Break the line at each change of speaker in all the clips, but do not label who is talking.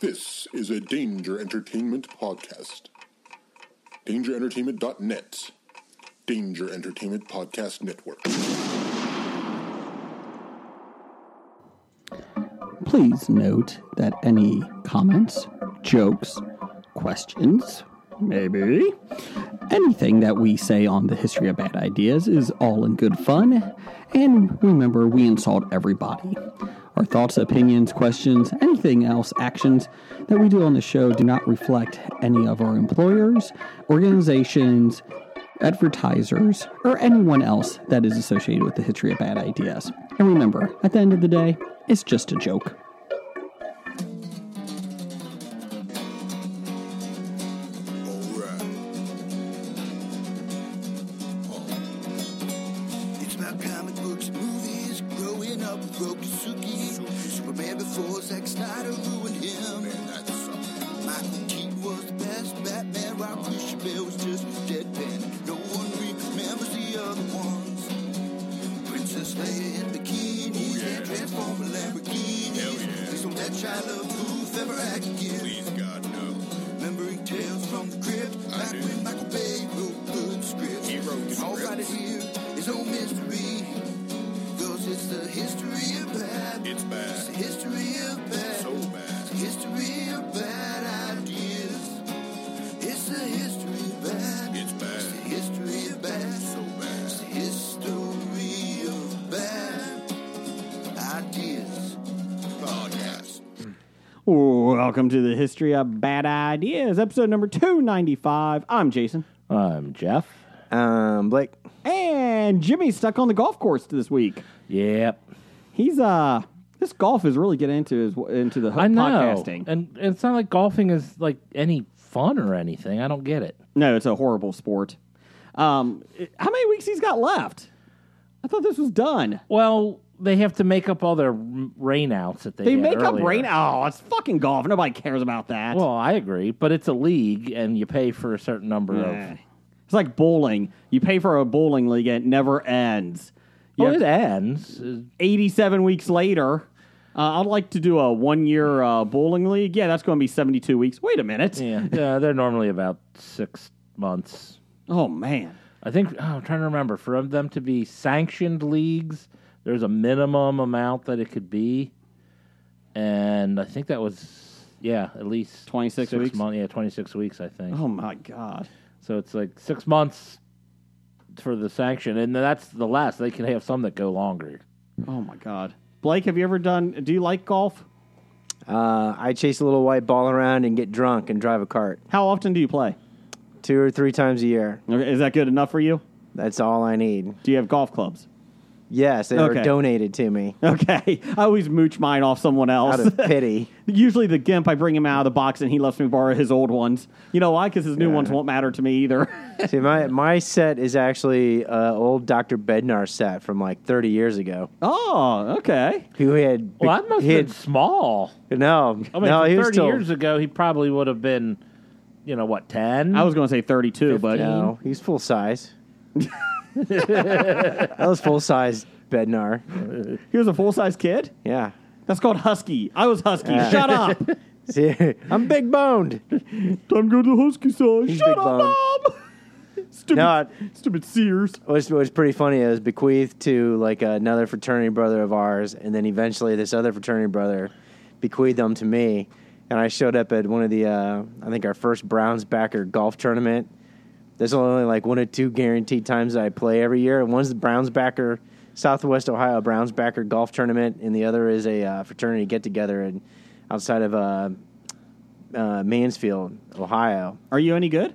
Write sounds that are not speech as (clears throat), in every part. This is a Danger Entertainment podcast. DangerEntertainment.net. Danger Entertainment Podcast Network.
Please note that any comments, jokes, questions, maybe anything that we say on the history of bad ideas is all in good fun. And remember, we insult everybody. Our thoughts, opinions, questions, anything else, actions that we do on the show do not reflect any of our employers, organizations, advertisers, or anyone else that is associated with the history of bad ideas. And remember, at the end of the day, it's just a joke.
Alright. Oh. It's about comic books, movies, growing up with Rokusuki. Superman before Zack Snyder ruined him. Michael Keaton was the best Batman. Rob Christian was just deadpan. No one remembers the other ones. Princess Leia in bikinis and transformer Lamborghinis. Please don't let Shia LaBeouf ever act again. Please, God, no. Remembering tales from the crypt. back when Michael Bay wrote good scripts. He wrote All right here is no mystery. Cause it's the history of bad. It's bad. It's the history of bad. So bad. It's the history of bad ideas. It's the history of bad. It's bad. It's the history of bad. So bad. It's the history of bad ideas. Podcast.
Welcome to the History of Bad Ideas, episode number 295. I'm Jason.
Um, Jeff.
Um, Blake.
And Jimmy's stuck on the golf course this week.
Yep.
He's, uh, this golf is really getting into his, into the ho-
I know. Uh,
podcasting.
And, and it's not like golfing is like any fun or anything. I don't get it.
No, it's a horrible sport. Um, it- how many weeks he's got left? I thought this was done.
Well, they have to make up all their m- rainouts that they
They
had
make up
earlier.
rain. Oh, it's fucking golf. Nobody cares about that.
Well, I agree, but it's a league, and you pay for a certain number
Eh.
of.
it's like bowling. You pay for a bowling league and it never ends. You
Well,
have
Oh, it
to-
ends. Uh,
87 weeks later. Uh, I'd like to do a one year uh, bowling league. Yeah, that's going to be 72 weeks. Wait a minute.
Yeah, yeah, they're normally about six months.
Oh, man.
I think oh, I'm trying to remember for them to be sanctioned leagues. There's a minimum amount that it could be, and I think that was yeah at least
26
six
weeks?
Month, yeah, 26 weeks I think.
Oh, my God.
So it's like six months for the sanction, and that's the last. They can have some that go longer.
Oh, my God. Blake, have you ever done? Do you like golf?
Uh, I chase a little white ball around and get drunk and drive a cart
How often do you play?
two or three times a year.
Okay, Is that good enough for you?
That's all I need.
Do you have golf clubs? (laughs)
Yes, they
Okay.
were donated to me
Okay. I always mooch mine off someone
out
else.
(laughs)
of pity.
(laughs) Usually the gimp, I bring him out of the box and he lets me borrow his old ones. You know why? Because his new
Yeah.
ones won't matter to me either. (laughs)
See, my my set is actually uh, old Doctor Bednar set from like 30 years ago.
oh, okay.
Who had
Well, that must
he
have been
had,
small.
no,
I mean,
no,
from
he was
30
still-
years ago, he probably would have been, you know, what, 10?
I was going to say 32, but
No, he's
(laughs)
full size. that was full size Bednar.
he was a full size kid.
Yeah.
That's called husky. I was husky.
Yeah.
Shut up.
See, I'm big boned.
Time to go to the husky side.
He's
Shut
big
up,
boned.
(laughs) mom. stupid,
No,
stupid Sears.
What's, what's pretty funny is bequeathed to like another fraternity brother of ours, and then eventually this other fraternity brother bequeathed them to me. And I showed up at one of the, uh, I think our first Browns backer golf tournament. There's only like one or two guaranteed times that I play every year. And one's the Browns backer, Southwest Ohio Browns backer golf tournament, and the other is a uh, fraternity get together and outside of uh, uh, Mansfield, Ohio.
Are you any good?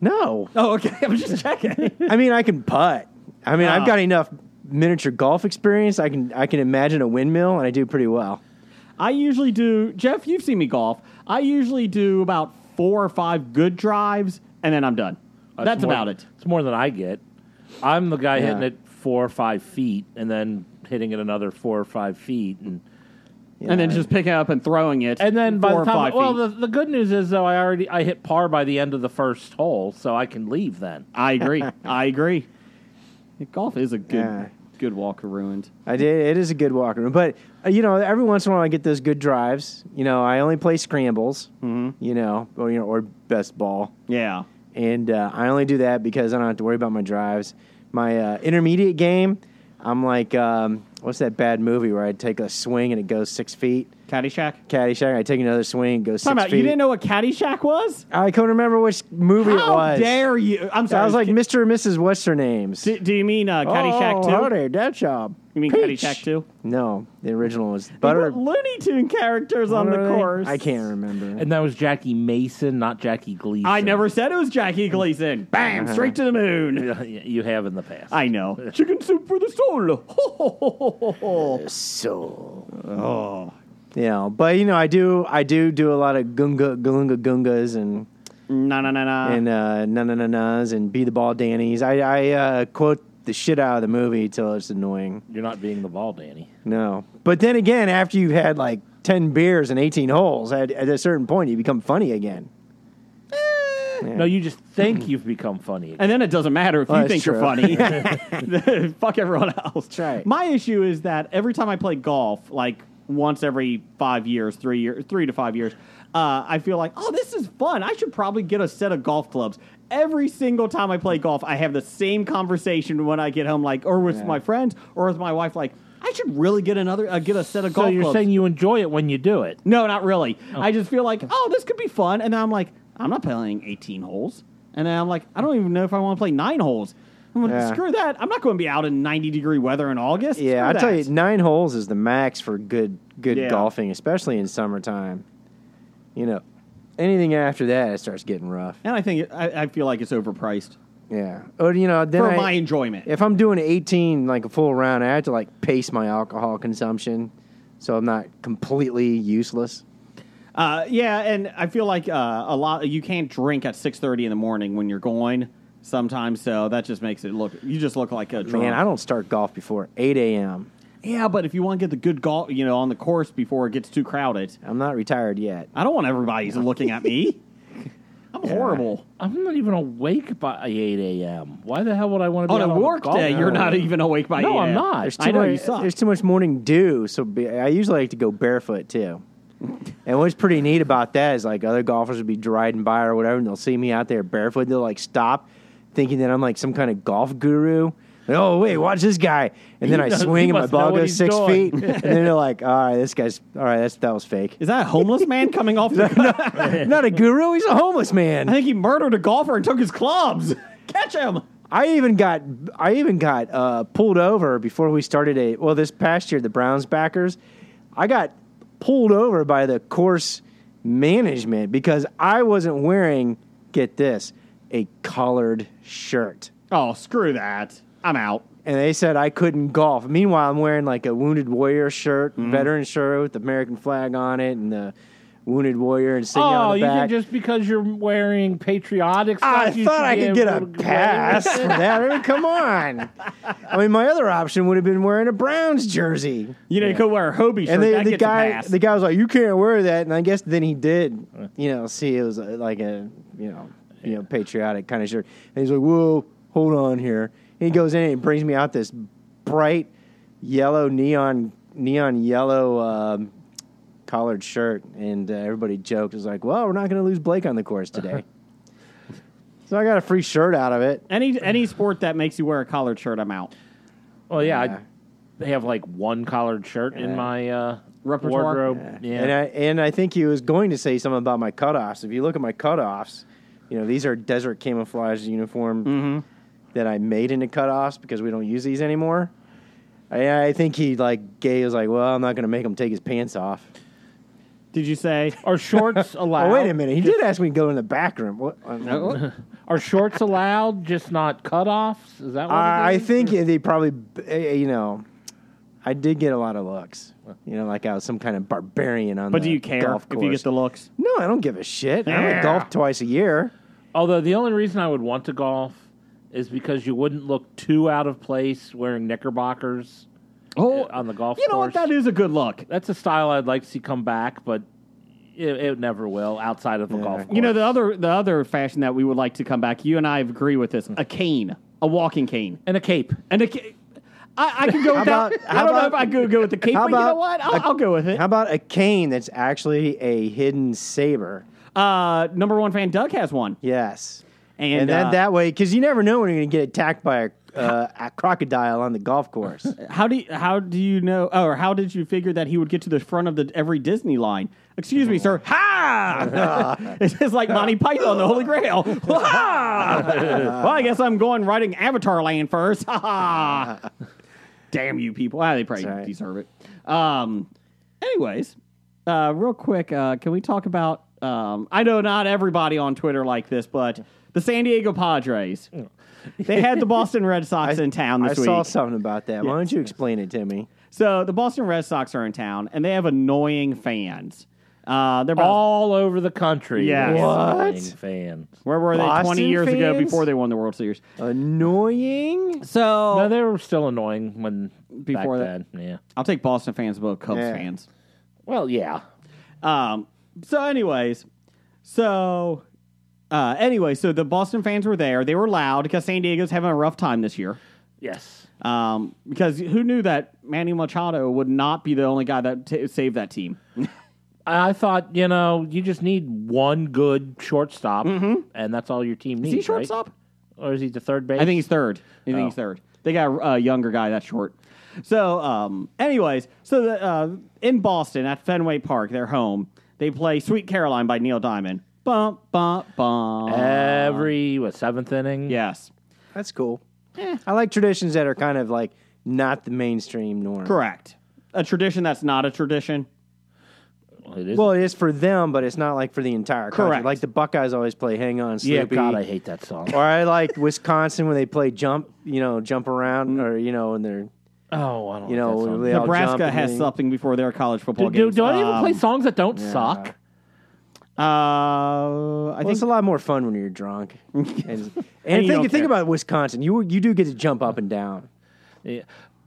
No,
Oh, okay. (laughs) I'm just checking.
(laughs) I mean, I can putt. I mean,
Ah.
I've got enough miniature golf experience. I can I can imagine a windmill, and I do pretty well.
I usually do, Jeff, you've seen me golf. I usually do about four or five good drives, and then I'm done. That's
more-
about it.
It's more than I get. I'm the guy
Yeah.
hitting it four or five feet and then hitting it another four or five feet. And,
You
And then
know,
just picking up and throwing it.
and then by
four
the time,
or five
well,
feet.
the, the good news is, though, I already I hit par by the end of the first hole, so I can leave then.
I agree. I agree. Golf is a good.
yeah.
good walk of ruined.
I did. It is a good walk room, but uh, you know, every once in a while I get those good drives. You know, I only play scrambles.
Mm-hmm.
You know, or you know, or best ball,
Yeah.
and uh, I only do that because I don't have to worry about my drives. My uh, intermediate game, I'm like, um, what's that bad movie where I take a swing and it goes six feet?
Caddyshack.
Caddyshack. I take another swing, it goes
Time
six
out.
feet.
You didn't know what Caddyshack was?
I couldn't remember which movie it
How
was.
dare you? I'm sorry.
I was like
Ca-
Mr. and Mrs. What's her names?
do, do you mean uh, Caddyshack
oh,
too?
Howdy, that job.
You mean
Peach.
Caddyshack too?
No, the original was Butter.
What Looney Tune characters on
What
the
are they?
course.
I can't remember.
And that was Jackie Mason, not Jackie Gleason.
I never said it was Jackie Gleason. Bam! Straight to the moon.
(laughs)
(laughs)
you have in the past.
I know. (laughs) Chicken soup for the soul. Ho, ho, ho, (laughs) ho, ho.
So, you know, Oh. but you know, I do, I do do a lot of gunga, gunga, gungas and
Na na na na.
and uh, na na na nas and be the ball Danny's. I, I uh, quote the shit out of the movie till it's annoying.
You're not being the ball, Danny.
No, but then again, after you've had like ten beers and eighteen holes, at, at a certain point, you become funny again.
No, you just think you've become funny.
And then it doesn't matter if
Oh,
Well,
you
that's
think you're funny.
(laughs)
(laughs) Fuck everyone else.
Try it.
My issue is that every time I play golf, like once every five years, three years, three to five years, uh, I feel like, oh, this is fun. I should probably get a set of golf clubs. Every single time I play golf, I have the same conversation when I get home, like, or with my friends, or with my wife, like, I should really get another, uh, get a set of
So
golf
you're
clubs.
saying you enjoy it when you do it.
No, not really. I just feel like, oh, this could be fun. And then I'm like, I'm not playing 18 holes. And then I'm like, I don't even know if I want to play nine holes. I'm like,
Yeah.
screw that. I'm not going to be out in 90 degree weather in August.
Yeah,
Screw
I tell
that.
you, nine holes is the max for good good
Yeah.
golfing, especially in summertime. You know, anything after that, it starts getting rough.
And I think it, I, I feel like it's overpriced
Yeah. Or you know, then
for
I-
my enjoyment.
if I'm doing 18 like a full round, I have to like pace my alcohol consumption so I'm not completely useless.
Uh, yeah, and I feel like uh, a lot you can't drink at 6:30 in the morning when you're going sometimes. So that just makes it look you just look like a drunk.
Man, I don't start golf before 8 a.m.
yeah, but if you want to get the good golf, you know, on the course before it gets too crowded.
I'm not retired yet.
I don't want everybody's looking at (laughs) me. I'm horrible.
I'm not even awake by 8 a.m. Why the hell would I want to be
On a
out the
work
golf
day, you're
course?
not even awake by 8
No, Oh, I'm
a.m.
not.
There's too
I know
much,
you suck.
There's too much morning dew, so be, I usually like to go barefoot too. and what's pretty neat about that is like other golfers would be riding by or whatever, and they'll see me out there barefoot. and They'll like stop, thinking that I'm like some kind of golf guru. Like, oh wait, watch this guy!
(laughs)
And then
He
I
knows-
swing,
he
and my
must
ball
know what
goes
he's
six
doing.
feet.
(laughs)
and then they're like, all right, this guy's all right. That's that was fake.
Is that a homeless (laughs) man coming off the
Not a guru. He's a homeless
(laughs)
man.
I think he murdered a golfer and took his clubs. (laughs) Catch him.
I even got I even got uh, pulled over before we started a well this past year the Browns backers. I got pulled over by the course management because I wasn't wearing get this a collared shirt.
Oh, screw that. I'm out.
And they said I couldn't golf. Meanwhile, I'm wearing like a Wounded Warrior shirt,
Mm-hmm.
veteran shirt with the American flag on it and the Wounded Warrior insignia
Oh,
on the
you
back.
think just because you're wearing patriotic stuff,
I
you
thought
should
I
be
could get a
able to-
pass for that. I mean, come on. I mean, my other option would have been wearing a Browns jersey.
You know, you could wear a Hobie shirt.
And they,
that
the
gets a
guy,
pass.
the guy was like, "You can't wear that," and I guess then he did. You know, see, it was uh, like a you know, you know, patriotic kind of shirt. And he's like, "Whoa, hold on here." And he goes in and he brings me out this bright yellow neon neon yellow um, collared shirt, and uh, everybody joked, "Was like, well, we're not going to lose Blake on the
(laughs)
course today." so I got a free shirt out of it.
any any sport that makes you wear a collared shirt, I'm out.
Well, yeah, I have like one collared shirt in my uh,
Repertoire?
wardrobe. Yeah.
And I and I think he was going to say something about my cutoffs. If you look at my cutoffs, you know these are desert camouflage uniform
Mm-hmm.
that I made into cutoffs because we don't use these anymore. I, I think he like gay was like, well, I'm not going to make him take his pants off.
Did you say?
are
(laughs)
shorts allowed?
Oh wait a minute, he did ask me to go in the back room. What? I,
(laughs)
Are shorts allowed? Just not cutoffs? Is that what it
I I
is?
think they probably, eh, you know, I did get a lot of looks. You know, like I was some kind of barbarian on.
But
the
do you care
golf
if you
course.
get the looks?
No, I don't give a shit. I only
Yeah.
golf twice a year.
Although the only reason I would want to golf is because you wouldn't look too out of place wearing knickerbockers
Oh,
on the golf
you know
course.
what? That is a good look.
That's a style I'd like to see come back, but it, it never will outside of the golf course.
You know the other the other fashion that we would like to come back. You and I agree with this. A cane, a walking cane,
and a cape.
and a. Ca- I, I could go with
about-
that. I
how
don't know
about-
if I could go with the cape,
how
but you know
about
what? I'll,
a-
I'll go with it.
How about a cane that's actually a hidden saber?
Uh, number one fan Doug has one.
Yes.
And,
And, then
uh,
that way, because you never know when you're going to get attacked by a, uh, a crocodile on the
(laughs)
golf course.
How do you, how do you know oh, or how did you figure that he would get to the front of the every Disney line? Excuse me, sir. Ha! (laughs) it's just like Monty Python, the Holy Grail. (laughs) Ha! well, I guess I'm going riding Avatar Land first. (laughs) Ha! ha. Damn you people! Ah, they probably
That's right.
deserve it. Um. Anyways, uh, real quick, uh, can we talk about? Um, I know not everybody on Twitter like this, but the San Diego Padres. They had the Boston Red Sox in town
Oh. (laughs) I
this week.
saw something about that. Why don't you explain it to me?
So the Boston Red Sox are in town, and they have annoying fans. Uh, they're about,
all over the country.
Yes.
there's
What?
Sting fans.
where were they twenty
Boston
years ago
fans? Uh,
before they won the World Series?
Annoying?
So
No, they were still annoying when
Before
before
that.
that. Yeah.
I'll take Boston fans above Cubs
Yeah.
fans.
Well, yeah.
Um, so, anyways, so uh, anyway, so the Boston fans were there. They were loud because San Diego's having a rough time this year.
Yes.
Um, because who knew that Manny Machado would not be the only guy that t- saved that team?
I thought, you know, you just need one good shortstop, and that's all your team
Mm-hmm. Is
needs.
he shortstop?
Right? Or is he the third base?
I think he's third. I think
Oh.
he's third. They got a younger guy that's short. So, um, anyways, so the, uh, in Boston at Fenway Park, their home, they play "Sweet Caroline" by Neil Diamond. Bump, bump, bump.
Eh. every what seventh inning.
yes,
That's cool.
Eh.
I like traditions that are kind of like not the mainstream norm.
correct. A tradition that's not a tradition.
Well, it is.
Well, it is for them, but it's not like for the entire country.
Correct.
Like the Buckeyes always play "Hang On, Sleepy."
yeah. God, I hate that song.
or I like Wisconsin when they play jump, you know, jump
Mm.
around, or you know, and they're
oh, I don't
you
like
know,
that song.
they all jump
Nebraska
and
has
they-
something before their college football
Do, do,
games.
do I even
Um,
play songs that don't suck?
Uh, I
Well, it's
think
a lot more fun when you're drunk. (laughs) and
(laughs)
and,
you don't
think,
care.
think about Wisconsin. You you do get to jump up and down.
Yeah.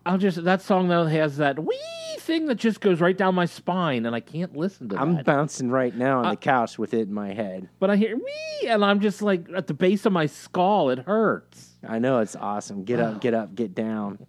I'll just that song though has that wee thing that just goes right down my spine, and I can't listen to
I'm
that.
bouncing right now on the couch with it in my head.
but I hear wee, and I'm just like at the base of my skull,
(laughs)
it hurts.
I know it's awesome. Get up, get up, get down.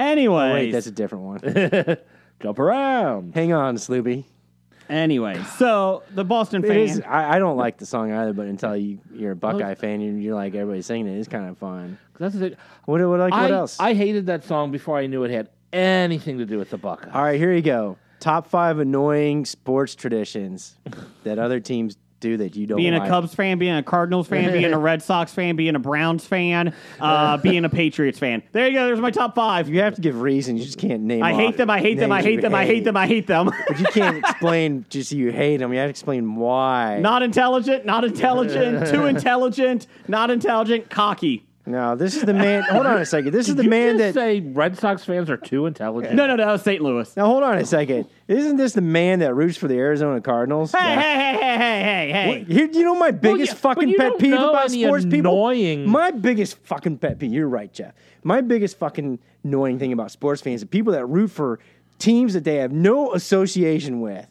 anyways.
Wait, that's a
(laughs)
different one.
Jump around.
Hang on, Sloopy.
(sighs)
anyway, so the Boston
It is.
fans.
I, I don't like the song either, but until you, you're a Buckeye fan, you're, you're like everybody's singing it. It's kind of fun.
That's the thing.
What, what like what
I,
else?
I hated that song before I knew it had anything to do with the Buckeye.
All right, here you go. Top five annoying sports traditions that other teams do that you don't
being
like.
a Cubs fan, being a Cardinals fan, being a Red Sox fan, being a Browns fan,
(laughs)
uh, being a Patriots fan. There you go. There's my top five.
You have to give reasons. You just can't name.
I hate
off
them. I hate them. I
names
hate
you
them. I hate them. I hate them. (laughs)
But you can't explain just you hate them. You have to explain why.
Not intelligent. Not
(laughs)
intelligent. Too intelligent. Not intelligent. Cocky.
No, this is the man. Hold on a second. This is the
you
man
just
that.
say Red Sox fans are too intelligent.
No, no, no. St. Louis.
now hold on a second. Isn't this the man that roots for the Arizona Cardinals?
Hey, hey, hey, hey, hey, hey, hey.
You, you know my biggest
yeah, but
fucking
you
pet
don't
peeve
know
about
any
sports
annoying-
people. My biggest fucking pet peeve. You're right, Jeff. My biggest fucking annoying thing about sports fans is people that root for teams that they have no association with.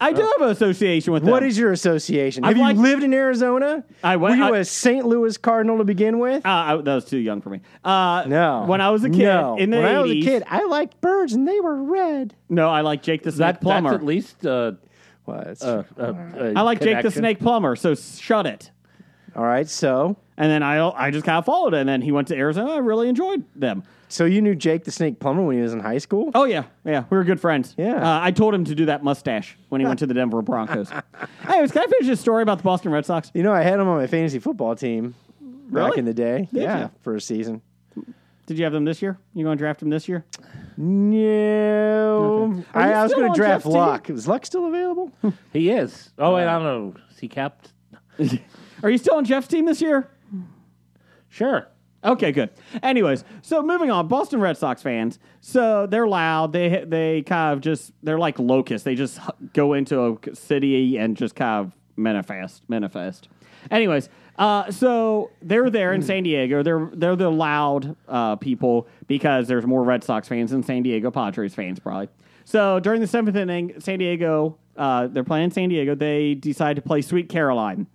I do have an association with them.
Uh, What is your association?
I've
have you
liked-
lived in Arizona?
I wa-
Were you
I-
a St. Louis Cardinal to begin with?
Uh, I, that was too young for me. Uh,
no.
When I was a kid
No.
in the
when
80s,
I was a kid, I liked birds and they were red.
No, I like Jake the Snake
that, that's
Plumber.
at least. Uh,
Well, that's-
uh, uh,
I like Jake the
connection.
Snake Plumber. So shut it.
All right, so
And then I I just kind of followed it. And then he went to Arizona. I really enjoyed them.
so you knew Jake the Snake Plumber when he was in high school?
Oh yeah, yeah, we were good friends.
Yeah.
uh, I told him to do that mustache when he went to the Denver (laughs) Broncos. Anyways, can I finish this story about the Boston Red Sox?
You know, I had him on my fantasy football team back
Really?
in the day. yeah,
you?
for a season.
Did you have them this year? You going to draft them this year?
No,
Are
I,
you
I was
still
going
on
to draft
Jeff's team?
Luck. Is Luck still
(laughs)
available?
He is. Oh,
Uh,
wait, I don't know. Is he capped?
Are you still on Jeff's team this year?
Sure.
Okay, good. Anyways, so moving on, Boston Red Sox fans. So they're loud. They they kind of just they're like locusts. They just h- go into a city and just kind of manifest manifest. Anyways, uh, so they're there in San Diego. They're they're the loud uh, people because there's more Red Sox fans than San Diego Padres fans probably. So during the seventh inning, San Diego uh, they're playing San Diego. They decide to play Sweet Caroline.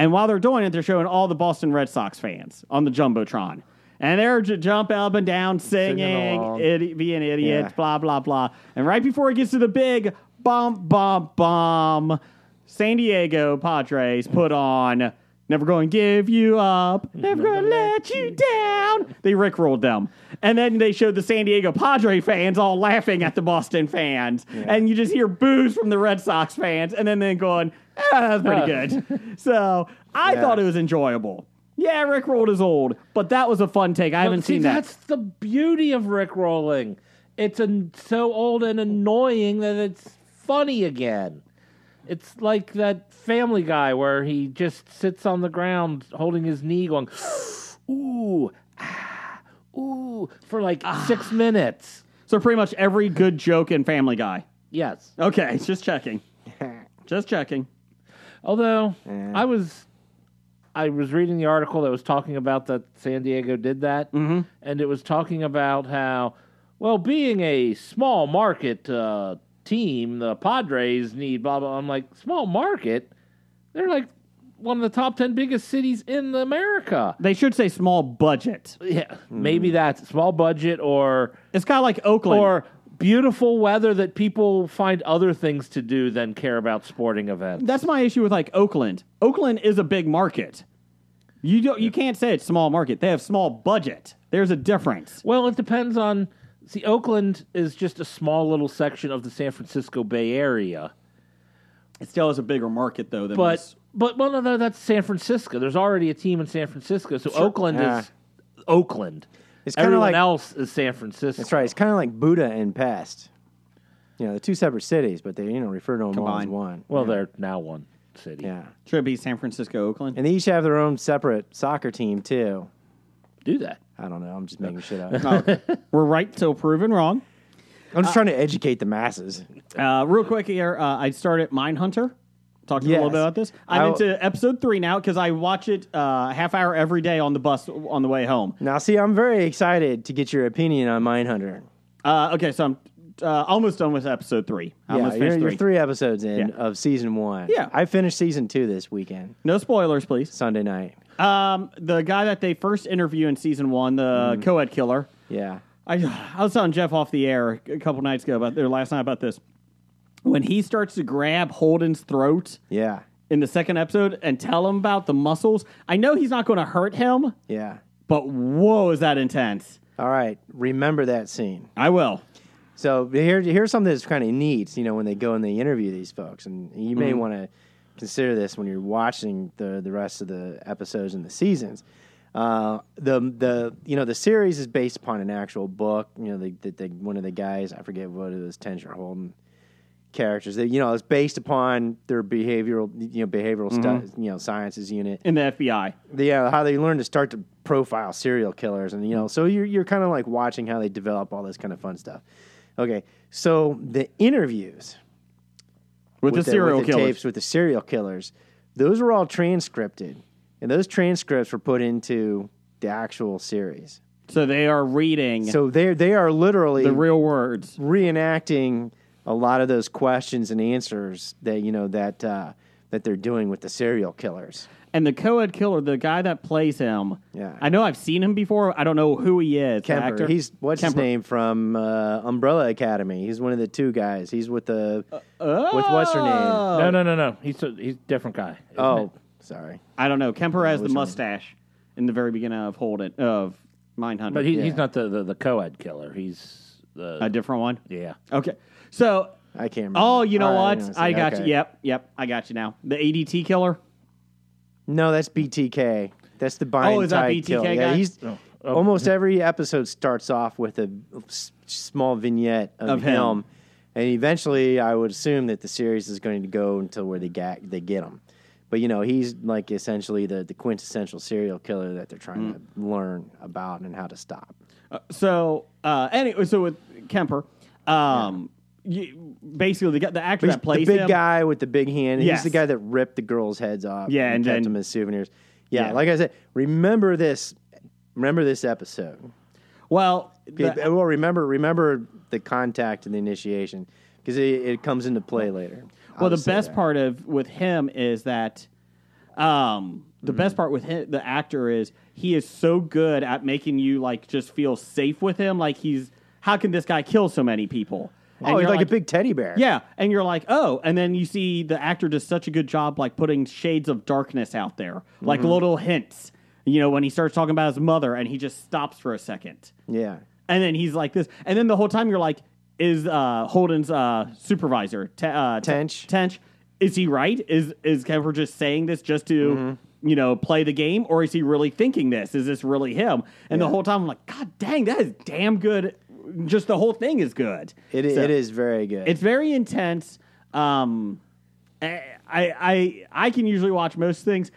And while they're doing it, they're showing all the Boston Red Sox fans on the Jumbotron. And they're j- jumping up and down, singing,
along.
idi- being idiots,
Yeah.
blah, blah, blah. And right before it gets to the big bomb, bomb, bomb, San Diego Padres put on Never Gonna Give You Up, Never Gonna Let You Down. They rickrolled them. And then they showed the San Diego Padre fans all laughing at the Boston fans. And you just hear boos from the Red Sox fans. And then they're going, ah, that's pretty good. so I
Yeah.
thought it was enjoyable. Yeah, rickrolled is old, but that was a fun take. I haven't
see,
seen that.
That's the beauty of Rickrolling. It's an, so old and annoying that it's funny again. It's like that Family Guy where he just sits on the ground holding his knee, going, (gasps) "Ooh, ah, ooh," for like
Ah.
six minutes.
So pretty much every good joke in Family Guy.
Yes.
Okay, (laughs) just
(laughs)
checking. just checking.
Although I was, I was reading the article that was talking about that San Diego did that, and it was talking about how, well, being a small market uh, team, the Padres need blah blah. I'm like small market. They're like one of the top ten biggest cities in America.
They should say small budget.
Yeah, maybe that's small budget or
It's kind of like Oakland.
or. Beautiful weather that people find other things to do than care about sporting events.
that's my issue with like Oakland. Oakland is a big market. You don't. You can't say it's small market. They have small budget. There's a difference.
Well, it depends on. See, Oakland is just a small little section of the San Francisco Bay Area,
It still is a bigger market though than.
but but well, no, no, that's San Francisco. There's already a team in San Francisco, so Oakland
Yeah.
is Oakland.
It's kinda
Everyone
like-
else is San Francisco.
That's right. It's kind of like Buddha and Pest. You know, they're two separate cities, but they you know refer to them all as
Combined.
one.
Well, they're now one city.
yeah,
should it be San Francisco, Oakland?
and they each have their own separate soccer team too.
Do that.
I don't know. I'm just making
(laughs)
shit up.
Oh. We're right till proven wrong.
I'm just trying to educate the masses.
Uh, real quick here, uh, I started Mindhunter. Talked to you a little
Yes.
bit about this. I'm
I-
into episode three now because I watch it uh, half hour every day on the bus on the way home.
Now, see, I'm very excited to get your opinion on Mindhunter.
Uh, okay, so I'm uh, almost done with episode three. I
Yeah,
almost
you're,
finished
you're
3
three episodes in
Yeah.
of season one.
Yeah.
I finished season two this weekend,
No spoilers, please.
Sunday night.
Um, the guy that they first interview in season one, the
Hmm.
co-ed killer.
Yeah,
I, I was telling Jeff off the air a couple nights ago about their last night about this. When he starts to grab Holden's throat
yeah,
in the second episode and tell him about the muscles, I know he's not going to hurt him,
yeah.
but whoa, is that intense?
All right, remember that scene.
I will.
So here, here's something that's kind of neat. You know, when they go and they interview these folks, and you may want to consider this when you're watching the the rest of the episodes and the seasons. Uh, the the you know the series is based upon an actual book. You know, the, the, the one of the guys I forget what it was, Tension Holden characters. That you know it's based upon their behavioral you know behavioral stu- you know sciences unit
In the FBI.
the- yeah, how they learn to start to profile serial killers, and you know, so you're you're kind of like watching how they develop all this kind of fun stuff. Okay, so the interviews
With, the serial
with the
killer.
tapes with the serial killers, those were all transcripted, and those transcripts were put into the actual series.
So they are reading
So they they are literally
the real words.
reenacting a lot of those questions and answers that you know that uh, that they're doing with the serial killers.
And the co-ed killer, the guy that plays him,
Yeah.
I know I've seen him before. I don't know who he is. the
Kemper.
actor.
He's what's
Kemper.
his name from uh, Umbrella Academy. He's one of the two guys. He's with the
Uh,
with what's her
oh.
name?
No, no, no, no. He's a, he's a different guy. isn't
Oh, sorry.
I don't know. Kemper has the mustache in the very beginning of Holden of Mindhunter.
But he,
Yeah.
he's not the, the, the co-ed killer. He's the
a different one.
yeah.
Okay. So,
I can't. remember.
oh, you know
All right,
what?
see.
I got
Okay.
you. Yep, yep. I got you now. The ADT killer.
No, that's BTK. That's the bind
Oh, is that
tie
BTK
kill. Yeah,
guy? Oh,
he's almost every episode starts off with a s- small vignette of,
Of him.
him. and eventually, I would assume that the series is going to go until where they get they get him. But you know, he's like essentially the, the quintessential serial killer that they're
Mm.
trying to learn about and how to stop.
So, uh, anyway, so with Kemper, um, you, basically the, guy- the actor
He's
that plays
the big
him,
guy with the big hand.
Yes.
He's the guy that ripped the girls' heads off.
Yeah, and
and, kept
then-
them as souvenirs. Yeah,
Yeah.
like I said, remember this. Remember this episode.
Well,
Be-
the-
well, remember, remember the contact and the initiation because it, it comes into play later. I'll
well, the
just say
best
that.
part of with him is that, um, The best
Mm-hmm.
part with him, the actor is he is so good at making you like just feel safe with him. Like he's how can this guy kill so many people? And
oh, he's
you're
like, a big teddy bear.
yeah, and you're like, oh, and then you see the actor does such a good job, like putting shades of darkness out there, like
Mm-hmm.
little hints. You know, when he starts talking about his mother, and he just stops for a second,
Yeah.
and then he's like this, and then the whole time you're like, is uh, Holden's uh, supervisor Te- uh, Te-
Tench.
Tench? Is he right? Is is Kemper just saying this just to
Mm-hmm.
you know play the game, or is he really thinking this? Is this really him? And the whole time I'm like, God dang, that is damn good. Just the whole thing is good.
It, i-
So-
it is very good.
it's very intense. Um, I, I I can usually watch most things.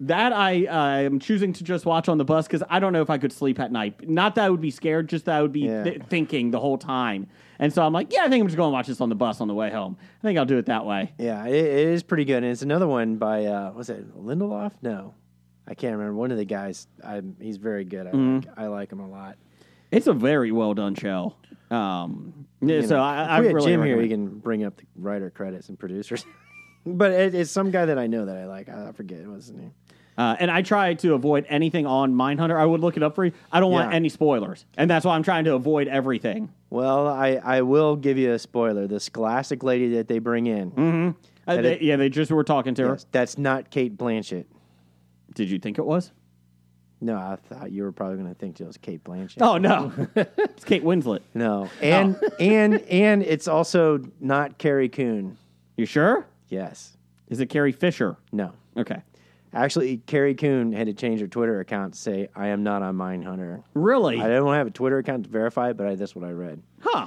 That I uh, am choosing to just watch on the bus because I don't know if I could sleep at night. Not that I would be scared, just that I would be
Yeah.
th- thinking the whole time. And so I'm like, yeah, I think I'm just going to watch this on the bus on the way home. I think I'll do it that way.
yeah, it, it is pretty good. And it's another one by, uh, was it Lindelof? No. I can't remember. One of the guys, i he's very good. I,
Mm-hmm.
like, I like him a lot.
It's a very well done show. Um, yeah,
You
so
know,
I,
if
I
we had
really
Jim here,
recommend-
he can bring up the writer credits and producers. (laughs) but it, it's some guy that I know that I like. I forget what's his name.
Uh, and I try to avoid anything on Mindhunter. I would look it up for you. I don't want
Yeah.
any spoilers, and that's why I'm trying to avoid everything.
Well, I, I will give you a spoiler. This classic lady that they bring in,
Uh,
That
they-
it-
yeah, they just were talking to her.
yes, that's not Kate Blanchett.
Did you think it was?
No, I thought you were probably going to think it was Kate Blanchett.
Oh no, (laughs) it's Kate Winslet.
No, and
(laughs)
and and it's also not Carrie Coon.
You sure?
Yes,
Is it Carrie Fisher?
no.
Okay,
Actually, Carrie Coon had to change her Twitter account to say, "I am not on Mindhunter."
really?
I don't have a Twitter account to verify, it, but I, that's what I read
Huh?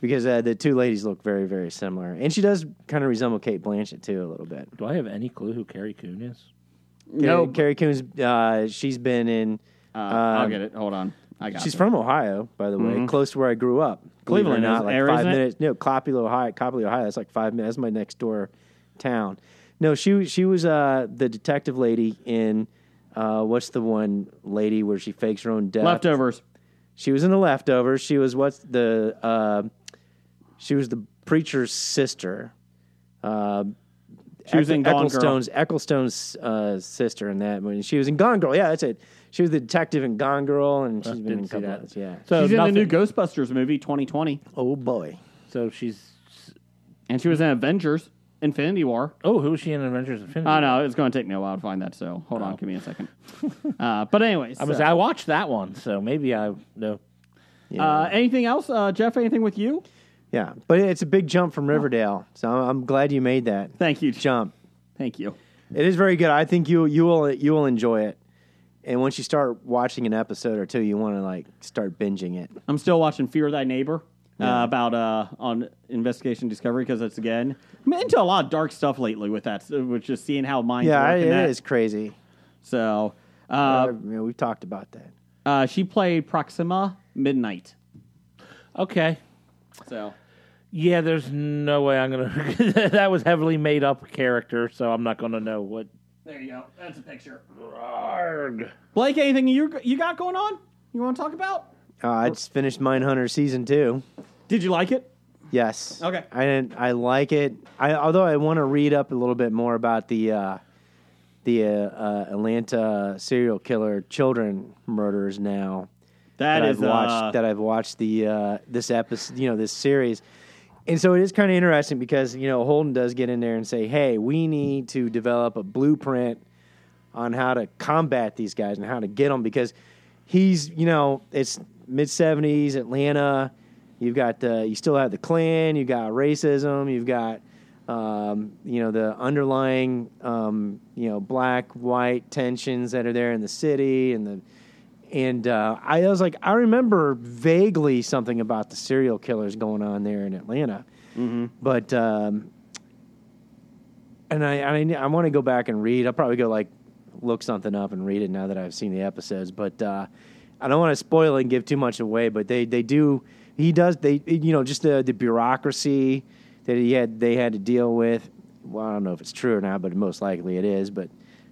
because uh, the two ladies look very very similar, and she does kind of resemble Kate Blanchett too a little bit.
Do I have any clue who Carrie Coon is?
No.
Carrie- Carrie Coon's uh, she's been in.
Uh, I'll get it. Hold on. I got.
She's
it.
from Ohio, by the way, close to where I grew up. Believe it or
Mm-hmm. Cleveland,
not,
isn't-
like
or
five
isn't it?
minutes. No, Coppell, Ohio. Coppell, Ohio. That's like five minutes. That's my next door town. No, she she was uh, the detective lady in uh, what's the one lady where she fakes her own death?
leftovers.
She was in the leftovers. She was what's the uh, she was the preacher's sister. Uh,
She was in Gone Girl.
Ecclestone's Ecclestone's uh, sister in that movie. She was in Gone Girl. Yeah, that's it. She was the detective in Gone Girl, and she's been in
didn't
a
see
couple
that.
others. Yeah.
So
She's
nothing.
in the new Ghostbusters movie, 2020,
Oh boy.
So she's.
and she was in Avengers: Infinity War.
Oh, who is she in Avengers Infinity?
I know it's going to take me a while to find that. So hold on, give me a second. uh, but anyways,
I was.
uh,
I watched that one, so maybe I know.
uh, anything else, uh, Jeff? Anything with you?
Yeah, but it's a big jump from Riverdale, so I'm, I'm glad you made that
Thank you. Jeff.
jump.
Thank you.
It is very good. I think you you will you will enjoy it, and once you start watching an episode or two, you want to like start binging it.
I'm still watching Fear Thy Neighbor uh, about uh, on Investigation Discovery because that's again I'm into a lot of dark stuff lately with that, so- with just seeing how minds
Yeah,
work.
it
and that.
is crazy.
So uh,
I mean, we've talked about that.
uh, she played Proxima Midnight.
Okay.
So
Yeah, there's no way I'm gonna. (laughs) that was heavily made up character, so I'm not gonna know what.
there you go. That's a picture.
Arg.
Blake, anything you you got going on? You want to talk about?
Uh, I just finished Mindhunter season two.
Did you like it?
Yes.
Okay.
I didn't, I like it. I although I want to read up a little bit more about the uh, the uh, uh, Atlanta serial killer children murders now.
That
that
is
I've watched
uh,
that I've watched the uh, this episode, you know, this series. And so it is kind of interesting because you know Holden does get in there and say, "Hey, we need to develop a blueprint on how to combat these guys and how to get them because he's you know it's mid seventies Atlanta. You've got the you still have the Klan, you've got racism, you've got um, you know the underlying um, you know black white tensions that are there in the city and the and uh, I was like, I remember vaguely something about the serial killers going on there in Atlanta, but um, and I and I, I want to go back and read. I'll probably go like look something up and read it now that I've seen the episodes. But uh, I don't want to spoil it and give too much away. But they they do he does they you know just the the bureaucracy that he had they had to deal with. Well, I don't know if it's true or not, but most likely it is. But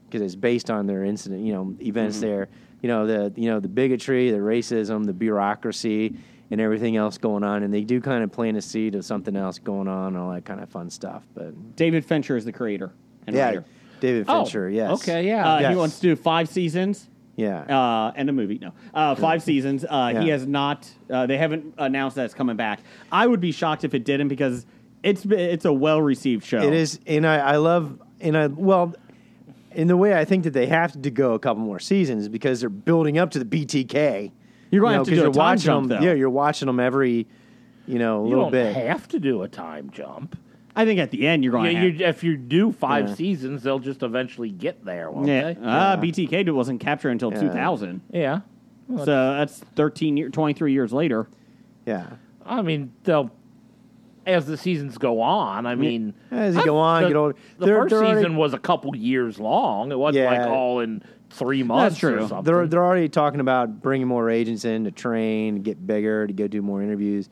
because it's based on their incident, you know, events there. You know the you know the bigotry, the racism, the bureaucracy, and everything else going on, and they do kind of plant a seed of something else going on, and all that kind of fun stuff. But
David Fincher is the creator and writer.
David Fincher,
oh,
yes.
Okay, yeah.
Uh,
Yes.
He wants to do five seasons
Yeah.
uh, and a movie. No, uh, five seasons. Uh, He
Yeah.
has not. Uh, they haven't announced that it's coming back. I would be shocked if it didn't because it's it's a well received show.
It is, and I, I love, and I well, in the way I think that they have to go a couple more seasons because they're building up to the BTK.
You're gonna
You know,
have to
'cause
do a
you're
time
watching
jump,
them.
though.
Yeah, you're watching them every, you know,
you
little
don't
bit.
have to do a time jump.
I think at the end you're going.
Yeah,
to
you, if you do five
Yeah. Uh-huh.
seasons, they'll just eventually get there, won't
yeah.
they?
Uh, BTK wasn't captured until
Yeah.
2000,
yeah.
so that's 13 year, 23 years later.
Yeah,
I mean, they'll as the seasons go on. I mean,
as you go on,
the,
get older.
The
They're-
1st
they're already-
season was a couple years long. It wasn't
Yeah.
like all in three months
true.
or
They're-
something.
They're they're already talking about bringing more agents in to train, to get bigger, to go do more interviews,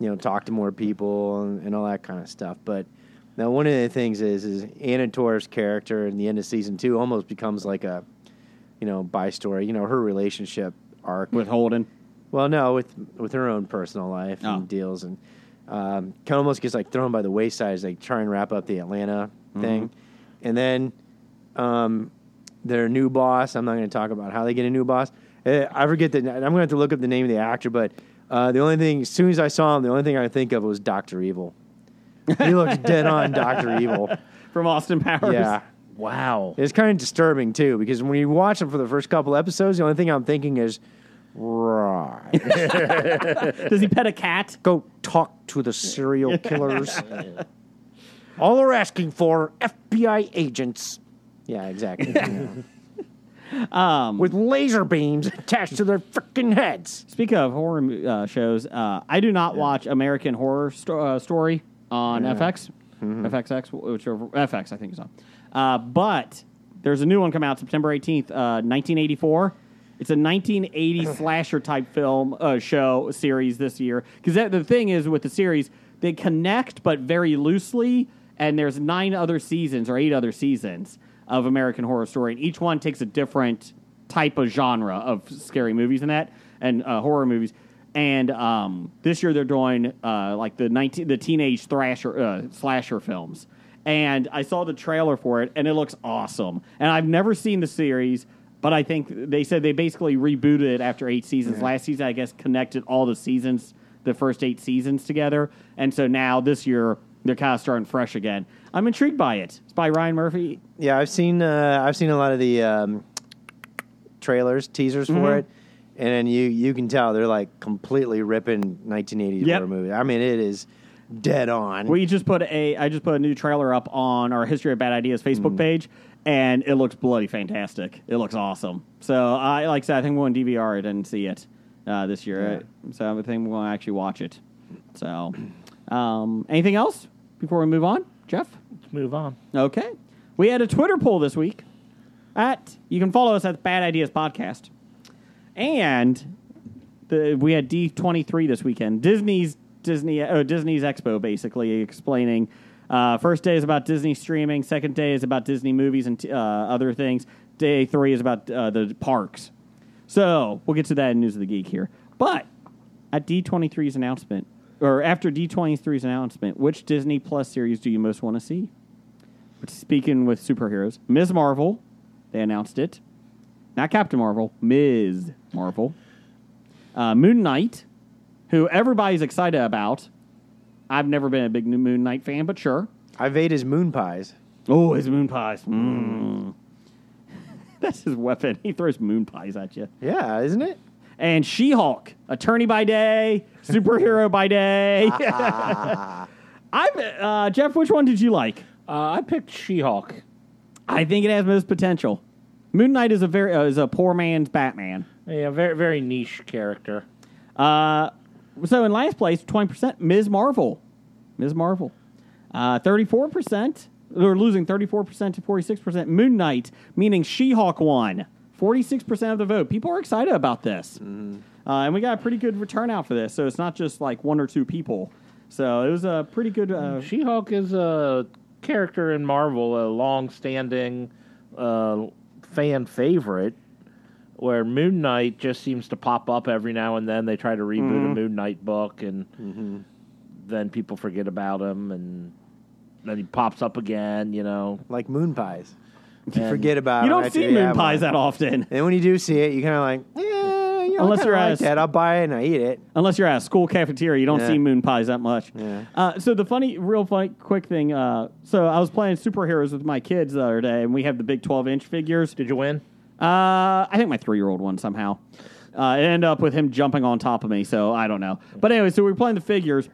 you know, talk to more people and, and all that kind of stuff. But now one of the things is is Anna Torres' character in the end of season two almost becomes like a, you know, by story. You know, her relationship arc
with Holden.
well, no, with with her own personal life
Oh.
and deals, and um, kind of almost gets like thrown by the wayside as they try and wrap up the Atlanta thing, and then um, their new boss. I'm not going to talk about how they get a new boss. Eh, I forget the. I'm going to have to look up the name of the actor, but uh, the only thing, as soon as I saw him, the only thing I could think of was Doctor Evil. He looks dead on Doctor Evil.
From Austin Powers.
Yeah.
wow.
It's kind of disturbing too because when you watch them for the first couple episodes, the only thing I'm thinking is, right.
(laughs) Does he pet a cat?
go talk to the serial killers. All they're asking for are FBI agents. Yeah, exactly.
Um,
With laser beams attached to their freaking heads.
Speaking of horror uh, shows, uh, I do not watch American Horror Sto- uh, Story on FX, FXX, whichever FX I think is on. Uh, but there's a new one come out September 18th, uh, 1984. It's a 1980 slasher type film uh, show series this year because the thing is with the series they connect but very loosely, and there's nine other seasons or eight other seasons of American Horror Story, and each one takes a different type of genre of scary movies and that and uh, horror movies. And um, this year they're doing uh, like the 19, the teenage thrasher uh, slasher films. And I saw the trailer for it, and it looks awesome. And I've never seen the series, but I think they said they basically rebooted it after eight seasons. Last season, I guess, connected all the seasons, the first eight seasons together, and so now this year they're kind of starting fresh again. I'm intrigued by it. It's by Ryan Murphy.
Yeah, I've seen uh, I've seen a lot of the um, trailers, teasers for it, and then you you can tell they're like completely ripping 1980s
Yep.
horror movies. I mean, it is dead on.
We just put a I just put a new trailer up on our History of Bad Ideas Facebook page, and it looks bloody fantastic. It looks awesome. So I like I said, I think we're on DVR it and see it uh, this year. So I think we're going to actually watch it. So um, anything else before we move on, Jeff?
Let's move on.
Okay, we had a Twitter poll this week. At you can follow us at Bad Ideas Podcast, and the, we had D twenty three this weekend. Disney's Disney oh, Disney's Expo basically explaining. Uh, first day is about Disney streaming. Second day is about Disney movies and uh, other things. Day three is about uh, the parks. So we'll get to that in News of the Geek here. But at D23's announcement, or after D23's announcement, which Disney Plus series do you most want to see? Speaking with superheroes, Ms. Marvel, they announced it. Not Captain Marvel, Ms. Marvel. Uh, Moon Knight, who everybody's excited about. I've never been a big Moon Knight fan, but sure.
I've ate his moon pies.
Oh, his moon pies. Mm. (laughs) That's his weapon. He throws moon pies at you.
Yeah, isn't it?
And She Hulk, attorney by day, superhero by day. Ah. (laughs) I'm uh, Jeff. Which one did you like?
Uh, I picked She-Hulk.
I think it has most potential. Moon Knight is a very uh, is a poor man's Batman.
Yeah, very very niche character.
Uh, so in last place, twenty percent, Ms. Marvel, Ms. Marvel, Uh, thirty-four percent. They're losing thirty-four percent to forty-six percent. Moon Knight, meaning She-Hulk, won forty-six percent of the vote. People are excited about this, uh, and we got a pretty good return out for this. So it's not just like one or two people. So it was a pretty good. Uh,
She-Hulk is a character in Marvel, a long-standing uh, fan favorite. Where Moon Knight just seems to pop up every now and then. They try to reboot a Moon Knight book, and then people forget about him, and then he pops up again. You know,
Like moon pies. You forget about
You
it
don't
after
see
you
moon
have
pies
one.
that often,
And when you do see it, you kind of like, yeah, you know,
Unless
I kinda
you're
like
ass-
that. I'll buy it and I eat it.
unless you're at a school cafeteria. You don't
Yeah.
see moon pies that much.
Yeah.
Uh, so the funny, real funny, quick thing. Uh, so I was playing superheroes with my kids the other day, and we have the big 12 inch figures.
Did you win?
Uh, I think my three year old one somehow. Uh, it ended up with him jumping on top of me, so I don't know. But anyway, so we were playing the figures,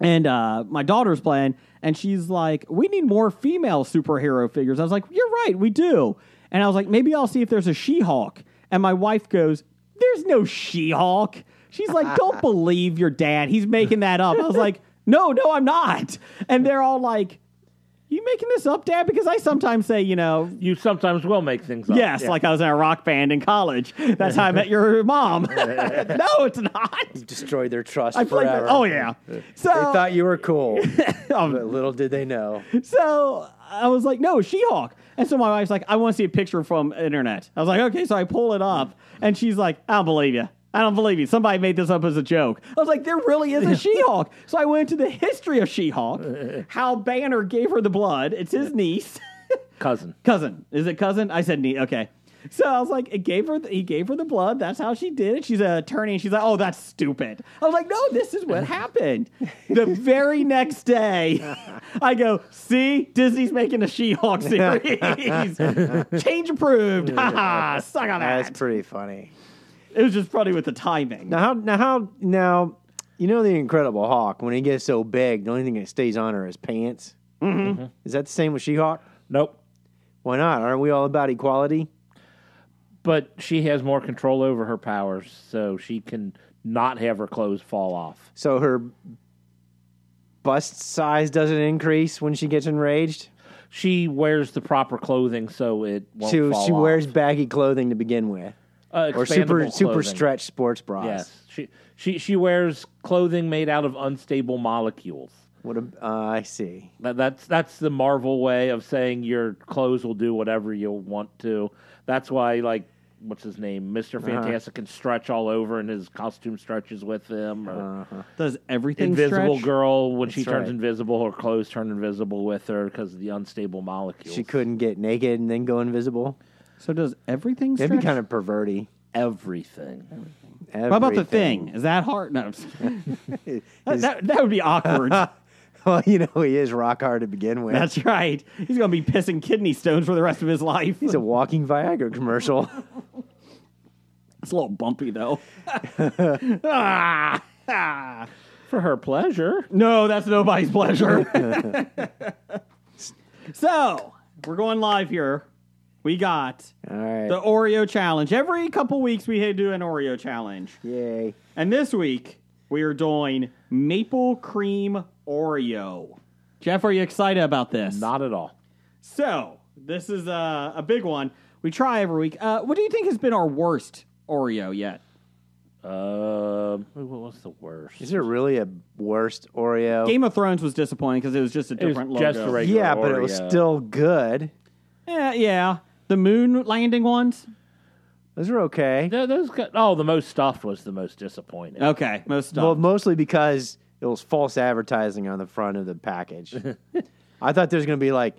and uh, my daughter's playing, and she's like, "We need more female superhero figures." I was like, "You're right, we do." And I was like, "Maybe I'll see if there's a She-Hulk." And my wife goes, "There's no She-Hulk." She's like, "Don't believe your dad. He's making that up." I was like, "No, no, I'm not." And they're all like, "You making this up, Dad?" Because I sometimes say, you know,
You sometimes will make things up.
Yes,
Yeah.
like I was in a rock band in college. That's how I met your
(laughs)
mom. no, it's not.
Destroyed their trust
I played.
forever.
That. Oh yeah. So
They thought you
(laughs)
were cool,
um,
but little did they know.
so I was like, no, She-Hulk. And so my wife's like, I want to see a picture from internet. I was like, okay. So I pull it up, and she's like, I don't believe you. I don't believe you. Somebody made this up as a joke. I was like, there really is a She-Hulk. So I went to the history of
(laughs)
She-Hulk, how Banner gave her the blood. It's his niece.
cousin.
cousin. Is it cousin? I said knee. Okay. So I was like, it gave her. he gave her the blood. That's how she did it. She's an attorney. And she's like, oh, that's stupid. I was like, no, this is what happened. The very next day, (laughs) I go, see, Disney's making a
(laughs)
She-Hulk series. Change approved. Ha ha. Suck on that.
That's pretty funny.
it was just funny with the timing.
Now how now how now you know the Incredible Hawk when he gets so big, the only thing that stays on are his pants. Mm-hmm. Is that the same with She-Hulk?
Nope.
Why not? Aren't we all about equality?
But she has more control over her powers, so she can not have her clothes fall off.
So her bust size doesn't increase when she gets enraged.
She wears the proper clothing, so it won't
She
fall
she
off.
wears baggy clothing to begin with,
uh,
or super
expandable
super
clothing.
stretch sports bras.
Yes, she she she wears clothing made out of unstable molecules.
What a, uh, I see.
That, that's that's the Marvel way of saying your clothes will do whatever you want to. That's why, like, what's his name, Mister
Uh-huh.
Fantastic can stretch all over, and his costume stretches with him.
Uh-huh.
Or
Does everything
Invisible
stretch?
Girl, when she
That's
turns
right.
invisible, her clothes turn invisible with her because of the unstable molecules.
She couldn't get naked and then go invisible.
So does everything stretch?
That'd be kind of perverty.
everything.
What about the thing? Is that hard? No. that, (laughs) that, that would be
(laughs)
awkward.
(laughs) Well, you know he is rock hard to begin with.
That's right. He's going to be pissing kidney stones for the rest of his life.
He's a walking
(laughs)
Viagra commercial. (laughs)
it's a little bumpy, though. (laughs) Ah, ah.
For her pleasure.
no, that's nobody's pleasure. (laughs) so, we're going live here. We got
All right.
the Oreo challenge. Every couple weeks, we had to do an Oreo challenge.
Yay.
And this week, we are doing maple cream Oreo. Jeff, are you excited about this?
Not at all.
So this is a, a big one. We try every week. Uh, what do you think has been our worst Oreo yet?
Um, what was the worst?
Is there really a worst Oreo?
Game of Thrones was disappointing because it was just a
It was
different
just
logo.
a regular
yeah, but it was
Oreo.
still good.
yeah, yeah. The moon landing ones.
Those were okay.
No, those got, oh, the most stuffed was the most disappointing.
Okay, most stuff.
Well, mostly because it was false advertising on the front of
(laughs)
the package. I thought there's going to be like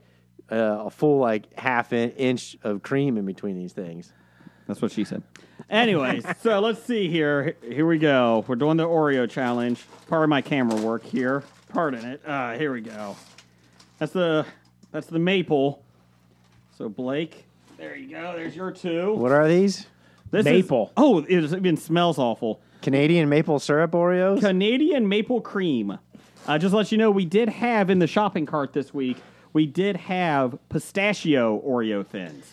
uh, a full like half in- inch of cream in between these things.
That's what she said. (laughs) Anyways, so let's see here. Here we go. We're doing the Oreo challenge. Part of my camera work here. Pardon it. Uh, here we go. That's the that's the maple. So Blake, there you go. There's your two.
What are these?
This is-
Maple.
oh, it is- it even smells awful.
Canadian maple syrup Oreos?
Canadian maple cream. Uh, just to let you know, we did have in the shopping cart this week. We did have pistachio Oreo thins.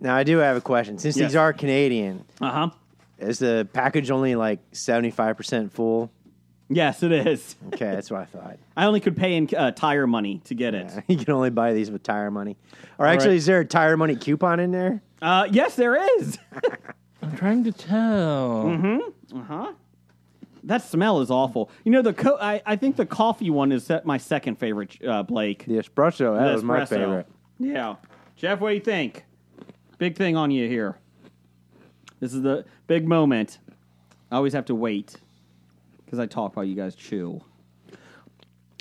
now I do have a question. Since
Yes.
these are Canadian,
Uh huh.
is the package only like seventy five percent full?
Yes, it is.
Okay, that's what I thought. (laughs)
I only could pay in uh, tire money to get it.
You can only buy these with tire money. Or actually, is there a tire money coupon in there?
Uh, yes, there is.
I'm trying to tell.
that smell is awful. You know the co- I, I think the coffee one is set my second favorite, uh, Blake.
The espresso. That was my
Nespresso.
favorite.
Yeah, Jeff, what do you think? Big thing on you here. This is the big moment. I always have to wait because I talk while you guys chew.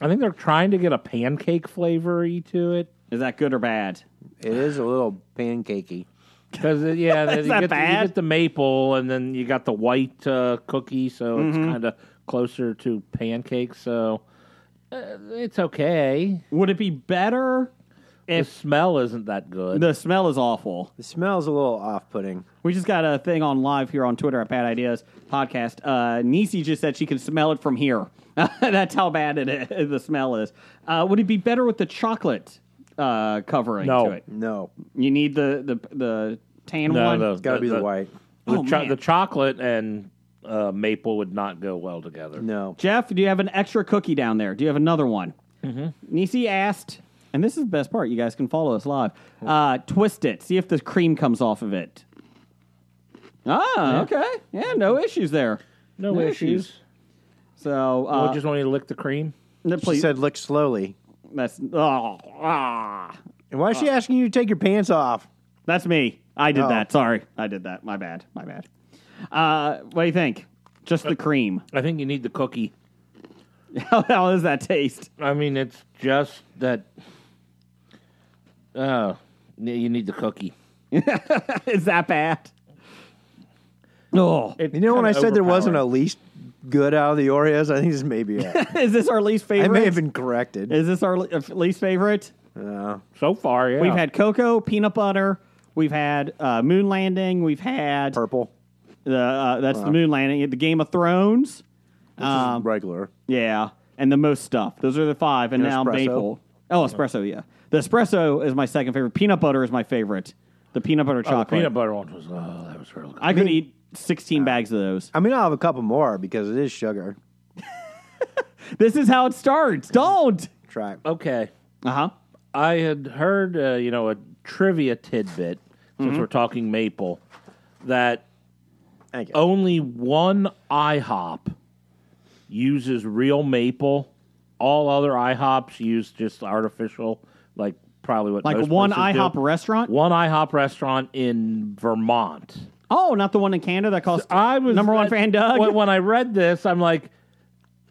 I think they're trying to get a pancake flavory to it.
Is that good or bad?
It is a little pancakey.
Because uh, yeah, then
Is
you,
that
get the, you
bad?
get the maple, and then you got the white uh, cookie, so it's kind of closer to pancakes. So uh, it's okay.
Would it be better?
the smell isn't that good.
The smell is awful.
The smell's a little off-putting.
We just got a thing on live here on Twitter at Bad Ideas Podcast. Uh, Nisi just said she can smell it from here. (laughs) That's how bad it is, the smell is. Uh, would it be better with the chocolate uh, covering
No.
to it?
No,
You need the the, the tan
No,
one.
no.
it's got to be the, white.
The,
Oh,
cho-
man.
the chocolate and uh, maple would not go well together.
No,
Jeff, do you have an extra cookie down there? Do you have another one? Mm-hmm. Nisi asked, and this is the best part. You guys can follow us live. Uh, twist it. See if the cream comes off of it. Ah, okay. Yeah, no issues there.
No,
No
issues.
issues. So, uh,
I just want you to lick the cream.
no,
she
please.
said lick slowly.
that's oh, ah,
And why is she asking you to take your pants off?
that's me. I did
Oh.
that. Sorry, I did that. My bad. My bad. Uh, what do you think? Just the cream. (laughs)
I think you need the cookie.
How, how does that taste?
I mean, it's just that. Uh, you need the cookie.
Is that bad? Oh,
It's
You know when I
kinda
said there wasn't a
overpowered.
least good out of the Oreos, I think this may be. it.
is this our least
I
favorite?
may have been corrected.
Is this our le- uh, least favorite?
No.
so far. Yeah,
We've had cocoa, peanut butter. We've had uh, moon landing. We've had
purple.
the uh, that's
uh-huh.
the moon landing. The Game of Thrones.
This is regular.
Yeah, and the most stuff. Those are the five, and
And
now
espresso.
maple. Oh, espresso. Yeah, the espresso is my second favorite. Peanut butter is my favorite. The peanut butter
Oh, the
chocolate.
peanut butter one was oh, that was real good.
I could eat
uh,
sixteen bags of those.
I mean, I'll have a couple more because it is sugar.
This is how it starts. Don't.
Try. it.
okay,
Uh huh.
I had heard uh, you know a trivia tidbit since we're talking maple that
Thank you.
only one IHOP uses real maple. All other IHOPs use just artificial, like probably what
Like
most
one
places do.
IHOP restaurant.
One IHOP restaurant in Vermont.
Oh, not the one in Canada that costs.
I was
number one
that-
fan, Doug.
When, when I read this, I'm like,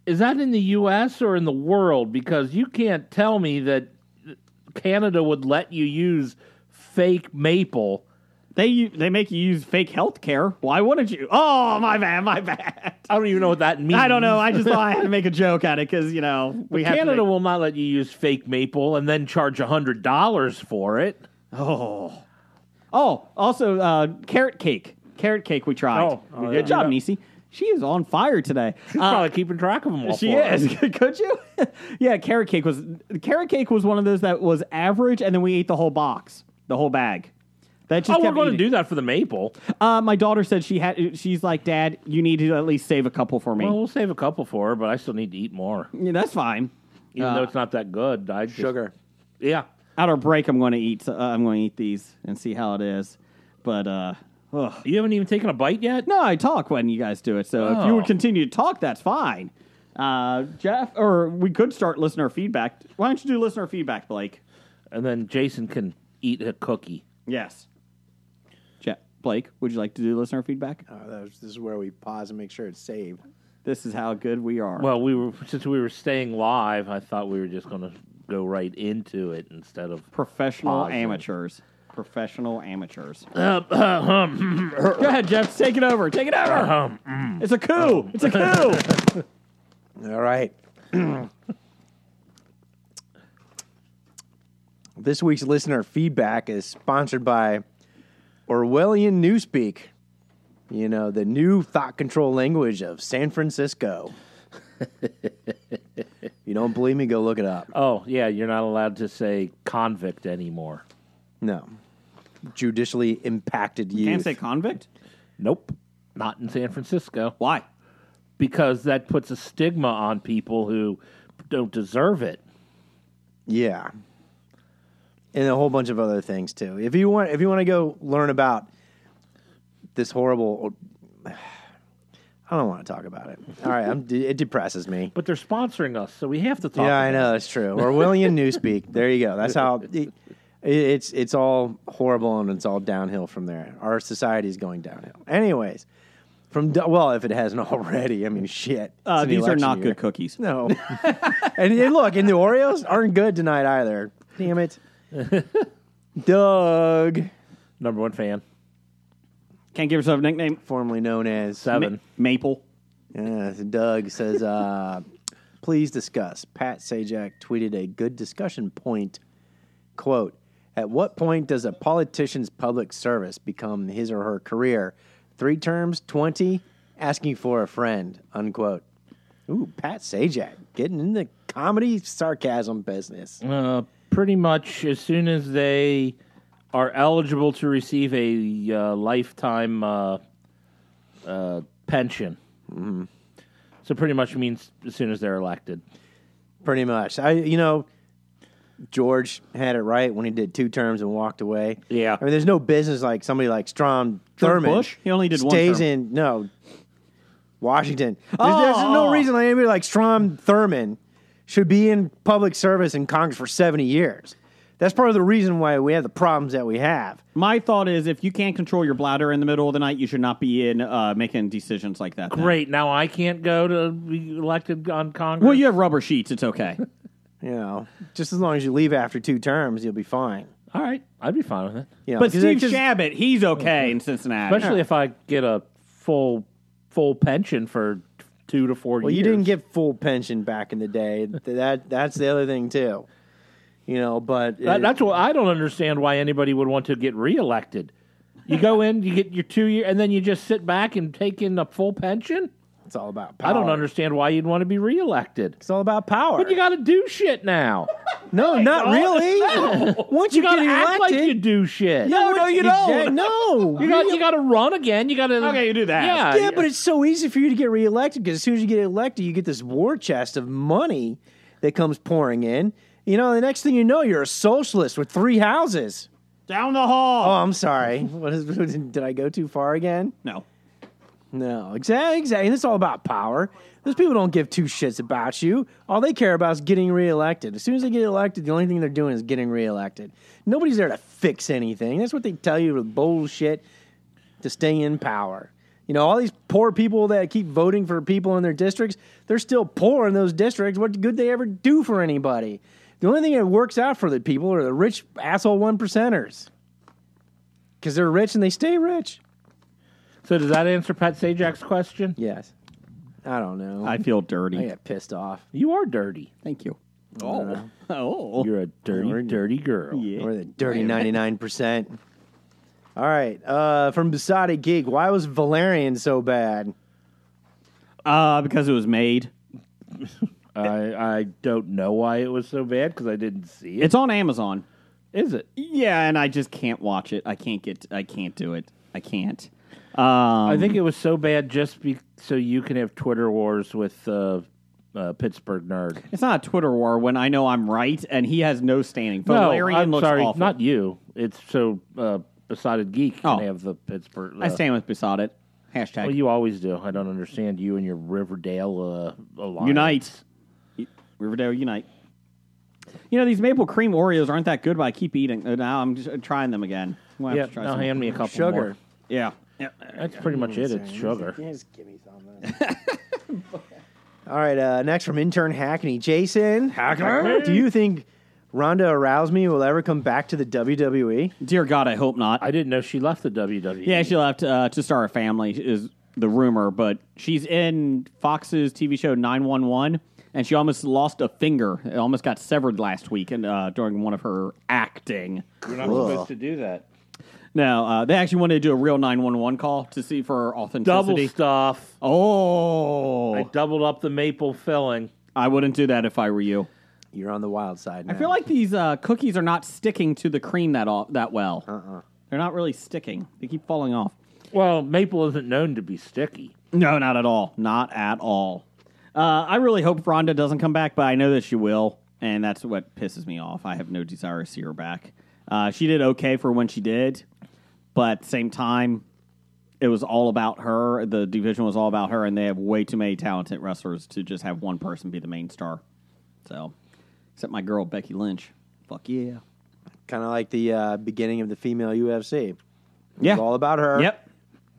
is that in the U.S. or in the world? Because you can't tell me that Canada would let you use fake maple.
They u- they make you use fake health care. Why wouldn't you? Oh, my bad, my bad. (laughs)
I don't even know what that means.
I don't know. I just thought I had to make a joke at it because you know we have
Canada
To make-
will not let you use fake maple and then charge hundred dollars for it.
oh, oh. Also, uh, carrot cake. Carrot cake. We tried.
Oh, oh,
good
yeah.
job,
Yeah.
Nisi. She is on fire
(laughs)
today.
She's
Uh,
probably keeping track of them all.
she
for (laughs) us.
is. (laughs) Could you? yeah, carrot cake was carrot cake was one of those that was average, and then we ate the whole box, the whole bag. That just
Oh, we're
kept
going to
eating.
do that for the maple.
Uh, my daughter said she had. She's like, Dad, you need to at least save a couple for me.
Well, we'll save a couple for her, but I still need to eat more,
Yeah, that's fine.
even though it's not that good. I just,
sugar.
Yeah.
At our break, I'm going to eat. Uh, I'm going to eat these and see how it is. But uh, ugh.
You haven't even taken a bite yet.
no, I talk when you guys do it. So if you would
Oh.
continue to talk, that's fine. Uh, Jeff, or we could start listener feedback. Why don't you do listener feedback, Blake?
And then Jason can eat a cookie.
Yes. Jeff, Blake, would you like to do listener feedback?
Oh, that was- this is where we pause and make sure it's saved.
This is how good we are.
Well, we were since we were staying live, I thought we were just going to go right into it instead of.
professional
Awesome.
amateurs. Professional amateurs.
Uh, er,
Go ahead, Jeff. Take it over. Take it over.
uh, mm.
it's a coup. It's a
(laughs)
coup.
All right. (clears throat) this week's listener feedback is sponsored by Orwellian Newspeak. You know, the new thought control language of San (laughs) Francisco. you don't believe me? Go look it up.
Oh yeah, you're not allowed to say convict anymore.
No. Judicially impacted youth.
Can't say convict.
Nope, not in San Francisco.
Why?
because that puts a stigma on people who don't deserve it.
Yeah. And a whole bunch of other things too. If you want if you want to go learn about this horrible (sighs) I don't want to talk about it. All right, I'm it depresses me.
But they're sponsoring us, so we have to talk.
Yeah,
about
I know that's true. Orwellian newspeak. There you go.
(laughs)
That's how it, it's it's all horrible and it's all downhill from there. Our society is going downhill. Anyways, From Du- well, if it hasn't (laughs) already, I mean, shit.
Uh,
It's an
these are
election
not
year.
good cookies.
No. and, and look, and the Oreos aren't good tonight either. Damn it, Doug,
Number one fan.
Can't give yourself a nickname.
formerly known as
Ma-
Seven.
Maple.
Yeah, so Doug says, uh, please discuss. Pat Sajak tweeted a good discussion point. Quote, at what point does a politician's public service become his or her career? Three terms, 20, asking for a friend, unquote. Ooh, Pat Sajak getting in the comedy sarcasm business.
Uh, pretty much as soon as they are eligible to receive a uh, lifetime uh, uh, pension. So pretty much means as soon as they're elected.
Pretty much. I, you know, George had it right when he did two terms and walked away.
Yeah.
I mean, there's no business like somebody like Strom
George
Thurmond.
Bush? He only did one
stays
term.
in no Washington. There's, there's
Oh.
no reason like anybody like Strom Thurmond should be in public service in Congress for 70 years. That's part of the reason why we have the problems that we have.
My thought is, if you can't control your bladder in the middle of the night, you should not be in uh, making decisions like that. then.
Great. Now I can't go to be elected on Congress.
Well, you have rubber sheets. It's okay.
You know, just as long as you leave after two terms, you'll be fine.
All right. I'd be fine with it.
You know,
But
'cause it-
Steve
'cause-
Shabbat, he's okay in Cincinnati.
Especially if I get a full full pension for two to four
Well,
years.
you didn't get full pension back in the day. Th- that that's the other thing too. You know, but
That,
it-
that's what I don't understand why anybody would want to get reelected. You go in, you get your two year, and then you just sit back and take in a full pension.
it's all about power.
I don't understand why you'd want to be reelected.
It's all about power.
But you got to do shit
(laughs)
now.
no, not really. Once you,
You got to
get
act
elected,
like you do shit.
no,
no, you don't.
can't- No,
You got you got to run again. You got to
Okay, you do that.
Yeah,
yeah, but it's so easy for you to get reelected because as soon as you get elected, you get this war chest of money that comes pouring in. You know, the next thing you know, you're a socialist with three houses.
down the
Oh,
hall.
I'm sorry. (laughs) What is, did I go too far again?
no,
No, exactly. Exactly. And it's all about power. Those people don't give two shits about you. All they care about is getting reelected. As soon as they get elected, the only thing they're doing is getting reelected. Nobody's there to fix anything. That's what they tell you with bullshit to stay in power. You know, all these poor people that keep voting for people in their districts, they're still poor in those districts. What good they ever do for anybody? The only thing that works out for the people are the rich asshole one percenters. Because they're rich and they stay rich.
So does that answer Pat Sajak's question?
Yes. I don't know.
I feel dirty.
I got pissed off.
You are dirty.
Thank you.
Oh, (laughs) oh,
You're a dirty, dirty girl.
yeah.
Or the dirty ninety nine percent. All right, uh, from Basati Geek. Why was Valerian so bad?
Uh, because it was made.
I I don't know why it was so bad because I didn't see it.
It's on Amazon.
Is it?
Yeah, and I just can't watch it. I can't get. I can't do it. I can't. Um,
I think it was so bad just be, so you can have Twitter wars with uh, uh, Pittsburgh nerd.
it's not a Twitter war when I know I'm right and he has no standing. Valerian
I'm
looks
sorry,
awful.
not you. It's so uh, besotted geek can
Oh.
have the Pittsburgh. Uh,
I stand with Besotted. Hashtag
Well, you always do. I don't understand you and your Riverdale uh, alliance.
unite. Riverdale unite. You know these maple cream Oreos aren't that good, but I keep eating. Uh, Now I'm just trying them again. I'm gonna
Yeah,
have to try
now
some.
hand me a couple
Sugar.
more.
Yeah. yeah.
That's pretty much it. It's sugar.
Just give me something. (laughs) All right, uh, next from intern Hackney, Jason. Hackney, do you think Ronda Arouse Me will ever come back to the E? WWE?
Dear God, I hope not.
I didn't know she left the E. WWE.
Yeah, she left uh, to start a family is the rumor, but she's in Fox's TV show 911, and she almost lost a finger. It almost got severed last week and uh, during one of her acting.
You're not supposed to do that.
No, uh, they actually wanted to do a real 911 call to see for her
Double
authenticity.
stuff.
oh,
I
I,
doubled up the maple filling.
wouldn't do that if I were you.
You're on the wild side. Now.
I feel like these uh, cookies are not sticking to the cream that all, that well. Uh-uh. They're not really sticking. They keep falling off.
Well, maple isn't known to be sticky.
No, not at all. Not at all. Uh, I really hope Rhonda doesn't come back, but I know that she will, and that's what pisses me off. I have no desire to see her back. Uh, she did okay for when she did, but at the same time, it was all about her. The division was all about her, and they have way too many talented wrestlers to just have one person be the main star. So, except my girl Becky Lynch. Fuck yeah.
kind of like the uh, beginning of the female UFC. It was
Yeah.
all about her.
Yep.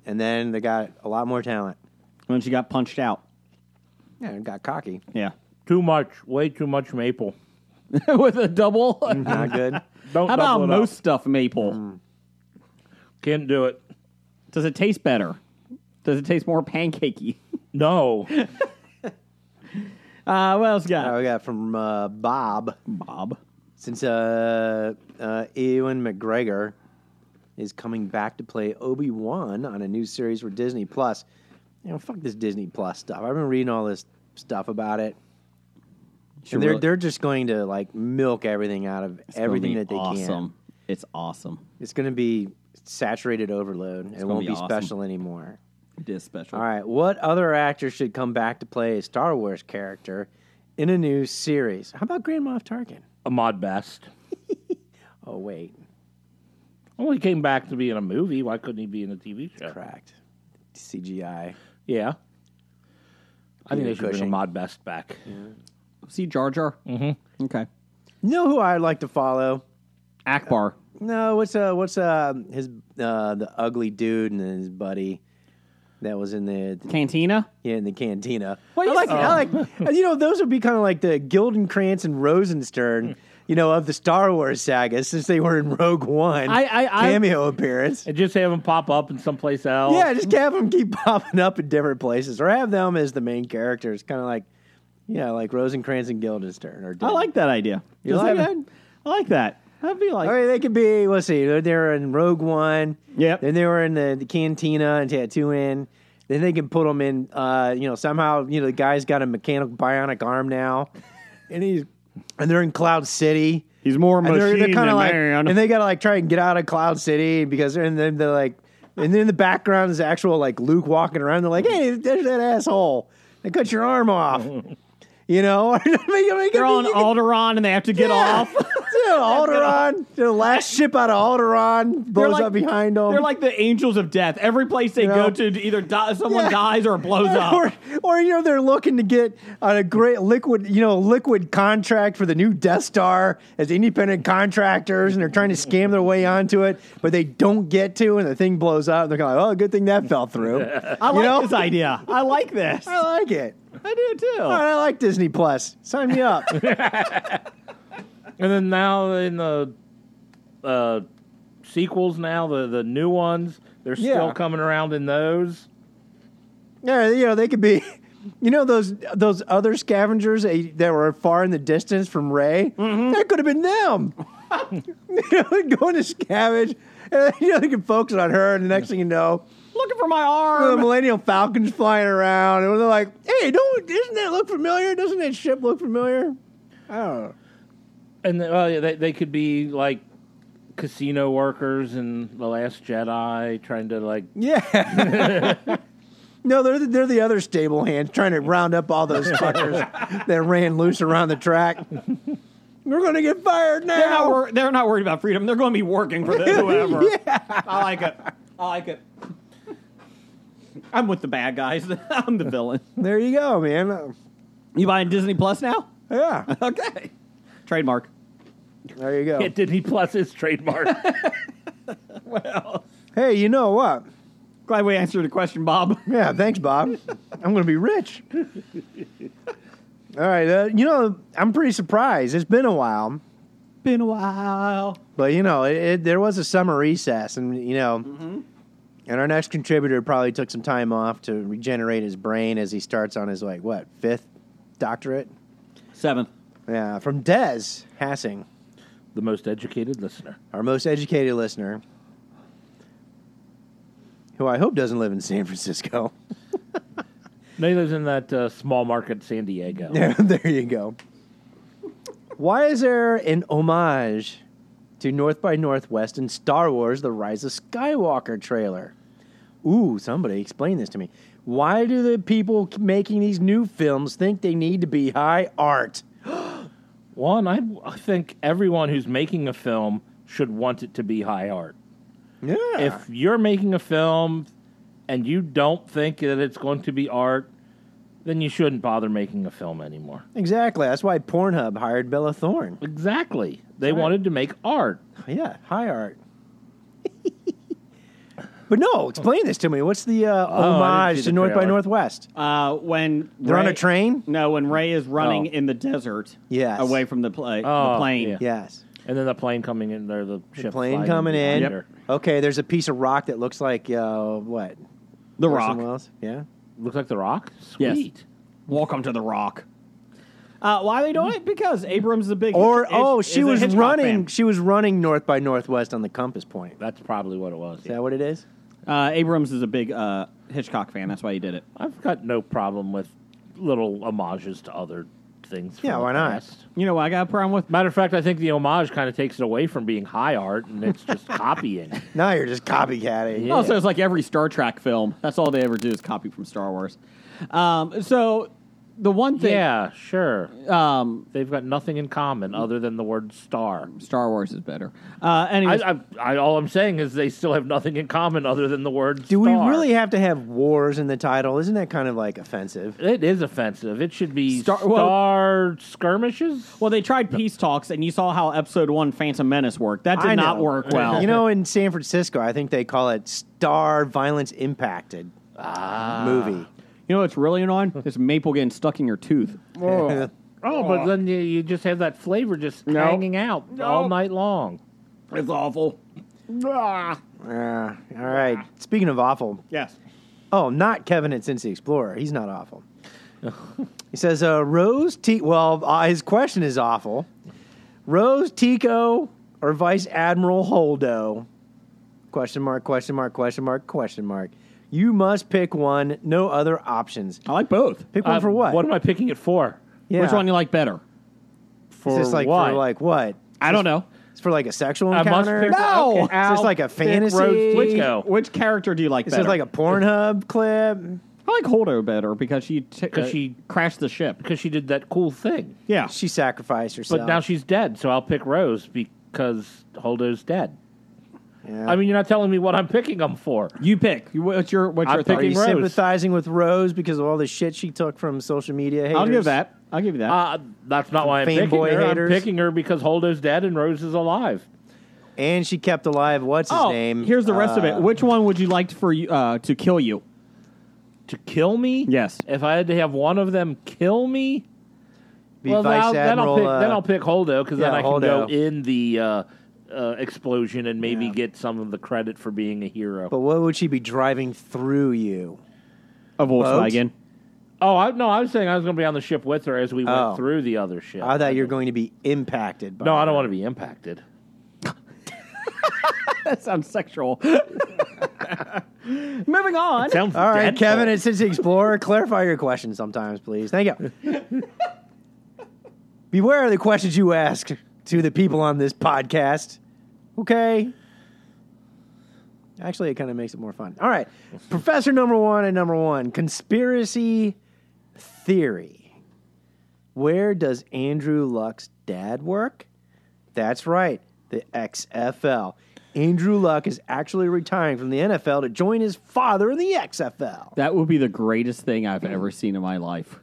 and then they got a lot more talent.
when she got punched out.
Yeah, and got cocky.
Yeah. (laughs)
Too much, way too much maple.
With a double.
Not
(laughs)
good.
Don't
How
double
about
it
most
Up.
stuff maple?
Mm.
Can't do it.
Does it taste better? Does it taste more pancakey?
No, (laughs)
Uh, what else
Uh,
got?
we got from uh, Bob.
Bob.
Since uh, uh, Ewan McGregor is coming back to play Obi Wan on a new series for Disney Plus, you know, fuck this Disney Plus stuff. I've been reading all this stuff about it. And they're
really-
they're just going to like milk everything out of everything that they
awesome.
can.
It's awesome.
It's going to be saturated overload. it
gonna
won't
be
be
awesome.
special anymore.
It is special.
All right. What other actor should come back to play a Star Wars character in a new series? How about Grand Moff Tarkin?
Ahmad Best.
Oh, wait.
Well, he came back to be in a movie. Why couldn't he be in a TV show?
Cracked. CGI.
Yeah. I think
Peter
they should bring
Cushing.
Ahmad Best back.
See Jar Jar. Mm-hmm. Okay.
You know who I'd like to follow?
Akbar.
No, what's uh, what's uh, his uh, the ugly dude and his buddy that was in the
Cantina.
yeah in the cantina.
What
I
is-
like, I like, and, you know, those would be kind of like the Guildenkrantz and
Hmm.
Rosenstern, you know, of the Star Wars saga since they were in Rogue One.
I- I- I-
cameo appearance.
And just have him pop up in someplace else.
Yeah, just have them keep (laughs) popping up in different places, or have them as the main characters, kind of like, yeah, like Rosencrantz and Guildenstern. Or
I like that idea.
You
Just
like
that? I like that. That'd be like
I mean, they could be. Let's see. They were in Rogue One.
Yep.
Then they were in the, the Cantina and Tatooine. Then they can put them in. Uh, you know, somehow you know the guy's got a mechanical bionic
(laughs)
arm now, and he's and they're in Cloud City.
he's more
And they're, they're kind of like, and
They,
they gotta like try and get out of Cloud City because, and then they're like, and then in the background is actual like Luke walking around. They're like, hey, there's that asshole. They cut your
(laughs)
arm off. You know, (laughs) I mean, I mean,
are on
you can-
Alderaan and they have to get
(laughs)
off.
to Alderaan. To the last ship out of Alderaan
They're
blows
like-
up behind them.
They're like the angels of death. Every place they
Yeah.
go to, either die, someone
Yeah.
dies or blows up.
(laughs) Or, or you know they're looking to get on a great liquid, you know, liquid contract for the new Death Star as independent contractors, and they're trying to scam their way onto it, but they don't get to, and the thing blows up. They're kind of like, oh, good thing that
(laughs)
fell through.
I like
you know?
this idea. I like
(laughs)
this.
I like it.
I do too.
All right, I like Disney Plus. Sign me up.
And then now in the uh, sequels, now the, the new ones, they're
Yeah.
still coming around in those.
Yeah, you know they could be. You know those those other scavengers eh, that were far in the distance from Ray. That could have been them. (laughs) you know, going to scavenge. And, you know they could focus on her, and the next thing you know,
Looking for my
the
arm.
Millennium Falcon's flying around, and they're like, "Hey, don't! Doesn't that look familiar? Doesn't that ship look familiar?" I don't know.
And the, well, yeah, they, they could be like casino workers in The Last Jedi trying to like. (laughs)
Yeah. (laughs) No, they're the, they're the other stable hands trying to round up all those fuckers that ran loose around the track. We're gonna get fired now.
They're not, wor- they're not worried about freedom. They're going to be working for the, whoever.
(laughs) Yeah.
I like it. I like it. I'm with the bad guys. (laughs) I'm the villain.
There you go, man. Uh,
You buying Disney Plus now?
yeah,
Okay. Trademark.
there you go.
Hit Disney Plus is trademark.
Hey, you know what?
Glad we answered the question, Bob. (laughs)
Yeah, thanks, Bob. I'm gonna be rich. All right, uh, you know, I'm pretty surprised. It's been a while,
Been a while.
but you know, it, it, there was a summer recess, and you know, and our next contributor probably took some time off to regenerate his brain as he starts on his like what fifth doctorate.
Seventh.
Yeah, from Des Hassing,
the most educated listener.
our most educated listener, who I hope doesn't live in San Francisco.
No, he lives in that uh, small market, San Diego.
Yeah, (laughs) there you go. Why is there an homage to North by Northwest in Star Wars The Rise of Skywalker trailer? Ooh, somebody explain this to me. Why do the people making these new films think they need to be high art?
One, I, I think everyone who's making a film should want it to be high art.
Yeah.
If you're making a film and you don't think that it's going to be art, then you shouldn't bother making a film anymore.
exactly. That's why Pornhub hired Bella Thorne.
Exactly. They wanted to make art.
Yeah, high art. (laughs) But no, explain this to me. What's the uh, homage
Oh, see
to
the
North by
trailer.
Northwest?
Uh, when
They're on a train?
No, when Ray is running
Oh.
in the desert,
Yes.
away from the, pla- the
Oh,
plane.
yeah.
yes.
And then the plane coming in, there, the,
The
ship
plane
sliding
coming in.
under.
Okay, there's a piece of rock that looks like uh, what?
The
Orson
Rock.
Welles? Yeah.
Looks like the Rock.
Yes.
Sweet.
Welcome to the Rock. Uh, why are they doing it? Because Abrams is a big
Or
Hitch-
oh,
is
she
a
was
Hitchcock
running.
fan.
She was running North by Northwest on the compass point.
That's probably what it was.
Is that what it is?
Uh, Abrams is a big uh, Hitchcock fan. That's why he did it.
I've got no problem with little homages to other things. from
Yeah,
the
why not?
past.
You know what I got a problem with?
Matter of fact, I think the homage kind of takes it away from being high art, and it's
(laughs)
just copying.
Now you're just copycatting.
Yeah.
Also, Oh, it's like every Star Trek film. That's all they ever do is copy from Star Wars. Um, so the one thing,
yeah, sure.
um,
They've got nothing in common other than the word star.
Star Wars is better. Uh,
I,
anyways,
I, I, all I'm saying is they still have nothing in common other than the word
Do we
star.
really have to have wars in the title? Isn't that kind of like offensive?
It is offensive. It should be
Star-
star,
well-
skirmishes.
well, they tried peace talks, and you saw how Episode One, Phantom Menace, worked. That did
I
not
know.
work well.
You know, in San Francisco, I think they call it Star Violence Impacted
Ah.
movie.
You know what's really annoying? This maple getting stuck in your tooth.
Oh, but then you, you just have that flavor just hanging out all night long.
It's awful.
Ah, all right. Speaking of awful,
Yes.
oh, not Kevin at Cincy Explorer. He's
(laughs)
not awful. he says, uh, Rose, T- well, uh, his question is awful. Rose, Tico, or Vice Admiral Holdo? Question mark, question mark, question mark, question mark. You must pick one. No other options.
I like both.
Pick one
Uh,
for what?
What am I picking it for?
Yeah.
Which one you like better?
Is
For
this like
what?
for like what?
I don't know.
It's for like a sexual
I must
encounter.
pick- No! okay,
Is this
I'll
like a
pick
fantasy?
Rose Tico. No.
Which character do you like
Is
better?
this like a Pornhub clip?
I like Holdo better because she t-
'Cause
uh,
she-
crashed the ship.
because she did that cool thing.
Yeah.
She sacrificed herself.
But now she's dead, so I'll pick Rose because Holdo's dead.
Yeah.
I mean, you're not telling me what I'm picking them for.
You pick. You- What's your what's
I'm
your
are you
picking Rose.
sympathizing with Rose because of all the shit she took from social media? Haters?
I'll give that. I'll give you that.
Uh, that's not why I'm picking
Fanboy
her.
haters.
I'm picking her because Holdo's dead and Rose is alive.
And she kept alive. What's his
oh,
name?
here's the rest of
Uh,
it. Which one would you like for you uh, to kill you?
To kill me?
Yes.
If I had to have one of them kill me,
be
well, then
Vice
I'll, then, I'll
Admiral,
pick, then
uh,
I'll pick Holdo because then
yeah,
I can go
Holdo.
in the uh, uh, explosion and maybe
Yeah.
get some of the credit for being a hero.
But what would she be driving through you?
A Volkswagen.
oh, I, no, I was saying I was going to be on the ship with her as we went
Oh.
through the other ship.
I thought you were going to be impacted. By
No, I don't want to be impacted.
That sounds sexual. (laughs) Moving on.
Sounds
(laughs) All right,
deadful.
Kevin at Cincy Explorer, clarify your question sometimes, please. Thank you. Beware of the questions you ask to the people on this podcast. Okay. Actually, it kind of makes it more fun. All right, Professor Number One and Number One, conspiracy theory. Where does Andrew Luck's dad work? That's right, the XFL. Andrew Luck is actually retiring from the NFL to join his father in the XFL.
That would be the greatest thing I've ever seen in my life.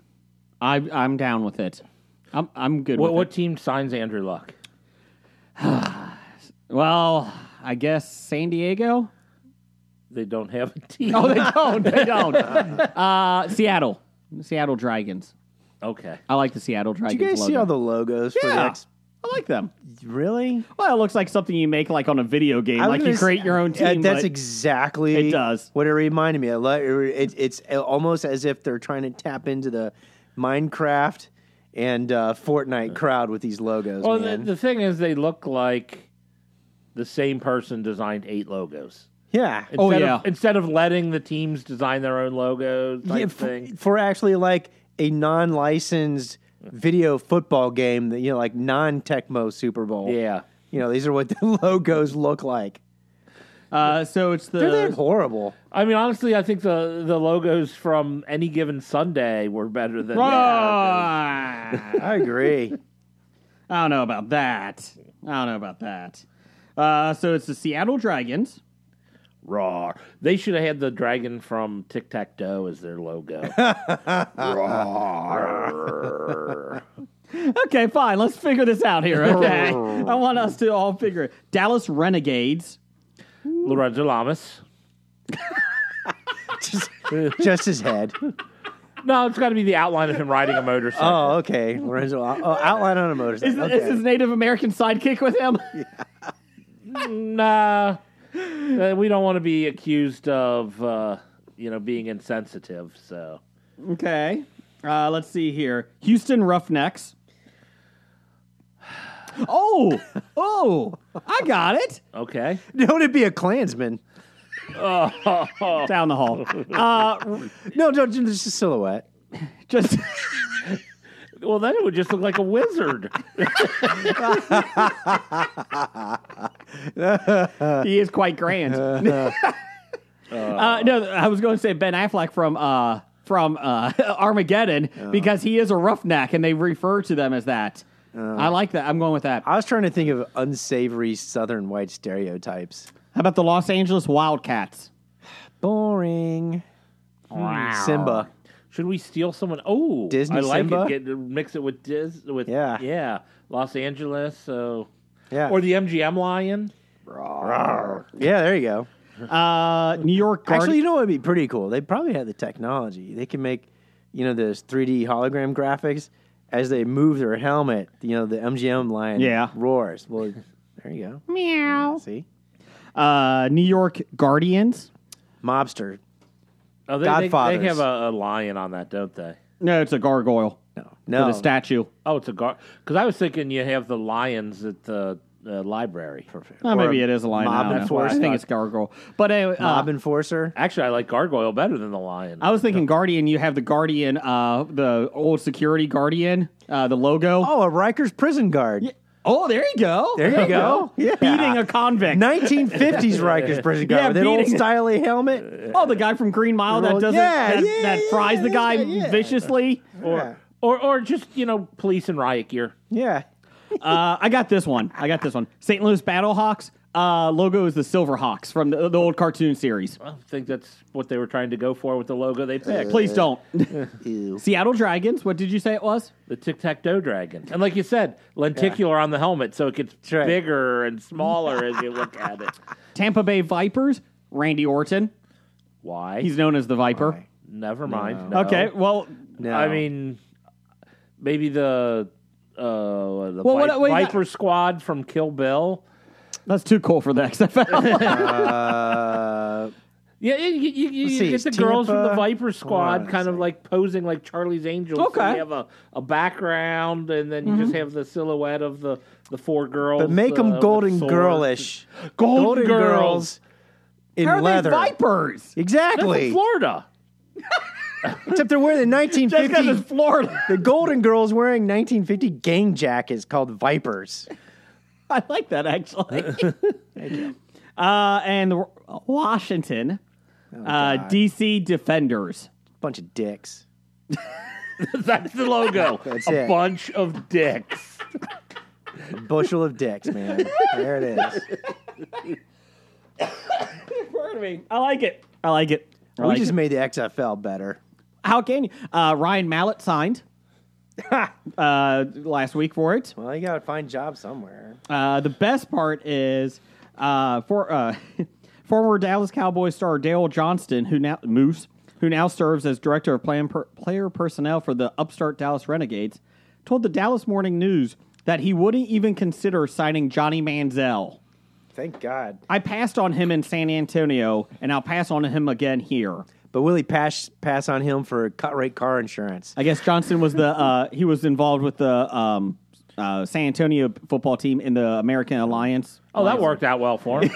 I, I'm down with it. I'm I'm good
What,
with
what team signs Andrew Luck?
it. Well, I guess San Diego.
They don't have a team.
Oh, they don't. (laughs) They don't. uh, Seattle. Seattle Dragons.
Okay.
I like the Seattle Dragons.
Did you guys see
logo.
all the logos for the
Yeah.
X?
I like them.
Really?
Well, it looks like something you make like on a video game.
I was
Like
gonna
you
s-
create your own
Yeah,
team.
that's
but-
exactly
It does.
what it reminded me. I like it, it's almost as if they're trying to tap into the Minecraft and uh, Fortnite crowd with these logos.
Well, the,
man.
the thing is, they look like the same person designed eight logos.
yeah.
Oh,
Instead
yeah.
Of, instead of letting the teams design their own logos, type
Yeah,
(laughs)
f-
thing.
for actually like a non-licensed video football game that you know, like non-Tecmo Super Bowl.
Yeah.
You know, these are what (laughs) the logos look like.
uh, so it's the.
They're, they're horrible.
I mean, honestly, I think the the logos from any given Sunday were better than.
Oh,
that.
I agree.
(laughs) I don't know about that. I don't know about that. Uh, so it's the Seattle Dragons. (laughs)
Raw. They should have had the dragon from Tic Tac Toe as their logo.
(laughs)
Okay, fine. Let's figure this out here.
(laughs)
Okay, I want us to all figure it. Dallas Renegades.
Lorenzo Lamas.
(laughs) just, just his head.
No, it's got to be the outline of him riding a motorcycle.
Oh, okay. Lorenzo, oh, outline on a
Is,
motorcycle.
is
Okay.
his Native American sidekick with him?
Nah, Uh, we don't want to be accused of uh, you know being insensitive. So
Okay. Uh, let's see here. Houston Roughnecks. Oh, oh, I got it.
okay,
No, it'd be a Klansman.
Down the hall. Uh,
No, no, ju- just a silhouette.
just (laughs)
well then it would just look like a wizard.
he is quite grand. uh, no, I was going to say Ben Affleck from uh, from uh, (laughs) Armageddon because he is a roughneck, and they refer to them as that. I like that. I'm going with that. How
I was trying to think of unsavory Southern white stereotypes.
about the Los Angeles Wildcats?
Boring. Hmm, Simba.
Should we steal someone? Oh,
Disney
I like
Simba?
it. Get, mix it with Dis with
Yeah.
yeah Los Angeles. So
Yeah.
or the MGM lion.
yeah, there you go.
Uh, New York Guard-
Actually, you know what would be pretty cool? They probably have the technology. They can make, you know, those 3D hologram graphics as they move their helmet. You know, the MGM lion
Yeah.
roars. Well, there you go.
meow.
See?
Uh, New York Guardians.
Mobster.
Oh, they, they, they
Godfathers.
have a, a lion on that, don't they?
No, it's a gargoyle.
No. No.
With a statue.
Oh, it's a guard. Because I was thinking you have the lions at the uh, library. Perfect.
Oh,
Or
maybe it is a lion.
mob
I, don't know.
enforcer.
I think it's gargoyle. But anyway, uh,
Mob enforcer.
Actually, I like gargoyle better than the lion.
I was thinking Guardian. You have the Guardian, uh, the old security Guardian, uh, the logo.
Oh, a Rikers prison guard.
Oh, there you go.
There you go. Yeah.
Beating a convict.
1950s (laughs) Rikers prison guard
Yeah,
with that old
beating-
styly helmet.
Oh, the guy from Green Mile that
Roll-
doesn't
Yeah,
that,
yeah,
that
yeah,
fries the
yeah,
guy
yeah, yeah.
viciously.
or, or or just you know police and riot gear.
Yeah.
Uh, I got this one. I got this one. St. Louis Battlehawks. Uh, logo is the Silverhawks from the, the old cartoon series.
I think that's what they were trying to go for with the logo they picked.
Please
(laughs)
don't. Seattle Dragons. What did you say it was?
The tic tac toe dragon. And like you said, lenticular on the helmet, so it gets
right.
bigger and smaller as you look at it.
Tampa Bay Vipers. Randy Orton.
Why?
He's known as the Viper.
Never mind. no.
Okay. Well,
No.
I mean, maybe the uh, the
Well, what-
Vi-
what you got-
Viper Squad from Kill Bill.
that's too cool for the XFL.
(laughs)
Uh,
Yeah, you, you, you, you
see,
get
it's
the girls from the
Tampa.
Viper Squad
on a
kind of like posing like Charlie's Angels. So
Okay.
you have a, a background, and then you just have the silhouette of the, the four girls.
Mm-hmm. but make them
uh,
golden
with swords.
girlish.
Golden, Girls.
girls in
How are
leather.
they Vipers?
That's
Exactly.
from Florida.
Except they're wearing the
Just because it's
1950.
Florida. (laughs)
The Golden Girls wearing 1950 gang jackets called Vipers.
I like that actually. Uh, and the- Washington, uh, DC Defenders.
Bunch of dicks.
That's
(laughs)
the logo.
That's
a
it.
bunch of dicks.
A bushel of dicks, man. There it is.
(laughs)
I like it. I like it. I
we
like
just
it.
made the XFL better.
How can you? Uh, Ryan Mallett signed uh, last week for it.
Well, you got to find job somewhere.
Uh, the best part is uh, for uh, (laughs) former Dallas Cowboys star Dale Johnston, who now Moose, who now serves as director of plan per, player personnel for the upstart Dallas Renegades, told the Dallas Morning News that he wouldn't even consider signing Johnny Manziel.
Thank God.
I passed on him in San Antonio, and I'll pass on him again here.
But will he pass pass on him for cut rate car insurance?
I guess Johnston was the uh, he was involved with the um, uh, San Antonio football team in the American Alliance.
Oh, that worked out well for
(laughs)
him.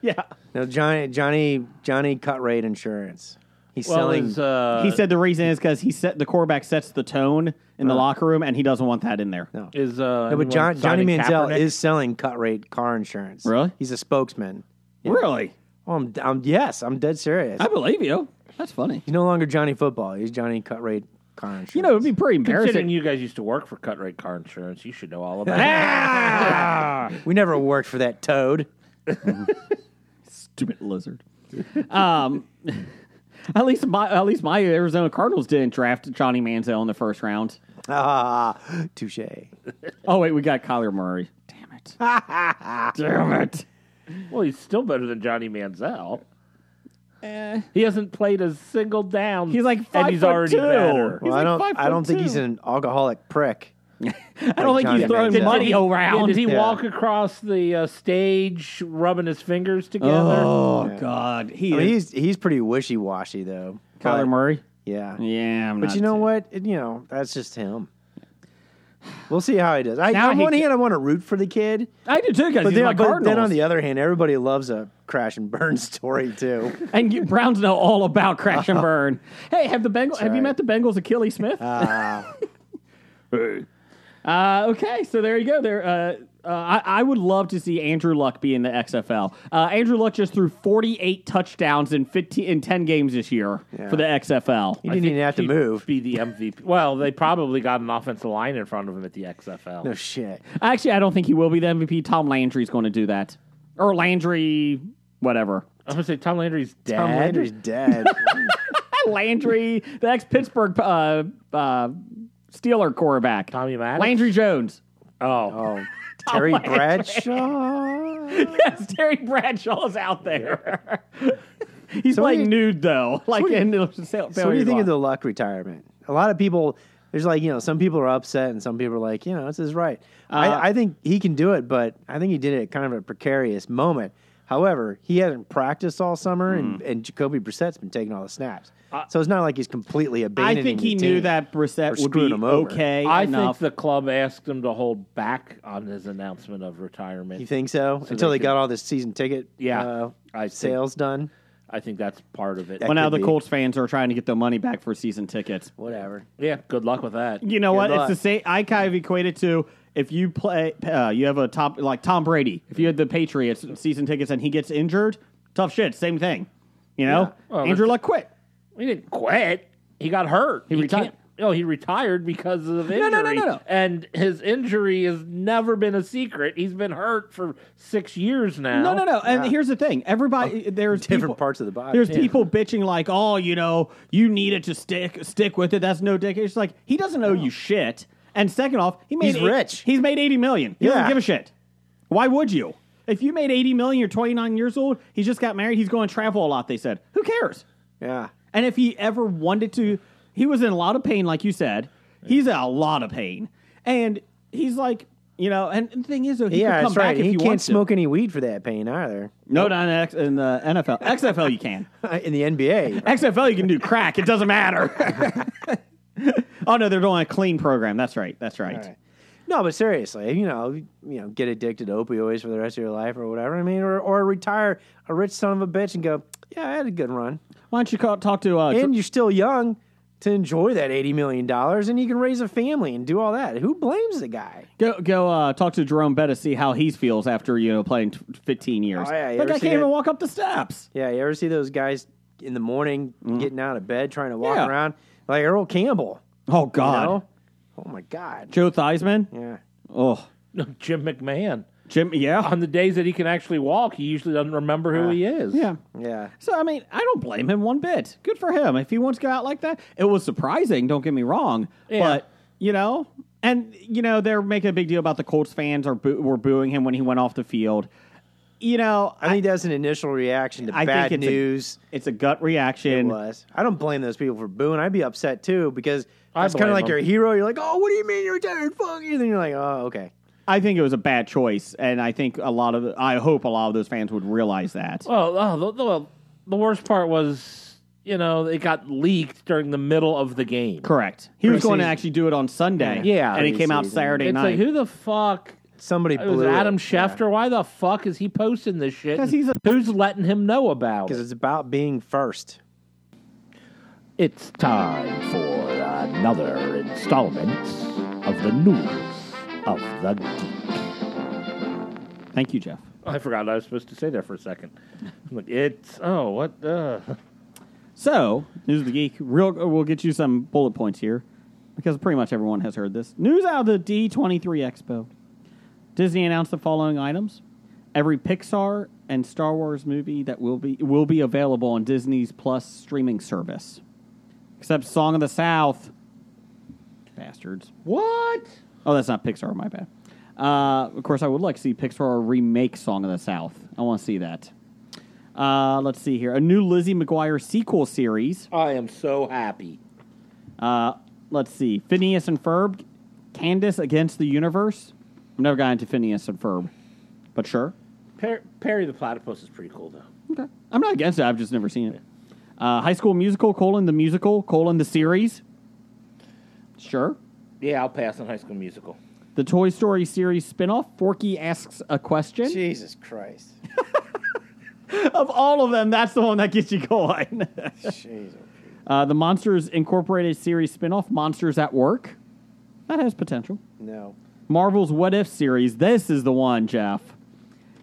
Yeah,
No, Johnny Johnny Johnny cut rate insurance. He's
well,
selling.
his, uh,
he said the reason is because he set the quarterback sets the tone in the locker room, and he doesn't want that in there.
no.
is uh,
No, but
anyone
John, Johnny
signing
Manziel
Kaepernick?
is selling cut rate car insurance.
Really?
He's a spokesman.
Really,
Oh, I'm, I'm, yes, I'm dead serious.
I believe you. That's funny.
He's no longer Johnny Football. He's Johnny Cut Rate Car Insurance.
You know, it'd be pretty
Considering
embarrassing.
you guys used to work for cut rate car insurance, you should know all
(laughs)
about it.
Ah!
we never worked for that toad.
Stupid lizard. um, (laughs) at least my at least my Arizona Cardinals didn't draft Johnny Manziel in the first round.
Ah, (laughs) touche.
Oh wait, we got Kyler Murray. Damn (laughs) it! Damn it!
Well, he's still better than Johnny Manziel.
Eh,
He hasn't played a single down.
He's like five
and he's
foot
already
two.
better.
He's
Well, I
like
don't.
five
I don't
foot
think
two.
he's an alcoholic prick. (laughs)
I don't think he's
Johnny
throwing
Manziel.
money
Did he- yeah,
around.
did he
Yeah.
walk across the uh, stage rubbing his fingers together?
Oh,
oh God, he
I mean,
is
he's he's pretty wishy washy though.
Kyler
But-
Murray.
Yeah.
yeah. I'm
But
not
you know
too-
what? It- you know that's just him. We'll see how he does. I,
Now I
on
hate
one
to-
hand, I want to root for the kid,
I do too, because
but
he's my
then, but
Cardinals.
then on the other hand, everybody loves a crash and burn (laughs) story too.
and you, Browns know all about crash and burn. Hey, have the Bengals? Have you
right.
met the Bengals' Achilles Smith?
Ah,
(laughs) Uh, okay, so there you go. There, uh, uh, I, I would love to see Andrew Luck be in the XFL. Uh, Andrew Luck just threw 48 touchdowns in 15 in 10 games this year
Yeah.
for the XFL.
he didn't even have to
He'd
move.
Be the MVP. Well, they probably got an offensive line in front of him at the XFL.
No shit.
Actually, I don't think he will be the MVP. Tom Landry's going to do that, or Landry, whatever.
I'm gonna say Tom Landry's dead.
Tom Landry's dead.
Landry, the ex Pittsburgh uh, uh, Steeler quarterback,
Tommy Maddox?
Landry Jones. (laughs)
Oh,
oh, Terry Bradshaw.
yes, Terry Bradshaw's out there. He's
what do
playing
you-
nude though, like
what do you-
in the
So what do you think of the Luck retirement? A lot of people, there's like you know, some people are upset, and some people are like, you know, this is right.
Uh,
I, I think he can do it, but I think he did it at kind of a precarious moment. However, he hasn't practiced all summer, and,
Mm.
and Jacoby Brissett's been taking all the snaps, so it's not like he's completely
Uh, I
abandoning.
think he
the team.
knew that Brissett
Or
would be
screwed him over.
okay
I
enough.
think the club asked him to hold back on his announcement of retirement.
You think so? Until
they
they,
could-
got all this season ticket,
Yeah,
uh,
I think-
sales done.
I think that's part of it.
That
well, now
could
the
be.
Colts fans are trying to get their money back for season tickets.
Whatever.
Yeah, good luck with that.
You know
Good
what?
luck.
It's the same. I kind of equate it to if you play, uh, you have a top like Tom Brady. If you had the Patriots season tickets and he gets injured, tough shit. Same thing. You know,
Well,
Andrew
that's-
Luck quit.
He didn't quit. He got hurt. He,
retired.
can't- No, he retired because of injury.
no, no, no, no.
And his injury has never been a secret. He's been hurt for six years now.
No, no, no. And here's the thing: everybody, there's
Oh, Different
people-
parts of the body.
There's
Yeah.
people bitching like, "Oh, you know, you needed to stick stick with it. That's no dick." It's like he doesn't owe you shit. And second off, he made
He's rich.
He's made eighty million. He doesn't
Yeah.
give a shit. Why would you? If you made eighty million, you're 29 years old. He just got married. He's going to travel a lot. They said, who cares?
Yeah.
And if he ever wanted to, he was in a lot of pain, like you said. He's in a lot of pain, and he's like, you know. And the thing is, though, he
yeah,
could come
that's right.
back if
he,
he
can't
wants to.
smoke any weed for that pain either. (laughs)
No, not in, X, in the NFL. XFL you can.
In the
(laughs)
NBA,
XFL you can do crack. It doesn't matter. (laughs) oh no, they're doing a clean program. That's right. That's right.
Right. No, but seriously, you know, you know, get addicted to opioids for the rest of your life or whatever. I mean, or, or retire a rich son of a bitch and go, yeah, I had a good run,
Why don't you call, talk to? Uh,
and you're still young to enjoy that eighty million dollars, and you can raise a family and do all that. Who blames the guy?
go go uh, talk to Jerome Bettis, see how he feels after you know playing t- 15 years.
Oh, yeah, you
Look,
ever
I
seen
can't even
that-
walk up the steps.
Yeah, you ever see those guys in the morning getting out of bed trying to walk
Mm. Yeah.
around like Earl Campbell?
Oh
You
God,
know? Oh my God.
Joe Theismann.
Yeah.
Oh
no. (laughs) Jim McMahon.
Jim, yeah,
On the days that he can actually walk, he usually doesn't remember who he is.
yeah.
Yeah.
So I mean, I don't blame him one bit. Good for him if he wants to go out like that. It was surprising, don't get me wrong,
Yeah.
but you know, and you know they're making a big deal about the Colts fans are boo- were booing him when he went off the field. You know,
I think that's an initial reaction to
I
bad
think it's a-
news.
it's a gut
It
reaction.
was. I don't blame those people for booing. I'd be upset too because
I
that's kind of
blame
like
them.
your hero. You're like, oh, what do you mean you're retired? Fuck you. Then you're like, oh, okay.
I think it was a bad choice, and I think a lot of I hope a lot of those fans would realize that.
Well, oh, the, the, the worst part was, you know, it got leaked during the middle of the game.
Correct. He was going to
Preseason.
actually do it on Sunday.
Yeah.
and he came out
Preseason.
Saturday
It's like,
night.
who the fuck?
Somebody
It was
blew
Adam Schefter. Why the fuck is he posting this shit?
'Cause he's a-
Who's letting him know about it?
because it's about being first.
It's time for another installment of the news of the geek.
Thank you, Jeff.
I forgot I was supposed to say that for a second. I'm like, it's oh what uh
So, News of the Geek, real, we'll get you some bullet points here because pretty much everyone has heard this. News out of the D23 Expo. Disney announced the following items. Every Pixar and Star Wars movie that will be will be available on Disney's Plus streaming service. Except Song of the South. Bastards.
what?
Oh, that's not Pixar, my bad. Uh, of course, I would like to see Pixar remake Song of the South. I want to see that. Uh, let's see here. A new Lizzie McGuire sequel series.
I am so happy.
Uh, let's see. Phineas and Ferb, Candace against the universe. I've never gotten into Phineas and Ferb, but sure.
Per- Perry the Platypus is pretty cool, though.
Okay. I'm not against it. I've just never seen it. Uh, High School Musical, colon, the musical, colon, the series. Sure.
Yeah, I'll pass on High School Musical.
The Toy Story series spinoff, Forky Asks a Question.
Jesus Christ.
Of all of them, that's the one that gets you going.
Jesus.
uh, the Monsters Incorporated series spinoff, Monsters at Work. That has potential.
No.
Marvel's What If series. This is the one, Jeff.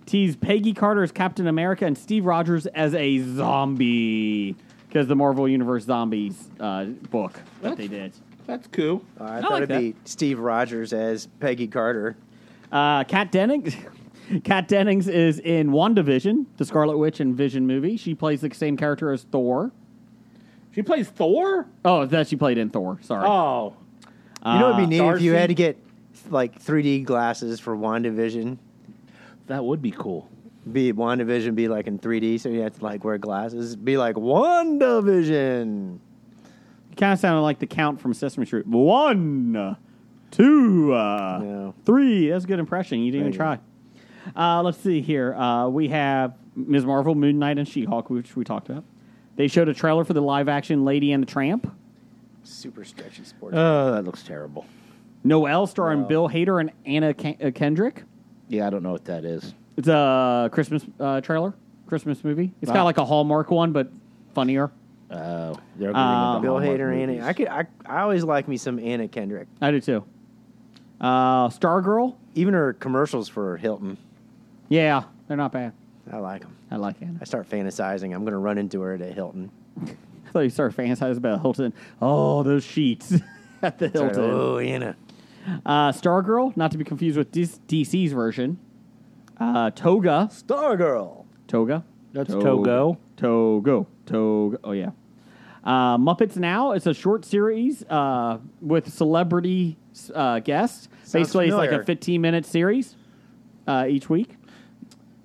Tease Peggy Carter as Captain America and Steve Rogers as a zombie. Because the Marvel Universe Zombies uh, book that they did.
That's cool.
I,
I
thought
like
it'd be Steve Rogers as Peggy Carter.
Uh, Kat Dennings. (laughs) Kat Dennings is in WandaVision, the Scarlet Witch and Vision movie. She plays the same character as Thor.
She plays Thor?
Oh, that she played in Thor. Sorry.
Oh.
You know, it'd
Uh,
be neat if you
Darcy.
had to get like 3D glasses for WandaVision.
That would be cool.
Be WandaVision be like in 3D, so you have to like wear glasses. Be like WandaVision.
You kind of sounded like the count from Sesame Street. One, two, uh,
No.
three. That's a good impression. You didn't even
There you
try. Uh, let's see here. Uh, we have Ms. Marvel, Moon Knight, and She Hulk, which we talked about. They showed a trailer for the live action Lady and the Tramp.
Super stretchy sports.
Oh, that looks terrible.
Noel, starring Bill Hader and Anna Ken- uh, Kendrick.
Yeah, I don't know what that is.
It's a Christmas uh, trailer, Christmas movie. It's kind of like a Hallmark one, but funnier.
Oh, they're
Um,
Bill Hader, Anna. I could. I, I always like me some Anna Kendrick.
I do too. Uh, Stargirl.
Even her commercials for Hilton,
Yeah, they're not bad.
I like them.
I like Anna.
I start fantasizing. I'm gonna run into her at a Hilton.
I thought you started fantasizing about Hilton. Oh, those sheets (laughs) at the
Sorry,
Hilton.
Oh, Anna.
Uh, Stargirl, not to be confused with DC, DC's version. Uh, Toga.
Stargirl.
Toga.
That's Togo.
Togo. Togo. Oh, yeah. Uh, Muppets Now. It's a short series uh, with celebrity uh, guests. Basically, it's like
familiar.
a 15 minute series uh, each week.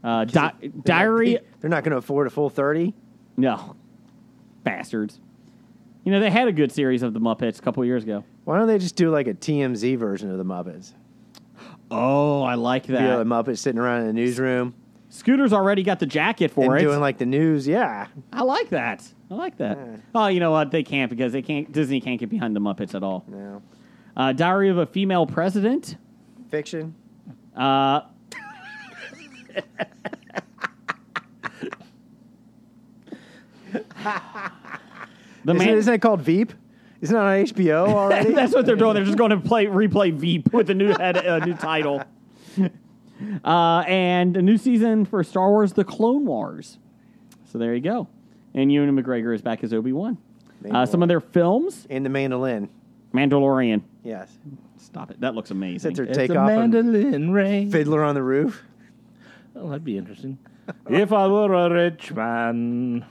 Uh, di-
They're not-
diary.
They're not gonna afford a full 30.
No. Bastards. You know, they had a good series of the Muppets a couple years ago.
Why don't they just do like a TMZ version of the Muppets?
Oh, I like that.
You know, the Muppets sitting around in the newsroom
Scooter's already got the jacket for
and
it.
doing like the news. Yeah.
I like that. I like that. Oh, you know what? They can't because they can't. Disney can't get behind the Muppets at all.
No.
Uh, Diary of a Female President.
Fiction.
Uh, the
Isn't,
man.
isn't it called Veep? Isn't it on HBO already?
(laughs) That's what they're doing. They're just going to play replay Veep with a new head, a new title, (laughs) uh, and a new season for Star Wars: The Clone Wars. So there you go. And Ewan McGregor is back as Obi Wan. Uh, some of their films,
and the mandolin.
Mandalorian.
Yes.
Stop it. That looks amazing.
Since they're
It's
take
a
off and
mandolin ring.
Fiddler on the Roof.
Oh, that'd be interesting. if I were a rich man.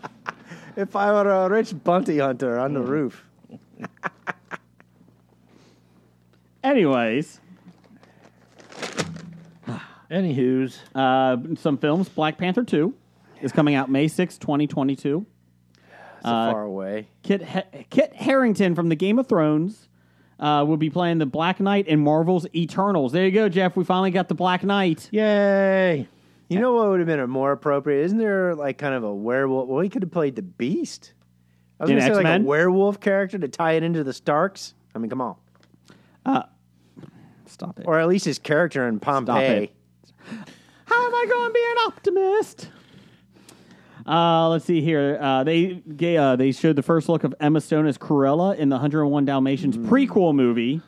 If I were a rich bounty hunter on the
Mm.
roof.
Anyways,
Anywho's.
uh, some films. Black Panther Two is coming out May sixth, twenty twenty two.
So far away.
Kit He- Kit Harrington from the Game of Thrones uh, will be playing the Black Knight in Marvel's Eternals. There you go, Jeff. We finally got the Black Knight.
Yay.
You know what would have been a more appropriate? Isn't there like kind of a werewolf? Well, he could have played the Beast. I was
In
going to say like a
X-Men?
werewolf character to tie it into the Starks. I mean, come on.
Stop it.
Or at least his character in Pompeii.
it. How am I going to be an optimist? Uh, let's see here. Uh, they ga- uh, they showed the first look of Emma Stone as Cruella in the 101 Dalmatians
Mm.
prequel movie.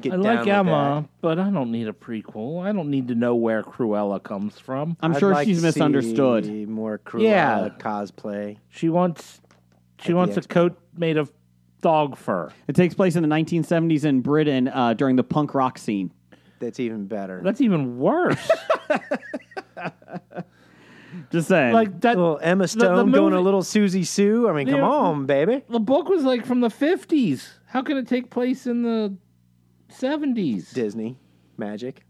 Get
I
down
like
with
Emma, but I don't need a prequel. I don't need to know where Cruella comes from.
I'm
that.
sure
I'd like
she's
to
misunderstood.
see more Cruella
Yeah.
cosplay.
She wants she wants a coat made of dog fur.
It takes place in the 1970s in Britain uh, during the punk rock scene.
That's even better.
That's even worse.
Just saying.
like that
little Emma Stone going
movie-
a little Susie Sue. I mean, come
Yeah.
on, baby.
the book was like from the 50s. How can it take place in the 70s?
Disney magic.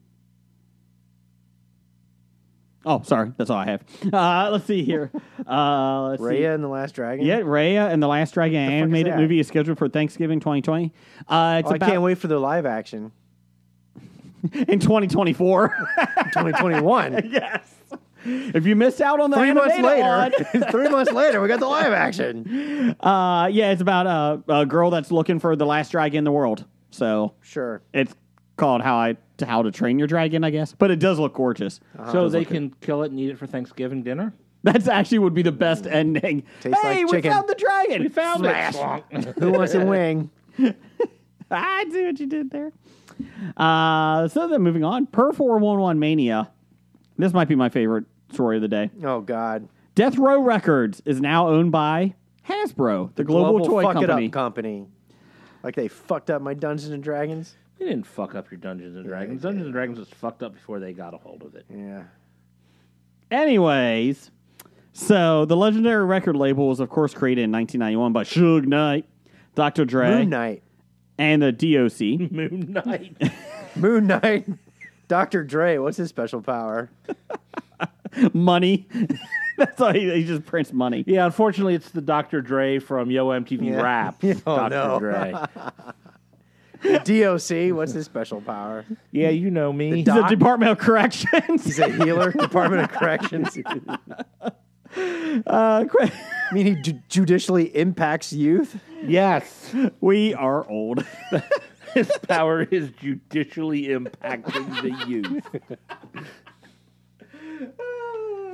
Oh, sorry. That's all I have. Uh, let's see here. Uh, let's see.
Raya and the Last Dragon.
Yeah, Raya and the Last Dragon animated
that?
movie is scheduled for Thanksgiving 2020. Uh, it's
Oh, I
about
can't wait for the live action.
in 2024.
2021.
(laughs) yes. If you missed out on the
Three months
animated
(laughs) later.
one-
three months later, we got the live action.
Uh, yeah, it's about a, a girl that's looking for the last dragon in the world. So
Sure.
it's called how I how to train your dragon, I guess. But it does look gorgeous.
Oh.
so they can kill it and eat it for Thanksgiving dinner.
That's actually would be the best ending.
Tastes
hey,
like
we
chicken.
found the dragon.
We found
Smash.
it. Splonk.
Who wants a wing?
I see what you did there. Uh, so then moving on, per 411 Mania. This might be my favorite story of the day.
Oh God.
Death Row Records is now owned by Hasbro, the, global, toy
fuck
company.
it up company. Like they fucked up my Dungeons and Dragons.
they didn't fuck up your Dungeons and Dragons. Dungeons and Dragons was fucked up before they got a hold of it.
Yeah.
Anyways, so the legendary record label was, of course, created in 1991 by Suge Knight, Dr. Dre,
Moon Knight.
and the DOC.
(laughs)
Moon Knight.
Moon Knight. (laughs) Dr. Dre, what's his special power?
money. (laughs) That's all he, he just prints money.
(laughs) yeah, unfortunately, it's the Dr. Dre from Yo MTV
Yeah.
Rap.
Oh,
Dr.
no.
Dre.
DOC, what's his special power?
Yeah, you know me.
The
He's a
Doc-
Department of Corrections. (laughs)
He's a healer, (laughs) Department of Corrections. I
Uh,
(laughs)
qu-
mean, he ju- judicially impacts youth.
yes.
we are old.
His power is judicially impacting the youth.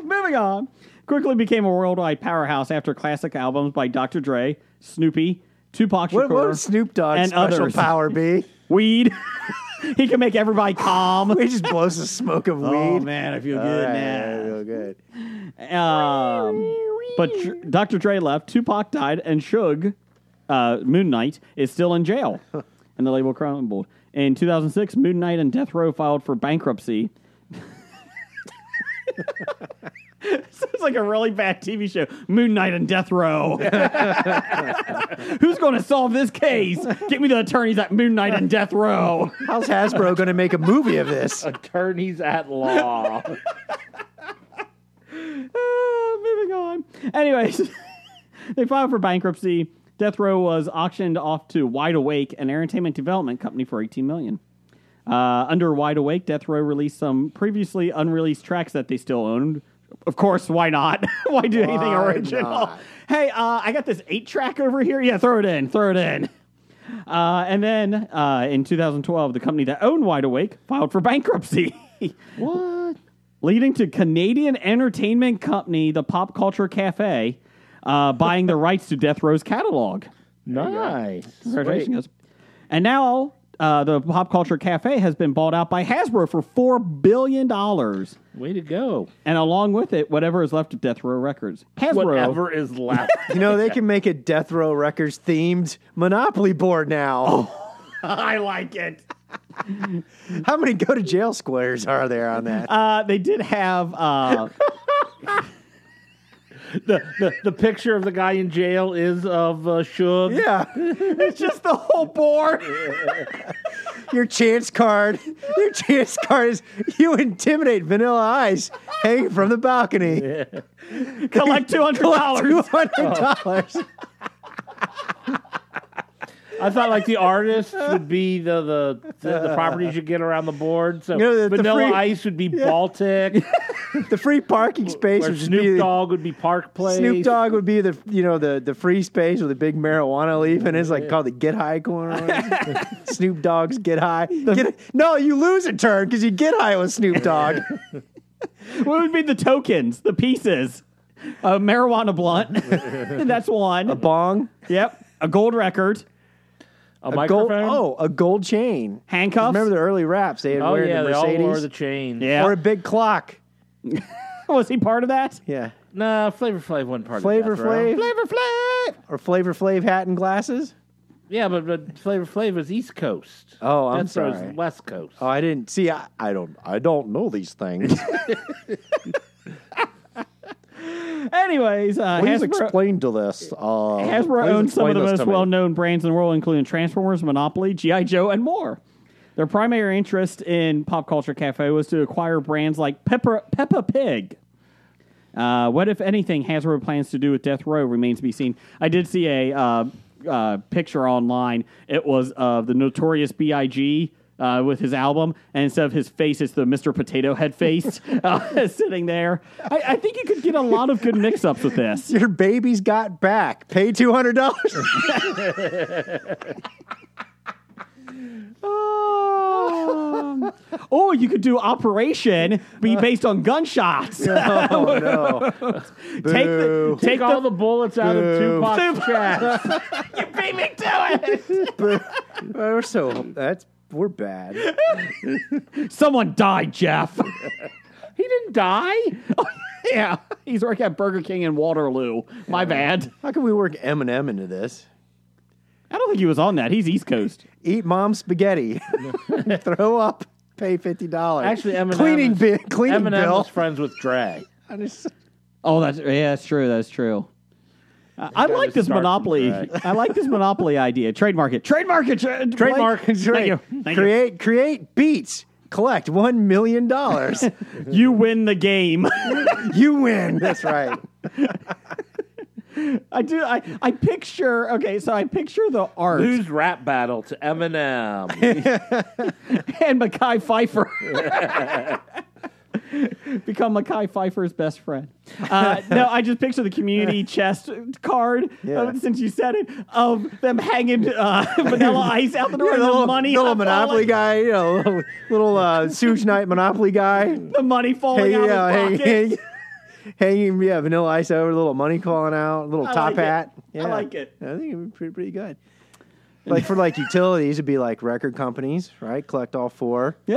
Moving on. Quickly became a worldwide powerhouse after classic albums by Dr. Dre, Snoopy, Tupac
What, what
Shakur,
would Snoop Dogg's
and
special
others.
power be?
Weed. (laughs) he can make everybody calm.
(laughs) He just blows the smoke of weed.
Oh man, I feel
All
good
right,
now.
real good.
Um, but Dr- Dr. Dre left, Tupac died, and Suge, uh, Moon Knight, is still in jail. and the label crumbled. In 2006, Moon Knight and Death Row filed for bankruptcy. (laughs) Sounds like a really bad TV show. Moon Knight and Death Row. (laughs) Who's going to solve this case? Get me the attorneys at Moon Knight and Death Row.
How's Hasbro going to make a movie of this?
Attorneys at law.
Uh, moving on. Anyways, (laughs) they filed for bankruptcy. Death Row was auctioned off to Wide Awake, an entertainment development company, for eighteen million. Uh, under Wide Awake, Death Row released some previously unreleased tracks that they still owned. Of course, why not? (laughs) why do anything
Why
original?
not?
Hey, uh, I got this eight track over here. Yeah, throw it in, throw it in. Uh, and then uh, in 2012, the company that owned Wide Awake filed for bankruptcy. (laughs) what? Leading to Canadian entertainment company, the Pop Culture Cafe, uh, buying the rights to Death Row's catalog.
(laughs) nice.
Congratulations, guys. And now uh, the Pop Culture Cafe has been bought out by Hasbro for $4 billion. And
Way to go.
along with it, whatever is left of Death Row Records. Hasbro.
Whatever is (laughs) left.
You know, they can make a Death Row Records themed Monopoly board now.
I like it.
How many go to jail squares are there on that?
Uh, they did have. Uh, (laughs)
the, the, the picture of the guy in jail is of uh, Suge.
yeah,
it's just the whole board.
your chance card. Your chance card is you intimidate Vanilla Ice hanging from the balcony.
(laughs)
Collect $200.
Two hundred dollars.
I thought like the artists would be the the, the, the properties you get around the board. So
You know, the- the
Vanilla
free-
Ice would be
(laughs)
Baltic,
The free parking space
or
would just be
Snoop
the-
Dogg would be Park Place.
Snoop Dogg would be the you know the the free space with the big marijuana leaf and it's like called the get high corner. (laughs) or something. Snoop Dogg's get high. Get- no, you lose a turn because you get high with Snoop Dogg.
what would be the tokens, the pieces? A marijuana blunt. (laughs) That's one.
a bong,
yep. A gold record.
a,
a gold,
microphone.
oh, a gold chain.
Handcuffs.
Remember the early raps they had
Oh,
wearing
yeah,
the
they all
Mercedes
wore the chain.
yeah.
or a big clock.
was he part of that?
Yeah,
Nah, Flavor Flav wasn't part
Flavor
of Death Row.
Flav
Flavor Flav.
or Flavor Flav hat and glasses.
Yeah, but, but Flavor Flav is East Coast.
Oh, I'm
Death Row's
sorry.
West Coast.
Oh, I didn't see. I, I don't. I don't know these (laughs) things.
Anyways, uh,
Please
Hasbro,
explain to this. Uh,
Hasbro
please
owns some of
explain
the
this
most
to me.
well-known brands in the world, including Transformers, Monopoly, GI Joe, and more. Their primary interest in Pop Culture Cafe was to acquire brands like Pepper, Peppa Pig. Uh, what, if anything, Hasbro plans to do with Death Row remains to be seen. I did see a uh, uh, picture online. It was of the notorious B.I.G. Uh, with his album, and instead of his face, it's the Mr. Potato Head face (laughs) uh, sitting there. I, I think you could get a lot of good mix ups with this.
Your baby's got back. Pay two hundred dollars.
Um, or you could do Operation be based on gunshots.
(laughs) Oh no!
take the,
Take
take
all
the,
the bullets out of
Boo.
Tupac's chest.
(laughs) you beat me to
We're so that's we're bad.
it. Someone died, Jeff.
He didn't die.
(laughs) yeah, he's working at Burger King in Waterloo. My bad.
How can we work Eminem into this?
I don't think he was on that. He's East Coast.
Eat mom spaghetti. (laughs) Throw up. Pay fifty dollars.
Actually, Eminem
cleaning
is-
bi- cleaning
Eminem
bill.
was friends with
(laughs)
Dre.
I just-
Oh, that's yeah, that's true. That's true. I, Uh, I like
just
this
start from
monopoly.
scratch.
I like this monopoly idea. Trademark it. Trademark it. Tra-
Trademark.
Blake. Thank you. Thank you.
create create beats. Collect one million dollars. (laughs)
You win the game. (laughs)
you win. That's right.
I do. I, I picture. Okay, so I picture the art
Who's rap battle to Eminem?
(laughs)
(laughs)
and Mackay Pfeiffer (laughs) become Mackay Pfeiffer's best friend. Uh, no, I just picture the
(laughs)
community chest card.
Yeah.
uh, since you said it, of them hanging uh, (laughs)
(laughs)
Vanilla Ice out the door, and the, money, (laughs)
little
falling-
Monopoly guy, you know, little, little uh, Suge Knight Monopoly guy.
the money falling out
yeah,
of
hang-
his pocket.
hang- (laughs) hanging, yeah, Vanilla Ice over, little money calling out, little
I
top
like it.
hat.
I
Yeah.
like it.
I think it'd be pretty, pretty good. Like for like utilities, it'd be like record companies, right? Collect all four,
Yeah,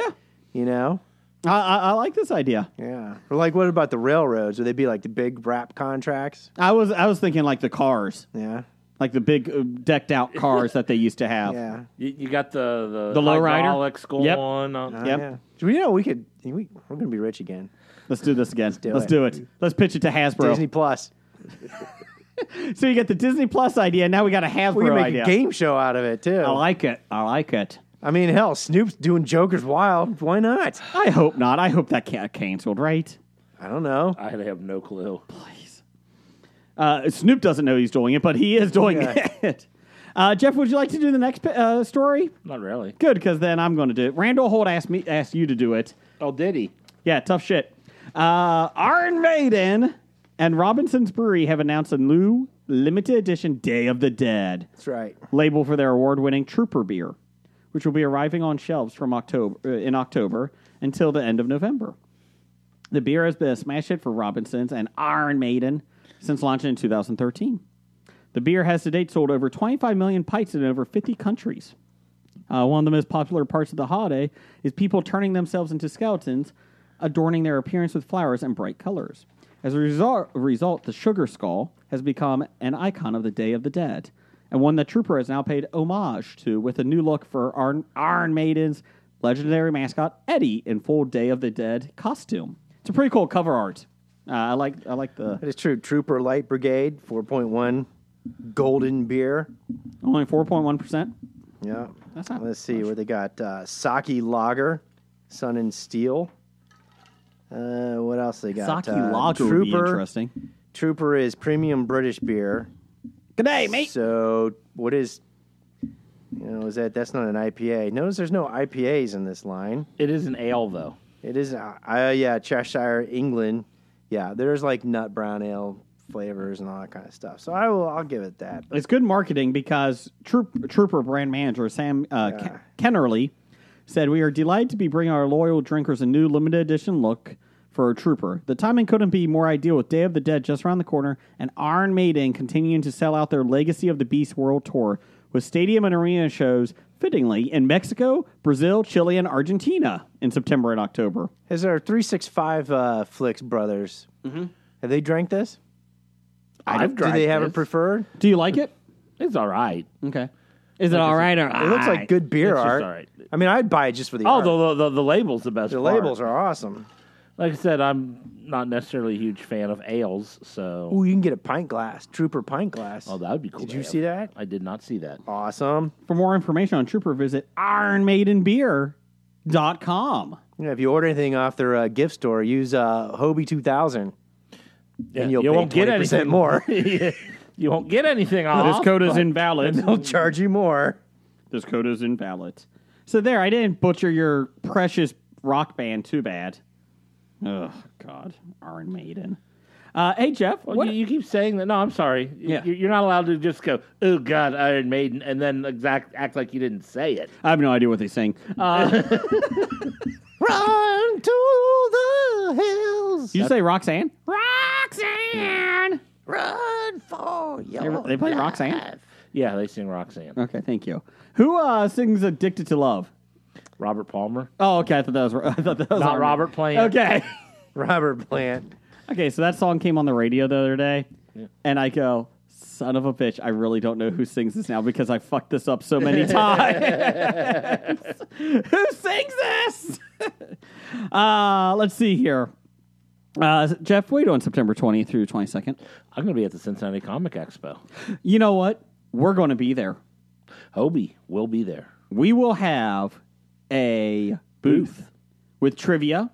you know.
I, I, I like this idea.
Yeah. Or like, what about the railroads? Would they be like the big rap contracts?
I was I was thinking like the cars,
Yeah.
like the big uh, decked out cars that they used to have.
Yeah.
you, you got the the,
The low rider?
hydraulics going
Yep.
on.
Oh,
Yep.
yeah. Do we know we could? We, we're gonna be rich again.
Let's do this again. Let's
do
do,
it.
it. Let's pitch it to Hasbro.
Disney Plus.
So you got the Disney Plus idea. Now we got a Hasbro
We can make
idea.
a game show out of it too.
I like it. I like it.
I mean, hell, Snoop's doing Joker's Wild. Why not?
I hope not. I hope that got canceled, right?
I don't know.
I have no clue.
Uh, Snoop doesn't know he's doing it, but he is doing
Yeah.
it. (laughs) Uh, Jeff, would you like to do the next pi- uh, story?
Not really.
Good, because then I'm going to do it. Randall Holt asked me asked you to do it.
Oh, did he?
Yeah, tough shit. Uh, Iron Maiden and Robinson's Brewery have announced a new limited edition Day of the Dead
That's right.
label for their award-winning Trooper beer, which will be arriving on shelves from October uh, in October until the end of November. The beer has been a smash hit for Robinsons and Iron Maiden since launching in 2013. The beer has to date sold over 25 million pints in over 50 countries. Uh, one of the most popular parts of the holiday is people turning themselves into skeletons, adorning their appearance with flowers and bright colors. As a result, result, the sugar skull has become an icon of the Day of the Dead, and one that Trooper has now paid homage to with a new look for Iron, Iron Maiden's legendary mascot Eddie in full Day of the Dead costume. It's a pretty cool cover art. Uh, I like I like the
That is true. Trooper Light Brigade, 4.1 golden beer.
only four point one percent.
Yeah.
That's not
Let's see where they got uh, Saki Lager, Sun and Steel. Uh, what else they got?
Saki
Uh,
lager would be interesting.
Trooper is premium British beer.
Good day, mate.
So what is, you know, is that that's not an IPA? Notice there's no IPAs in this line.
It is an ale though.
It is, uh, uh, yeah, Cheshire, England. Yeah, there's like nut brown ale flavors and all that kind of stuff. So I will, I'll give it that.
it's good marketing because Troop, Trooper brand manager Sam uh, Ken- Kennerly said, "We are delighted to be bringing our loyal drinkers a new limited edition look for a Trooper. The timing couldn't be more ideal with Day of the Dead just around the corner and Iron Maiden continuing to sell out their Legacy of the Beast World Tour with stadium and arena shows." Fittingly, in Mexico, Brazil, Chile, and Argentina in September and October.
Is there three six five uh, Flicks brothers? Mm-hmm. Have they drank this?
I've
Do they have a
this.
preferred?
Do you like it?
It's all right.
Okay. Is it all right or
It looks like good beer
It's just
art.
all right.
I mean, I'd buy it just for the
Oh,
art.
the, the the label's the best.
The
part.
labels are awesome.
Like I said, I'm not necessarily a huge fan of ales, so
Ooh, you can get a pint glass, Trooper pint glass.
oh, that would be cool.
Did
to
you
have.
see that?
I did not see that.
Awesome.
For more information on Trooper, visit IronMaidenBeer.com.
Yeah, if you order anything off their uh, gift store, use uh, Hobie 2000
Yeah,
and you'll
you
pay
won't get
20%
anything (laughs)
more. (laughs)
You won't get anything off.
This code is (laughs) invalid.
They'll charge you more.
this code is invalid. So there, I didn't butcher your precious rock band too bad. Oh God, Iron Maiden. Uh, hey Jeff,
Well,
what?
You, you keep saying that. No, I'm sorry.
Yeah.
You, you're not allowed to just go, oh, God, Iron Maiden, and then exact act like you didn't say it.
I have no idea what they sing. Uh, (laughs)
Run to the hills.
you say Roxanne?
Roxanne, run for your
They play Roxanne.
Yeah, they sing Roxanne.
Okay, thank you. Who uh, sings "Addicted to Love"?
Robert Palmer.
Oh, okay, I thought that was. (laughs) I thought that was
Not
Iron
Robert Plant.
Maiden. Okay. (laughs)
Robert Plant.
Okay, so that song came on the radio the other day, and I go, "Son of a bitch!" I really don't know who sings this now because I fucked this up so
(laughs)
many times. (laughs) who sings this? (laughs) uh, let's see here. Uh, Jeff, wait on September 20th through 22nd.
I'm going to be at the Cincinnati Comic Expo.
You know what? We're going to be there.
Hobie will be there.
We will have a booth with trivia.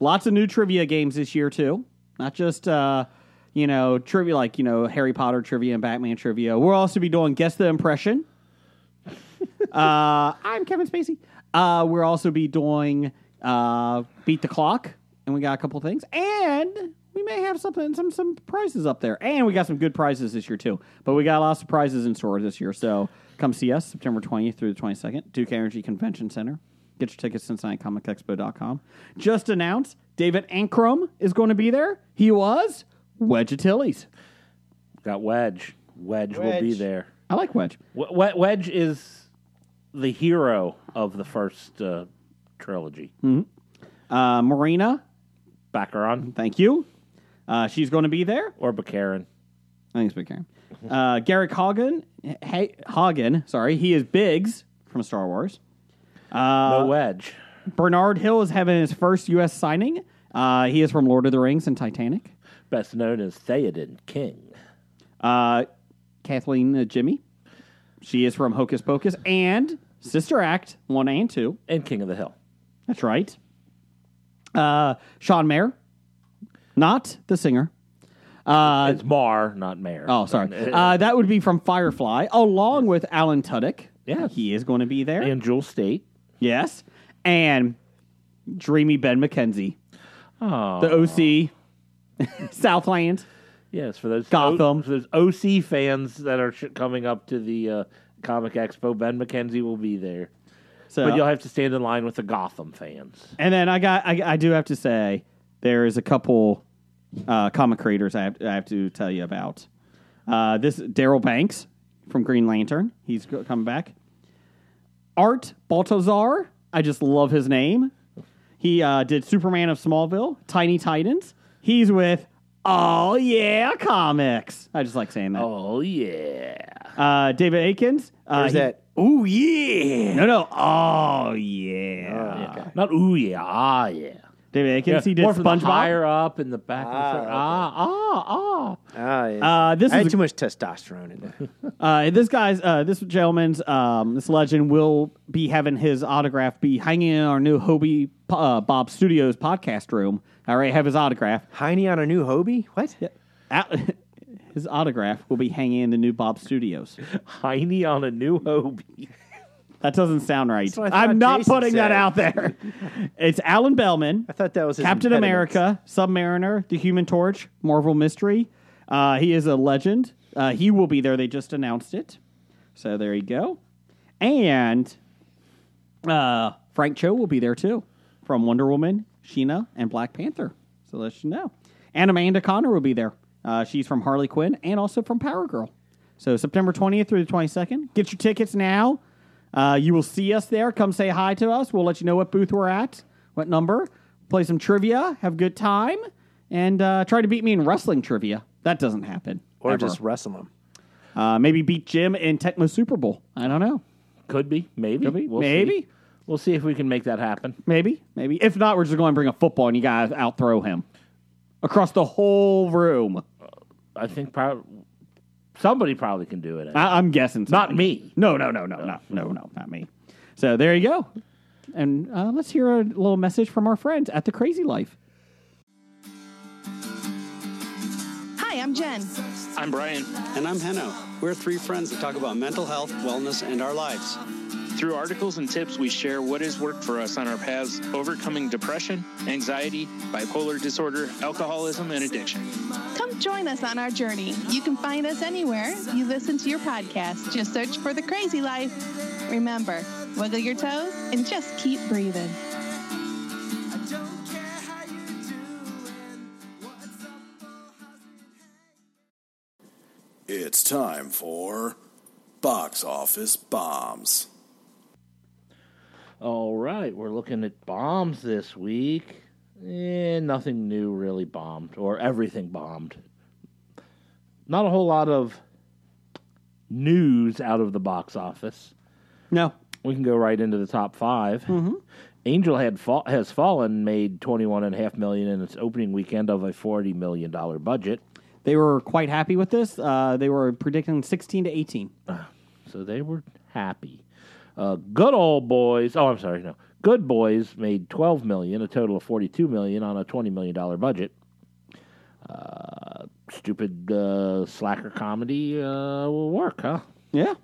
Lots of new trivia games this year too. Not just uh, you know trivia like you know Harry Potter trivia and Batman trivia. We'll also be doing guess the impression. uh, I'm Kevin Spacey. Uh, we'll also be doing uh, beat the clock, and we got a couple things, and we may have something some some prizes up there, and we got some good prizes this year too. But we got lots of prizes in store this year, so come see us September 20th through the 22nd, Duke Energy Convention Center. Get your tickets CincinnatiComicExpo.com. Just announced David Ankrum is going to be there. He was Wedge Attilles.
Got Wedge. Wedge, will be
Wedge.
there.
I like Wedge.
W- W- Wedge is the hero of the first uh, trilogy.
Uh, Marina,
Baccaron
thank you. Uh, she's going to be there.
or Baccarin.
I think it's Big Karen. Uh, Garrick Hagen, hey, Hagen, sorry, he is Biggs from Star Wars. Uh,
No Wedge.
Bernard Hill is having his first U.S. signing. Uh, he is from Lord of the Rings and Titanic.
Best known as Theoden King.
Uh, Kathleen uh, Jimmy, she is from Hocus Pocus and Sister Act one and two.
And King of the Hill.
That's right. Uh, Sean Mayer, not the singer. Uh,
It's Mar, not Mayor.
oh, sorry. Uh, that would be from Firefly, along with Alan Tudyk.
Yes.
he is going to be there.
and Jewel State.
Yes. And dreamy Ben McKenzie.
Oh,
The OC, (laughs) Southland.
yes, for those
Gotham.
for those OC fans that are sh- coming up to the uh, Comic Expo. Ben McKenzie will be there,
So,
but you'll have to stand in line with the Gotham fans.
and then I got I, I do have to say there is a couple uh, comic creators I have, I have to tell you about. Uh, this Daryl Banks from Green Lantern. He's go- coming back. Art Baltazar. I just love his name. He uh, did Superman of Smallville, Tiny Titans. He's with Oh Yeah Comics. I just like saying that.
Oh yeah,
Uh, David Akins. Uh,
There's
he-
that.
Oh yeah. No, no. Oh yeah.
not ooh yeah, ah yeah.
David Akins.
yeah
He did
more from the
SpongeBob.
higher up in the back. Ah, the ah, ah, ah.
Ah, yes.
Uh, this
I had
is
too much testosterone in
(laughs)
there.
uh, this guy's uh, this gentleman's um, this legend will be having his autograph be hanging in our new Hobie uh, Bob Studios podcast room. I already have his autograph.
Heine on a new Hobie? What?
At- (laughs) his autograph will be hanging in the new Bob Studios.
Heine on a new Hobie.
That doesn't sound right.
what I thought
I'm not
Jason
putting that
said.
out
(laughs)
there. it's Alan Bellman.
I thought that was his
Captain
impediment.
America, Submariner, The Human Torch, Marvel Mystery. Uh, he is a legend. Uh, he will be there. They just announced it. So there you go. And uh, Frank Cho will be there too from Wonder Woman, Sheena, and Black Panther. So let you know. And Amanda Connor will be there. Uh, she's from Harley Quinn and also from Power Girl. So September 20th through the 22nd. Get your tickets now. Uh, you will see us there. Come say hi to us. We'll let you know what booth we're at, what number. Play some trivia, have a good time, and uh, try to beat me in wrestling trivia. That doesn't happen.
Or
ever.
just wrestle him.
uh, maybe beat Jim in Tecmo Super Bowl. I don't know.
Could be, maybe, We'll see.
maybe.
We'll see if we can make that happen.
Maybe, maybe. If not, we're just going to bring a football and you guys outthrow him across the whole room.
I think prob- somebody probably can do it.
I, I'm guessing.
Not
somebody.
me.
No, no, no, no, no, no, no, not me. So there you go. And uh, let's hear a little message from our friends at the Crazy Life.
Hi, I'm Jen.
I'm Brian.
And I'm Heno. We're three friends that talk about mental health, wellness, and our lives.
Through articles and tips, we share what has worked for us on our paths overcoming depression, anxiety, bipolar disorder, alcoholism, and addiction.
Come join us on our journey. You can find us anywhere you listen to your podcast. Just search for The Crazy Life. Remember, wiggle your toes and just keep breathing.
It's time for Box Office Bombs.
All right, we're looking at bombs this week. Eh, nothing new really bombed, or everything bombed. Not a whole lot of news out of the box office.
No.
We can go right into the top 5 Angel had fa- has fallen made twenty one and a half million in its opening weekend of a forty million dollar budget.
They were quite happy with this. Uh, they were predicting 16 to 18.
So they were happy. Uh, good old boys. Oh, I'm sorry. No, good boys made 12 million, a total of 42 million on a 20 million dollar budget. Uh, stupid uh, slacker comedy uh, will work, huh?
Yeah.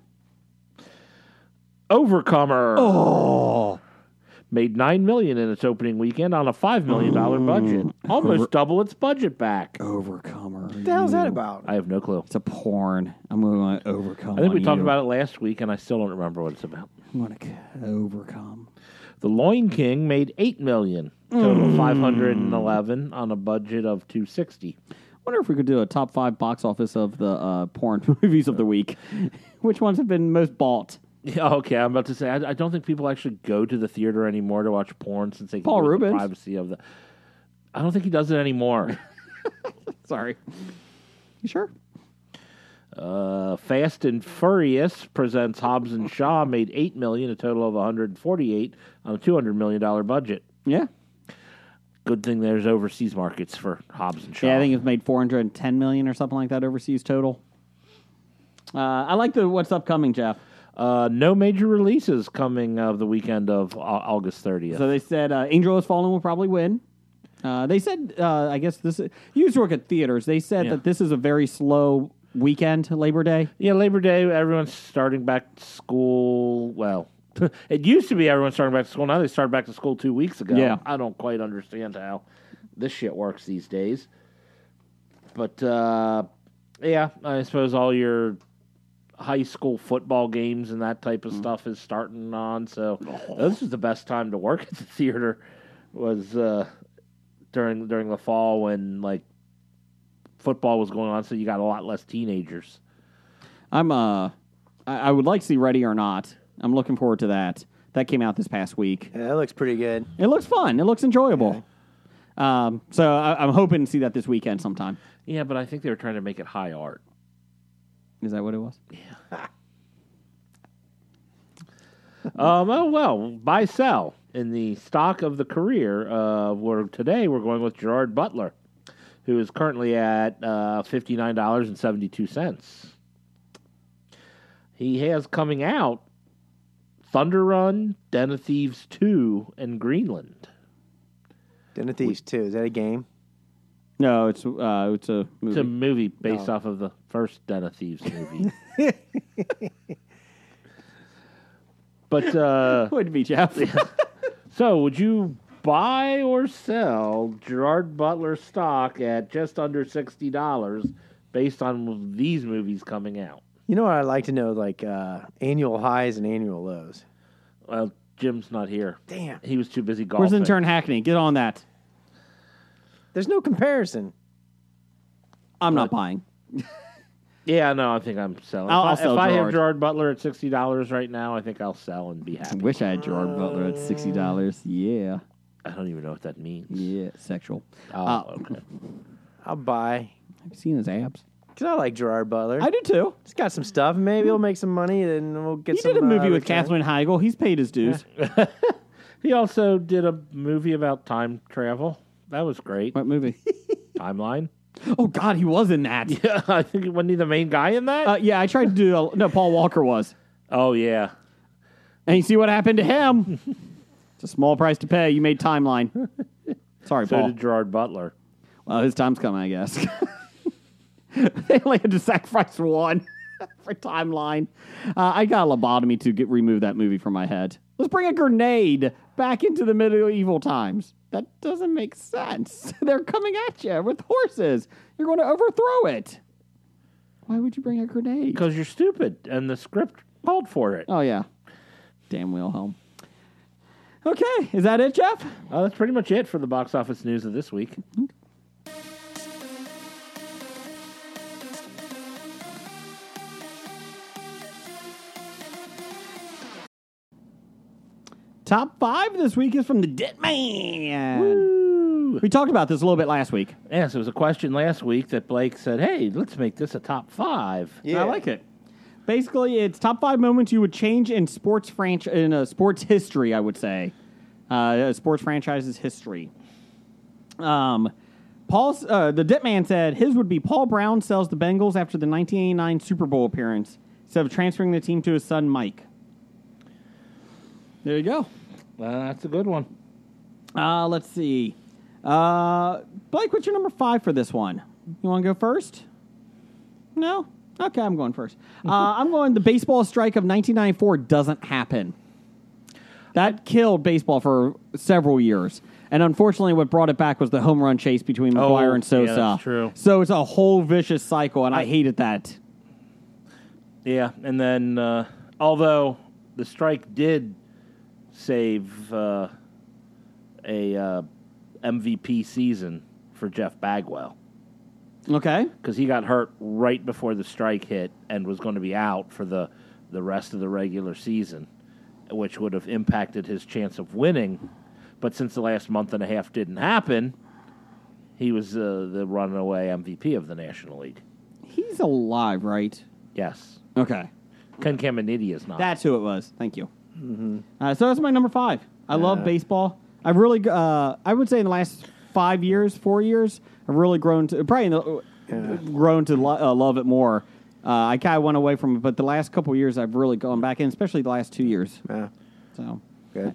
Overcomer. Oh. Made nine million in its opening weekend on a five million dollar budget, almost double its budget back.
Oh. Overcomer.
the hell's that about?
I have no clue.
It's a porn. I'm going to overcome.
I think we talked about it last week, and I still don't remember what it's about.
I'm going to overcome.
The Loin King made eight million, total
Hmm.
five hundred and eleven on a budget of two sixty. (laughs)
wonder if we could do a top five box office of the uh, porn (laughs) movies of the week. Which ones have been most bought?
Yeah, okay, I'm about to say I, I don't think people actually go to the theater anymore to watch porn since they can
Paul
do it in
Rubens.
the privacy of the. I don't think he does it
(laughs)
anymore.
Sorry. You sure?
uh, Fast and Furious presents Hobbs and Shaw made eight million, a total of 148 on a 200 million dollar budget.
Yeah.
Good thing there's overseas markets for Hobbs and Shaw.
Yeah, I think it's made 410 million or something like that overseas total. Uh, I like the what's upcoming, Jeff.
uh, no major releases coming of the weekend of uh, August 30th.
So they said uh, Angel Has Fallen will probably win. Uh, they said, uh, I guess this. You used to work at theaters. They said
Yeah.
that this is a very slow weekend, Labor Day.
Yeah, Labor Day, everyone's starting back to school. Well, (laughs) it used to be everyone starting back to school. Now they started back to school two weeks ago.
Yeah.
I don't quite understand how this shit works these days. But, uh, yeah, I suppose all your high school football games and that type of stuff is starting on. So this is the best time to work (laughs) at the theater was uh, during during the fall when, like, football was going on. So you got a lot less teenagers.
I'm uh, I, I would like to see Ready or Not. I'm looking forward to that. That came out this past week.
Yeah, that looks pretty good.
It looks fun. It looks enjoyable. Um, so I, I'm hoping to see that this weekend sometime.
Yeah, but I think they were trying to make it high art.
Is that what it was?
Um, oh well, buy sell in the stock of the career. Uh, where today we're going with Gerard Butler, who is currently at uh, fifty nine dollars and seventy two cents. He has coming out Thunder Run, Den of Thieves two, and Greenland.
Den of Thieves too. Is that a game?
No, it's uh, it's a movie.
It's a movie based off of the first Den of Thieves movie. but uh,
(laughs) would be Jeff.
So, would you buy or sell Gerard Butler stock at just under sixty dollars, based on these movies coming out?
You know what I'd like to know? Like uh, annual highs and annual lows.
Well, Jim's not here.
Damn.
he was too busy
(laughs)
golfing.
Where's intern Hackney? Get on that.
There's no comparison.
I'm not buying.
Yeah, no, I think I'm selling.
I'll-
if I,
I'll
if
sell
I have
Gerard.
Gerard Butler at sixty dollars right now, I think I'll sell and be happy.
Wish I had Gerard Butler at sixty dollars. Yeah,
I don't even know what that means.
yeah, sexual.
Oh,
Uh,
okay.
I'll buy.
Have you seen his abs?
Because I like Gerard Butler.
I do too.
He's got some stuff. Maybe he'll make some money, and we'll get
He
some.
did a movie
uh,
with
return.
Katherine Heigl. He's paid his dues.
He also did a movie about time travel. That was great.
What movie?
Timeline.
(laughs)
(laughs)
Oh God, he was in
(laughs)
that. Yeah,
Yeah, I think wasn't he the main guy in that?
uh, yeah I tried to do. A, no, Paul Walker was.
oh yeah.
And you see what happened to him. it's a small price to pay. You made timeline. (laughs) Sorry,
So
Paul.
did Gerard Butler.
Well, his time's coming, I guess. (laughs) they only had to sacrifice one (laughs) for timeline. Uh, I got a lobotomy to get remove that movie from my head. Let's bring a grenade back into the medieval times. That doesn't make sense. (laughs) They're coming at you with horses. You're going to overthrow it. Why would you bring a grenade?
Because you're stupid, and the script called for it.
Oh yeah, damn Wilhelm. Okay, is that it, Jeff?
Uh, that's pretty much it for the box office news of this week.
Top five this week is from the Dead Man. We talked about this a little bit last week.
Yes, it was a question last week that Blake said, "Hey, let's make this a top five.
Yeah.
I like it. Basically, it's top five moments you would change in sports franch- in uh, sports history. I would say, uh, sports franchises history. Um, Paul, uh, the Dip Man said his would be Paul Brown sells the Bengals after the 1989 Super Bowl appearance instead of transferring the team to his son Mike. There you go.
Well, that's a good one.
Uh, let's see. Uh, Blake, what's your number five for this one? You want to go first? No? Okay, I'm going first. Uh, I'm going the baseball strike of 1994 doesn't happen. That killed baseball for several years. And unfortunately, what brought it back was the home run chase between McGuire
Oh,
and Sosa.
yeah, that's true.
So it's a whole vicious cycle, and I, hated that.
Yeah, and then uh, although the strike did save uh, a uh, MVP season for Jeff Bagwell
Okay.
because he got hurt right before the strike hit and was going to be out for the the rest of the regular season, which would have impacted his chance of winning. But since the last month and a half didn't happen, he was uh, the runaway MVP of the National League.
He's alive, right?
Yes,
Okay.
Ken Caminiti is not.
That's who it was. Thank you.
Mm-hmm.
Uh, so that's my number five. I love baseball. I've really, uh, I would say, in the last five years, four years, I've really grown to probably in the, uh, grown to lo- uh, love it more. Uh, I kind of went away from it, but the last couple of years, I've really gone back in, especially the last two years.
Yeah.
So,
Good.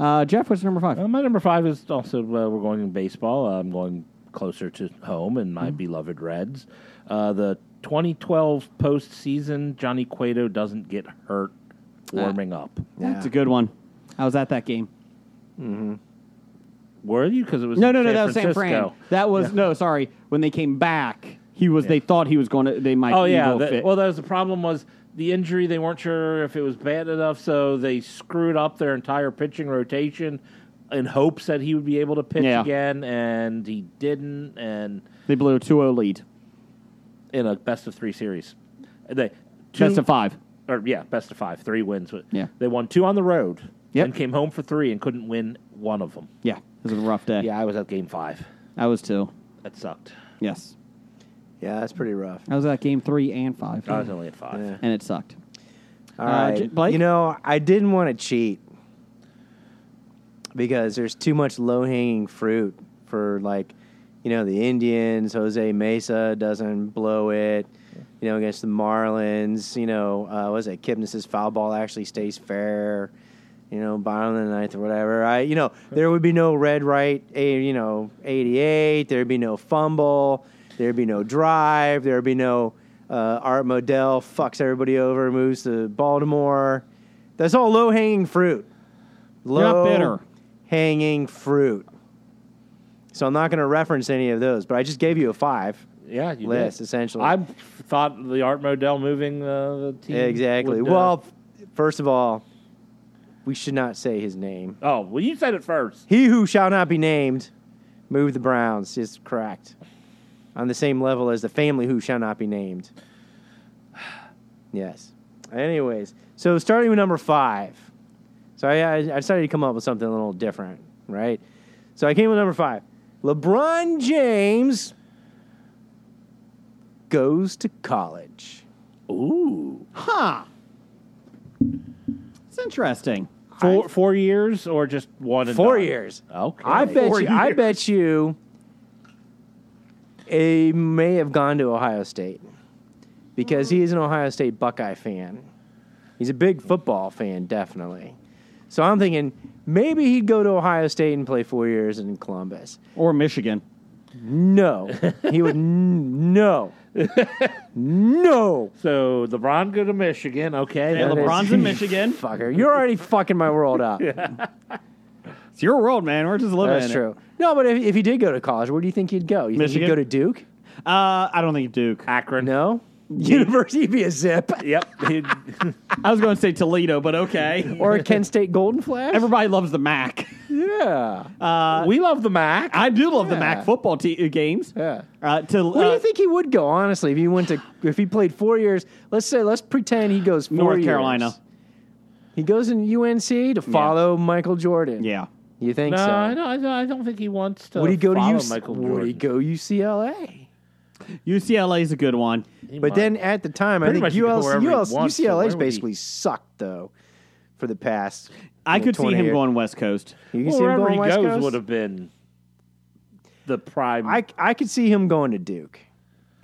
uh, Jeff, what's number five?
Uh, my number five is also uh, we're going in baseball. Uh, I'm going closer to home and my beloved Reds. Uh, the 2012 postseason, Johnny Cueto doesn't get hurt warming up.
That's a good one. I was at that game.
Were you? Because it was
No,
in
no, no.
San
That was San Fran.
Francisco.
That was no. Sorry, when they came back, he was. They thought he was going to. They might.
Oh yeah.
evil
that-
fit.
well, that was the problem was the injury. They weren't sure if it was bad enough, so they screwed up their entire pitching rotation in hopes that he would be able to pitch
Yeah.
again, and he didn't. And
they blew a 2-0 lead.
in a best of three series, they two,
Best of five.
or yeah, best of five, three wins.
Yeah.
They won two on the road
Yep.
and came home for three and couldn't win one of them.
Yeah, it was a rough day.
Yeah, I was at game five.
I was too.
That sucked.
Yes,
Yeah, that's pretty rough.
I was at game three and five,
I was only at five.
Yeah.
and it sucked.
All
Uh,
right.
J- Blake?
You know, I didn't want to cheat because there's too much low hanging fruit for like, you know, the Indians. Jose Mesa doesn't blow it. You know, against the Marlins. You know, uh, what was it Kipnis's foul ball actually stays fair. You know, bottom of the ninth or whatever. I, you know, there would be no red right. A, you know, 88. There'd be no fumble. There'd be no drive. There'd be no uh, Art Modell fucks everybody over, moves to Baltimore. That's all low hanging fruit.
not
Low
bitter.
hanging fruit. So I'm not going to reference any of those, but I just gave you a five
Yeah, you
list
did.
essentially.
I thought the Art Modell moving uh, the team.
exactly.
would, uh,
well, f- first of all, we should not say his name.
oh well, you said it first.
He who shall not be named moved the Browns. Is correct. On the same level as the family who shall not be named. (sighs) Yes. Anyways, so starting with number five. So I, I I decided to come up with something a little different, right? So I came with number five. LeBron James goes to college.
Ooh.
Huh. It's interesting.
Four four years or just one and
Four
done?
years.
Okay.
I bet
Four
you. I
years.
bet you. He may have gone to Ohio State because he is an Ohio State Buckeye fan. He's a big football fan, definitely. So I'm thinking maybe he'd go to Ohio State and play four years in Columbus.
Or Michigan.
No, he would. N-
(laughs)
no, no,
So LeBron go to Michigan.
Hey,
Okay. that is-
LeBron's in
(laughs)
Michigan.
fucker, you're already fucking my
(laughs)
world up.
It's your world, man. We're just living
That's
in
true. No, but if, if he did go to college, where do you think he'd go? You
Michigan?
think he'd go to Duke?
it. Uh, I don't think Duke.
Akron.
No. University be
(laughs)
a zip.
Yep. He'd-
I was going to say Toledo, but
(laughs)
okay.
Or a Kent State Golden Flash?
Everybody loves the MAC. Uh,
yeah. Uh,
we love the Mac.
I do love the
Yeah.
MAC football te- games.
yeah.
Uh, to,
Where do
uh,
you think he would go, honestly, if he went to if he played four years? Let's say let's pretend he goes four
North
years.
Carolina.
He goes in UNC to follow Michael Jordan.
Yeah.
You think
no,
so?
I don't, I don't. I don't think he wants to.
Would he go to
follow
UC
Michael
Would he
Jordan.
go UCLA?
UCLA is a good one.
But then at the time,
Pretty
I
much
think
he could go
ULC,
wherever he
ULC,
wants, so where
UCLA's
would he-
basically sucked though for the past.
I
you know,
could see
20
him
years.
going West Coast.
You can
Well,
see him
wherever
going
he
West
goes
Coast?
would have been the prime.
I, I could see him going to Duke.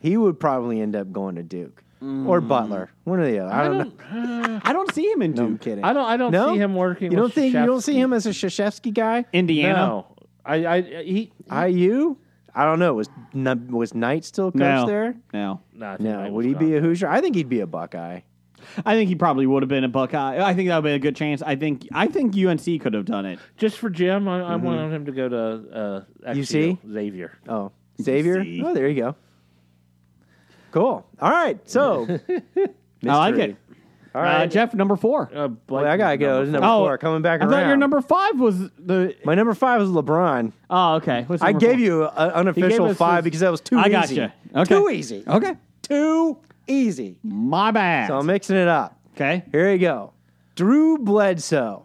He would probably end up going to Duke or Butler, one or the other. I don't, know.
I don't see him in
No,
Duke.
I'm kidding.
I don't. I don't
No?
see him working.
You don't
with
think you don't see
Krzyzewski.
him as a Shashevsky guy?
Indiana.
No. I. I. He.
IU? I don't know. Was N- was Knight still coach
No.
there?
No.
No. I think
No.
I
Would
was
he
gone.
be a Hoosier? I think he'd be a Buckeye.
I think he probably would have been a Buckeye. I think that would be a good chance. I think I think UNC could have done it.
Just for Jim, I, I
Mm-hmm.
wanted him to go to uh,
UC?
XU, Xavier.
Oh, Xavier.
see.
Oh, there you go. Cool. All right. So
I like
mystery.
it.
All right.
uh, Jeff, number four.
Uh,
Well,
Blake
I gotta go.
number
Number, number
Oh,
four coming back
I
around.
thought your number five was the.
My number five is LeBron.
Oh, okay. What's
I
number
gave
four?
you an unofficial
us
five
his-
because that was too
I
easy.
gotcha. Okay.
Too easy.
Okay.
Too easy.
My bad.
So I'm mixing it up.
okay.
Here we go. Drew Bledsoe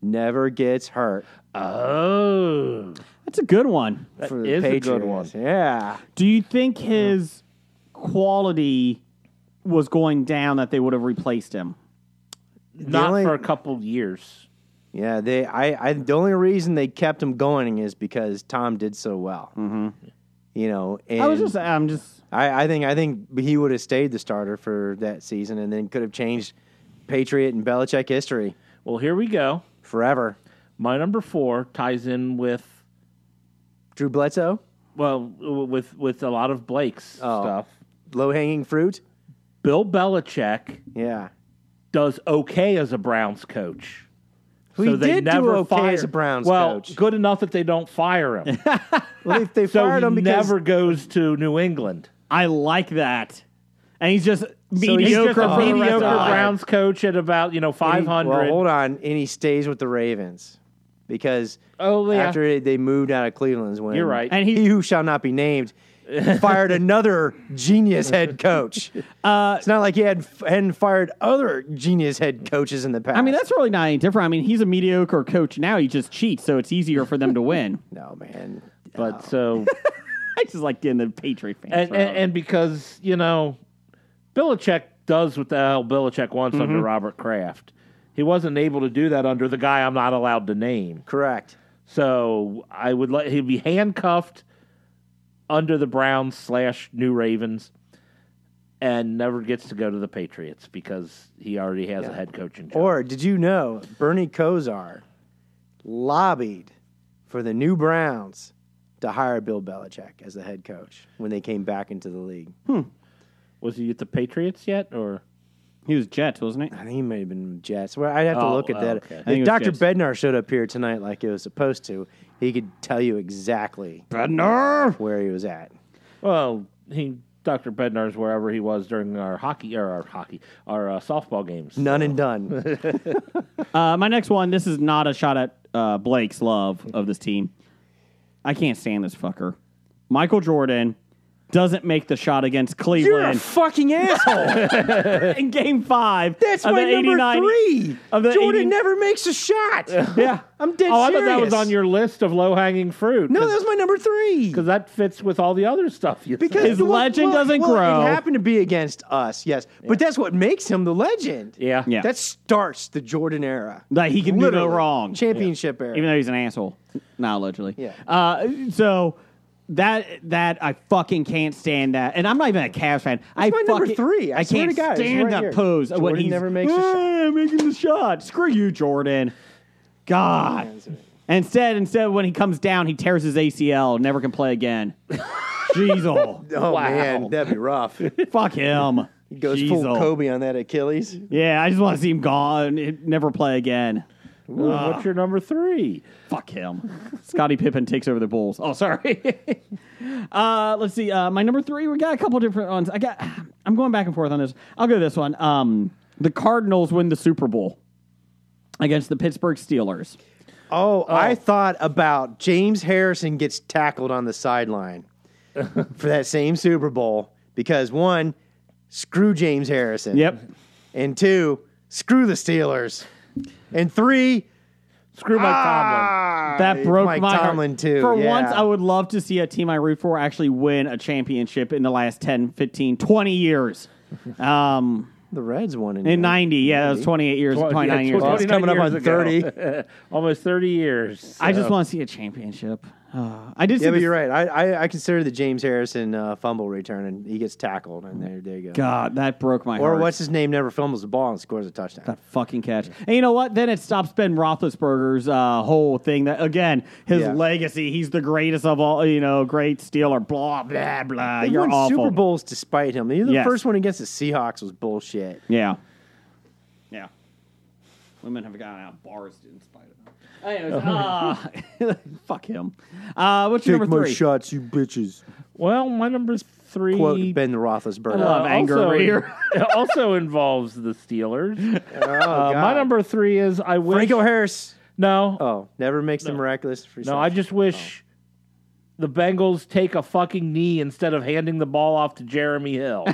never gets hurt.
Oh,
That's a good one.
that
for the
is a
Patriots.
good one.
Yeah.
Do you think his quality was going down that they would have replaced him?
Not
only-
for a couple years.
Yeah, they I, I the only reason they kept him going is because Tom did so well. Mm-hmm. You know, and
I was just. I'm just.
I, I think I think he would have stayed the starter for that season and then could have changed Patriot and Belichick history
Well, here we go.
forever.
My number four ties in with
Drew Bledsoe,
well w- with with a lot of Blake's
Oh.
stuff.
low hanging fruit.
Bill Belichick
Yeah.
does okay as a Browns coach.
Who he did do okay as a Browns
well,
coach.
good enough that they don't fire
(laughs)
him.
Well, they,
(laughs)
they
so
fired
he
him because
never goes to New England.
I like that. And he's just
he's
mediocre.
He's just a
for the rest
mediocre
of the year.
Browns coach at about you know
and he-
five hundred.
Well, hold on, and he stays with the Ravens because
Oh, yeah.
after they moved out of Cleveland's when
You're right.
And
and
he-
he, who shall not
(laughs)
be named fired another genius head coach.
(laughs)
Uh, it's not like he had hadn't fired other genius head coaches in the past.
I mean, that's really not any different. I mean, he's a mediocre coach now. He just cheats, so it's easier for them to win.
no man.
but so
I just like getting the Patriot fans.
and,
riled.
and and because you know, Belichick does what the hell Belichick wants under Robert Kraft. He wasn't able to do that under the guy I'm not allowed to name.
Correct.
So I would let he'd be handcuffed under the Browns slash New Ravens, and never gets to go to the Patriots because he already has a head coaching job.
Or did you know Bernie Kosar lobbied for the new Browns to hire Bill Belichick as the head coach when they came back into the league?
was he at the Patriots yet? Or
he was Jets, wasn't he?
I think he may have been Jets. Well, I'd have to
Oh,
look at
oh,
that.
okay. I
think it
If
was
Dr.
Jets.
Bednar showed up here tonight like he was supposed to, he could tell you exactly
Bednar.
where he was at.
well, he Dr. Bednar's wherever he was during our hockey or our hockey our uh, softball games.
None
(laughs)
and done.
Uh, my next one. This is not a shot at uh, Blake's love of this team. I can't stand this fucker. Michael Jordan doesn't make the shot against Cleveland.
You're a fucking asshole.
(laughs) in game five.
That's
of
my
the
number
89
three.
of the
Jordan
80
never makes
(laughs)
a shot.
Yeah.
(laughs) I'm dead
Oh, I
serious.
thought that was on your list of low hanging fruit. (laughs)
No, that was my number three.
because that fits with all the other stuff. You
Because
said.
His legend doesn't
well,
grow.
It happened to be against us, yes, but that's what makes him the legend.
Yeah.
Yeah.
that starts the Jordan era.
That he can do no
Literally.
wrong.
Championship era.
Even though he's an asshole. Not allegedly.
Yeah.
Uh, so that that I fucking can't stand that. And I'm not even a Cavs fan. I
my number
fucking-
three. I
I
swear
can't
to God, it's
stand
right
that
here.
pose. of when
Jordan
he's,
never makes a shot.
"Ah, I'm making the shot. Screw you, Jordan. God. And instead, instead, when he comes down, he tears his ACL. Never can play
(laughs)
again. Jeez,
oh man, that'd
(laughs)
be rough. He
fuck him. He
goes full Kobe on that Achilles.
Yeah, I just want to see him gone. and Never play again.
Ooh, what's your number three?
Fuck him. (laughs) Scottie Pippen takes over the Bulls. Oh, sorry. (laughs) uh, let's see. Uh, my number three. We got a couple different ones. I got. I'm going back and forth on this. I'll go this one. Um, the Cardinals win the Super Bowl against the Pittsburgh Steelers.
Oh, I thought about James Harrison gets tackled on
(laughs)
the sideline for that same Super Bowl because one, screw James Harrison.
Yep.
And two, screw the Steelers. And three,
Screw Mike
Ah!
Tomlin.
That broke
Mike
my
Tomlin,
heart.
too,
For
yeah.
once, I would love to see a team I root for actually win a championship in the last 10, 15, 20 years. Um,
the Reds won in,
in 90, yeah, that was 28 years,
Tw-
29
yeah,
years.
tw-
Well, it's
29
coming up
years
on
ago.
30.
(laughs) Almost thirty years.
I just
So-
want to see a championship. Uh, I did see
Yeah, but
this-
you're right. I, I, I consider the James Harrison uh, fumble return, and he gets tackled, and there, there you go.
God, that broke my
Or
heart.
what's his name never fumbles the ball and scores a touchdown.
that fucking catch? And you know what? Then it stops Ben Roethlisberger's uh, whole thing. That again, his
Yeah.
legacy. He's the greatest of all. You know, great Steeler. Blah blah blah.
They
you're
won
awful.
Super Bowls despite him. Even the
Yes.
first one against the Seahawks was bullshit.
Yeah. Yeah. Women have gotten out bars in spite of them. Anyways,
Oh,
uh, (laughs) fuck him. Uh, what's your number three?
shots, you bitches.
Well, my number three. uh,
Quote Ben Roethlisberger. Oh,
I love anger
also,
over here.
(laughs) also involves the
(laughs)
Steelers.
Oh,
Uh,
God.
my number three is I wish.
Franco Harris.
no,
Oh, never makes the miraculous free
no, I just wish the Bengals take a fucking knee instead of handing the ball off to
(laughs)
Jeremy Hill.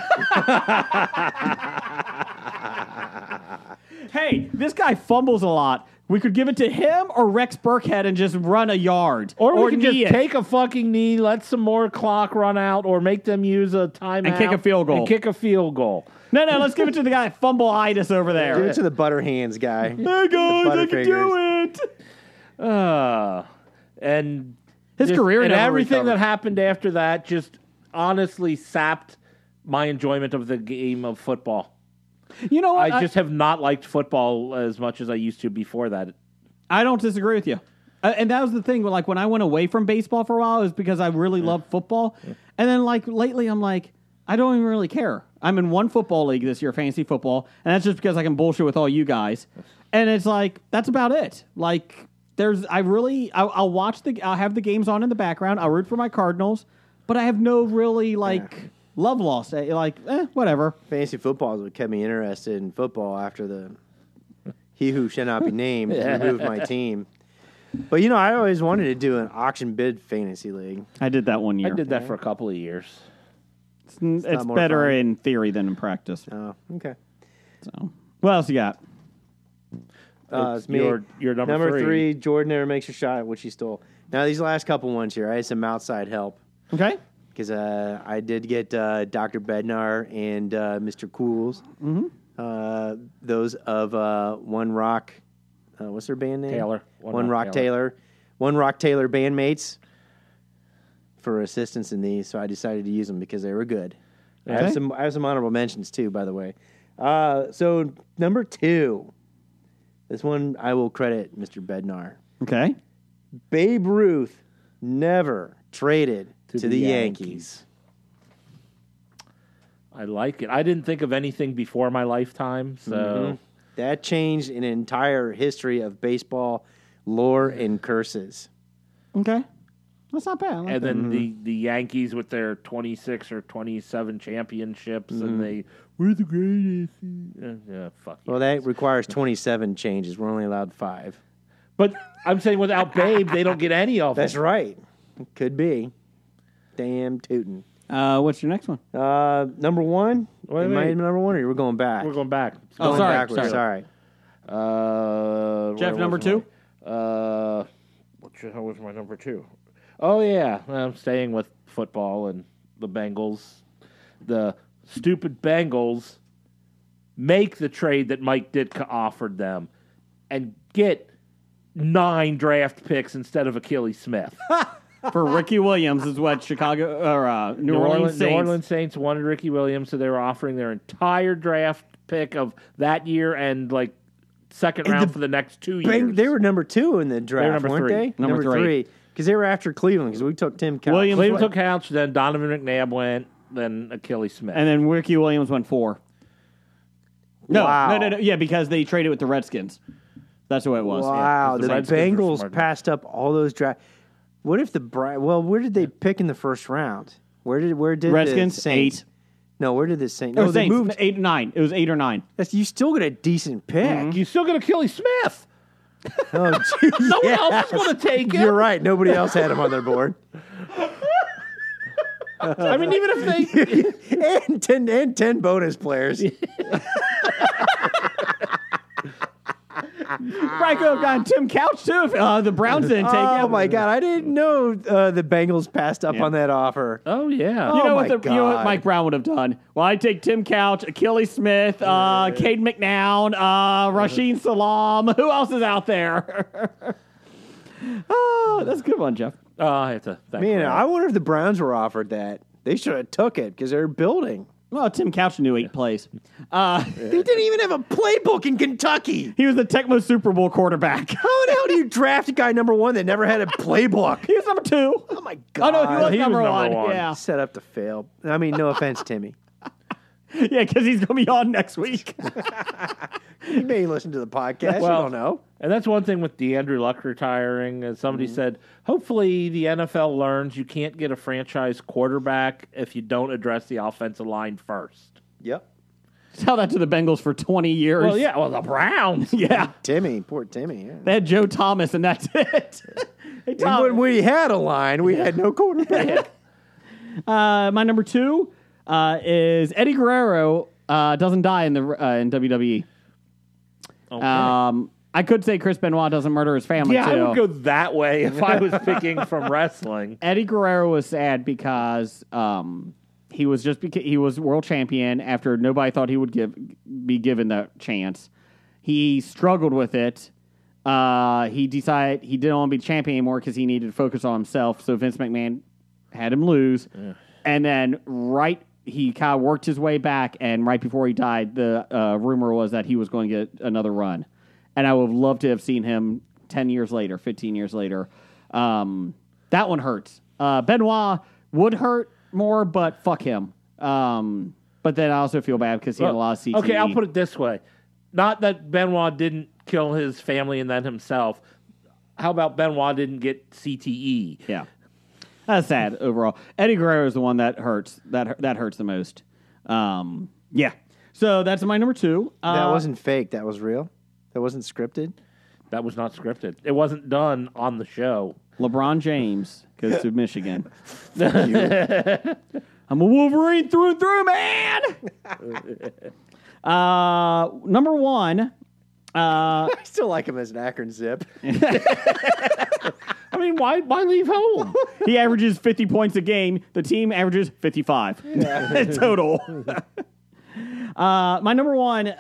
hey, this guy fumbles a lot. We could give it to him or Rex Burkhead and just run a yard.
or we can just
knee it.
take a fucking knee, let some more clock run out, or make them use a timeout
And kick a field goal.
And kick a field goal.
No, no, let's give it to the guy that fumble-itis over
Give
there.
it Oh. to the butter hands guy.
Hey, guys, I can do
Butterfingers.
it.
Uh, and
His
just-
career
and
never
everything
recovered.
that happened after that just honestly sapped my enjoyment of the game of football.
You know what?
I just have not liked football as much as I used to before that.
I don't disagree with you. Uh, and that was the thing. Like when I went away from baseball for a while, it was because I really loved football. And then like lately, I'm like, I don't even really care. I'm in one football league this year, fantasy football, and that's just because I can bullshit with all you guys. And it's like that's about it. Like there's, I really, I, I'll watch the, I'll have the games on in the background. I'll root for my Cardinals, but I have no really like love lost. Eh, Like eh, whatever.
Fantasy football is what kept me interested in football after the he who shall not be
(laughs)
named removed my team. But you know, I always wanted to do an auction bid fantasy league.
I did that one year.
I did that for a couple of years.
It's, it's,
not more
better
fun.
in theory than in practice.
Oh, okay.
So what else you got?
Uh,
It's
it's me.
your- your number three.
Jordan never makes a shot, which he stole. Now these last couple ones here, I had some outside help
Okay.
because uh, I did get uh, Doctor Bednar and uh, Mister Cools, uh, those of uh, One Rock. Uh, what's their band name?
Taylor.
One, Rock, Taylor. One Rock Taylor bandmates for assistance in these, so I decided to use them because they were good. I have
Okay.
some I have some honorable mentions too, by the way. Uh, so number two, this one I will credit Mr. Bednar.
Okay.
Babe Ruth never traded to, the,
the
Yankees.
I like it. I didn't think of anything before my lifetime, so
That changed an entire history of baseball lore and curses.
Okay. That's not bad. I like
Mm-hmm.
and
that.
then the, the Yankees with their 26 or 27 championships and they we're the greatest. Uh, yeah, fuck you.
Mm-hmm. Well, that requires 27 changes. We're only allowed five.
But I'm saying
(laughs)
without Babe, they don't get any of
That's
it.
right. Could be. Damn tootin'.
Uh, what's your next one?
Uh, number one.
Wait,
Am I
wait.
in number one, or we're going back?
We're going back.
Oh,
Going
sorry,
backwards.
sorry.
Uh,
Jeff,
where
number
was
two?
my- Uh, what the hell was my number two? Oh yeah, I'm staying with football and the Bengals. The stupid Bengals make the trade that Mike Ditka offered them and get nine draft picks instead of Achilles Smith.
for Ricky Williams is what Chicago or uh, New, Orleans, Saints.
(laughs) New Orleans Saints wanted Ricky Williams, so they were offering their entire draft pick of that year and like second
And
round
the
for the next two years.
Bang, they were number two in the draft,
number
weren't
three.
they?
Number three.
because they were after Cleveland. Because we took Tim Couch.
Williams
Cleveland
went-
took Couch, then Donovan McNabb went, then Achilles Smith.
and then Ricky Williams went four. No,
Wow.
no, no, no. Yeah, because they traded with the Redskins. That's what it was.
Wow,
the
the,
Redskins were
Bengals
smart.
passed up all those draft. What if the Bra- well? Where did they pick in the first round? Where did where did
Redskins
the Saints?
eight.
No, where did the Saints?
Or
No, they
Saints,
moved.
eight or nine. It was eight or nine.
That's, you still get a decent pick.
you still get Achilles Smith.
Oh,
(laughs)
gee,
Mm-hmm. No
yeah.
one else is going to take him.
You're right. Nobody else had him on their board. (laughs)
I mean, even if (laughs) they,
and ten and ten
(laughs)
bonus players.
Franco got Tim Couch too. If, uh, the Browns didn't take him.
oh my god, I didn't know uh, the Bengals passed up
Yeah.
on that offer.
oh yeah,
You know
Oh
what?
my
The, you know what
God.
Mike Brown would have done? Well, I'd take Tim Couch, Achilles Smith, uh, Cade McNown, uh, Rasheen Salam. (laughs) Who else is out there? (laughs) oh, that's a good one, Jeff.
oh, I have to. Thank
Man,
Brad.
I wonder if the Browns were offered that. They should have took it because they're building.
Well, Tim Couch knew eight plays. Uh,
They didn't even have a playbook in Kentucky.
he was the Tecmo Super Bowl quarterback. (laughs)
How the hell do you draft a guy number one that never had a playbook?
he was number two.
Oh my
Oh
god!
no, he was,
he was
number,
number
one.
one.
Yeah,
set up to fail. I mean, no offense, Timmy.
yeah, because he's gonna be on next week. (laughs)
You may listen to the podcast.
Well-
I don't know.
And that's one thing with DeAndre Luck retiring. As somebody said, hopefully the NFL learns you can't get a franchise quarterback if you don't address the offensive line first.
Yep,
Tell that to the Bengals for twenty years.
Well, (laughs) yeah, well the Browns.
yeah.
Timmy, poor Timmy. Yeah.
They had Joe Thomas, and that's (laughs) it. hey, Tom.
When we had a line, we had no quarterback.
Uh, my number two uh, is Eddie Guerrero uh, doesn't die in the uh, in WWE.
Okay.
Um, I could say Chris Benoit doesn't murder his family
yeah,
too.
I would go that way if I was picking (laughs) from wrestling.
Eddie Guerrero was sad because um, he was just beca- he was world champion after nobody thought he would give be given the chance. He struggled with it. Uh, he decided he didn't want to be champion anymore because he needed to focus on himself. So Vince McMahon had him lose, and then right he kind of worked his way back. And right before he died, the uh, rumor was that he was going to get another run, and I would love to have seen him ten years later, fifteen years later. Um, that one hurts. Uh, Benoit would hurt more, but fuck him. Um, but then I also feel bad because he had a lot of E. CTE.
Okay,
E
I'll put it this way: not that Benoit didn't kill his family and then himself. How about Benoit didn't get E? CTE?
Yeah, that's sad overall. Eddie Guerrero is the one that hurts. That that hurts the most. Um, yeah. So that's my number two. Uh,
(laughs) that wasn't fake. That was real. That wasn't (laughs) scripted.
That was not scripted. It wasn't done on the show.
LeBron James goes to
(laughs)
Michigan. I'm a Wolverine through and through, man. (laughs) uh, number one. Uh,
I still like him as an Akron zip.
I mean, why why leave
(laughs)
home?
he averages 50 points a game. The team averages 55 (laughs) total. uh, my number one,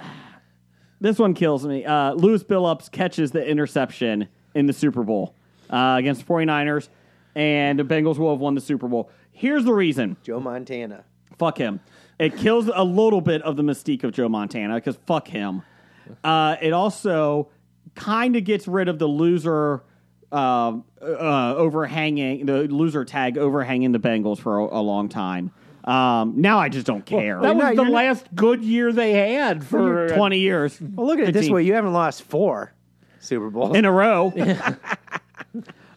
this one kills me. Uh, Lewis Billups catches the interception in the Super Bowl uh, against the 49ers, and the Bengals will have won the Super Bowl. Here's the reason
Joe Montana.
fuck him. It kills a little bit of the mystique of Joe Montana because fuck him. Uh, it also kind of gets rid of the loser uh, uh, overhanging, the loser tag overhanging the Bengals for a, a long time. Um, now I just don't care.
That was
not-
the
you're not-
last good year they had for
Twenty years.
Well, look at it this
15
way: you haven't lost four Super Bowls.
in a
(laughs)
row.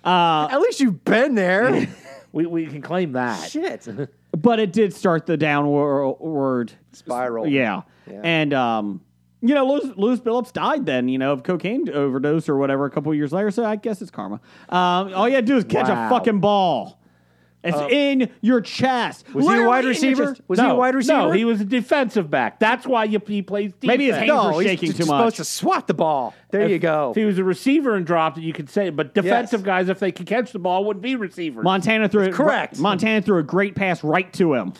At least you've been there.
We we can claim that.
(laughs) Shit,
but it did start the downward
spiral.
Yeah. And, um, you know, Louis, Louis Phillips died then, you know, of cocaine overdose or whatever a couple years later. So I guess it's karma. Um, all you had to do is catch
Wow.
a fucking ball. It's in your chest.
Uh, Was he a
Literally
wide
in your
receiver?
chest.
Was he a
No,
wide receiver?
No, he was a defensive back. That's why you, he plays defense.
Maybe his hands
no,
were
he's
shaking
just
too
supposed
much.
to swat the ball. There you go.
If he was a receiver and dropped it, you could say. But defensive
Yes.
guys, if they could catch the ball, would be receivers.
Montana threw it,
correct.
Montana threw a great pass right to him.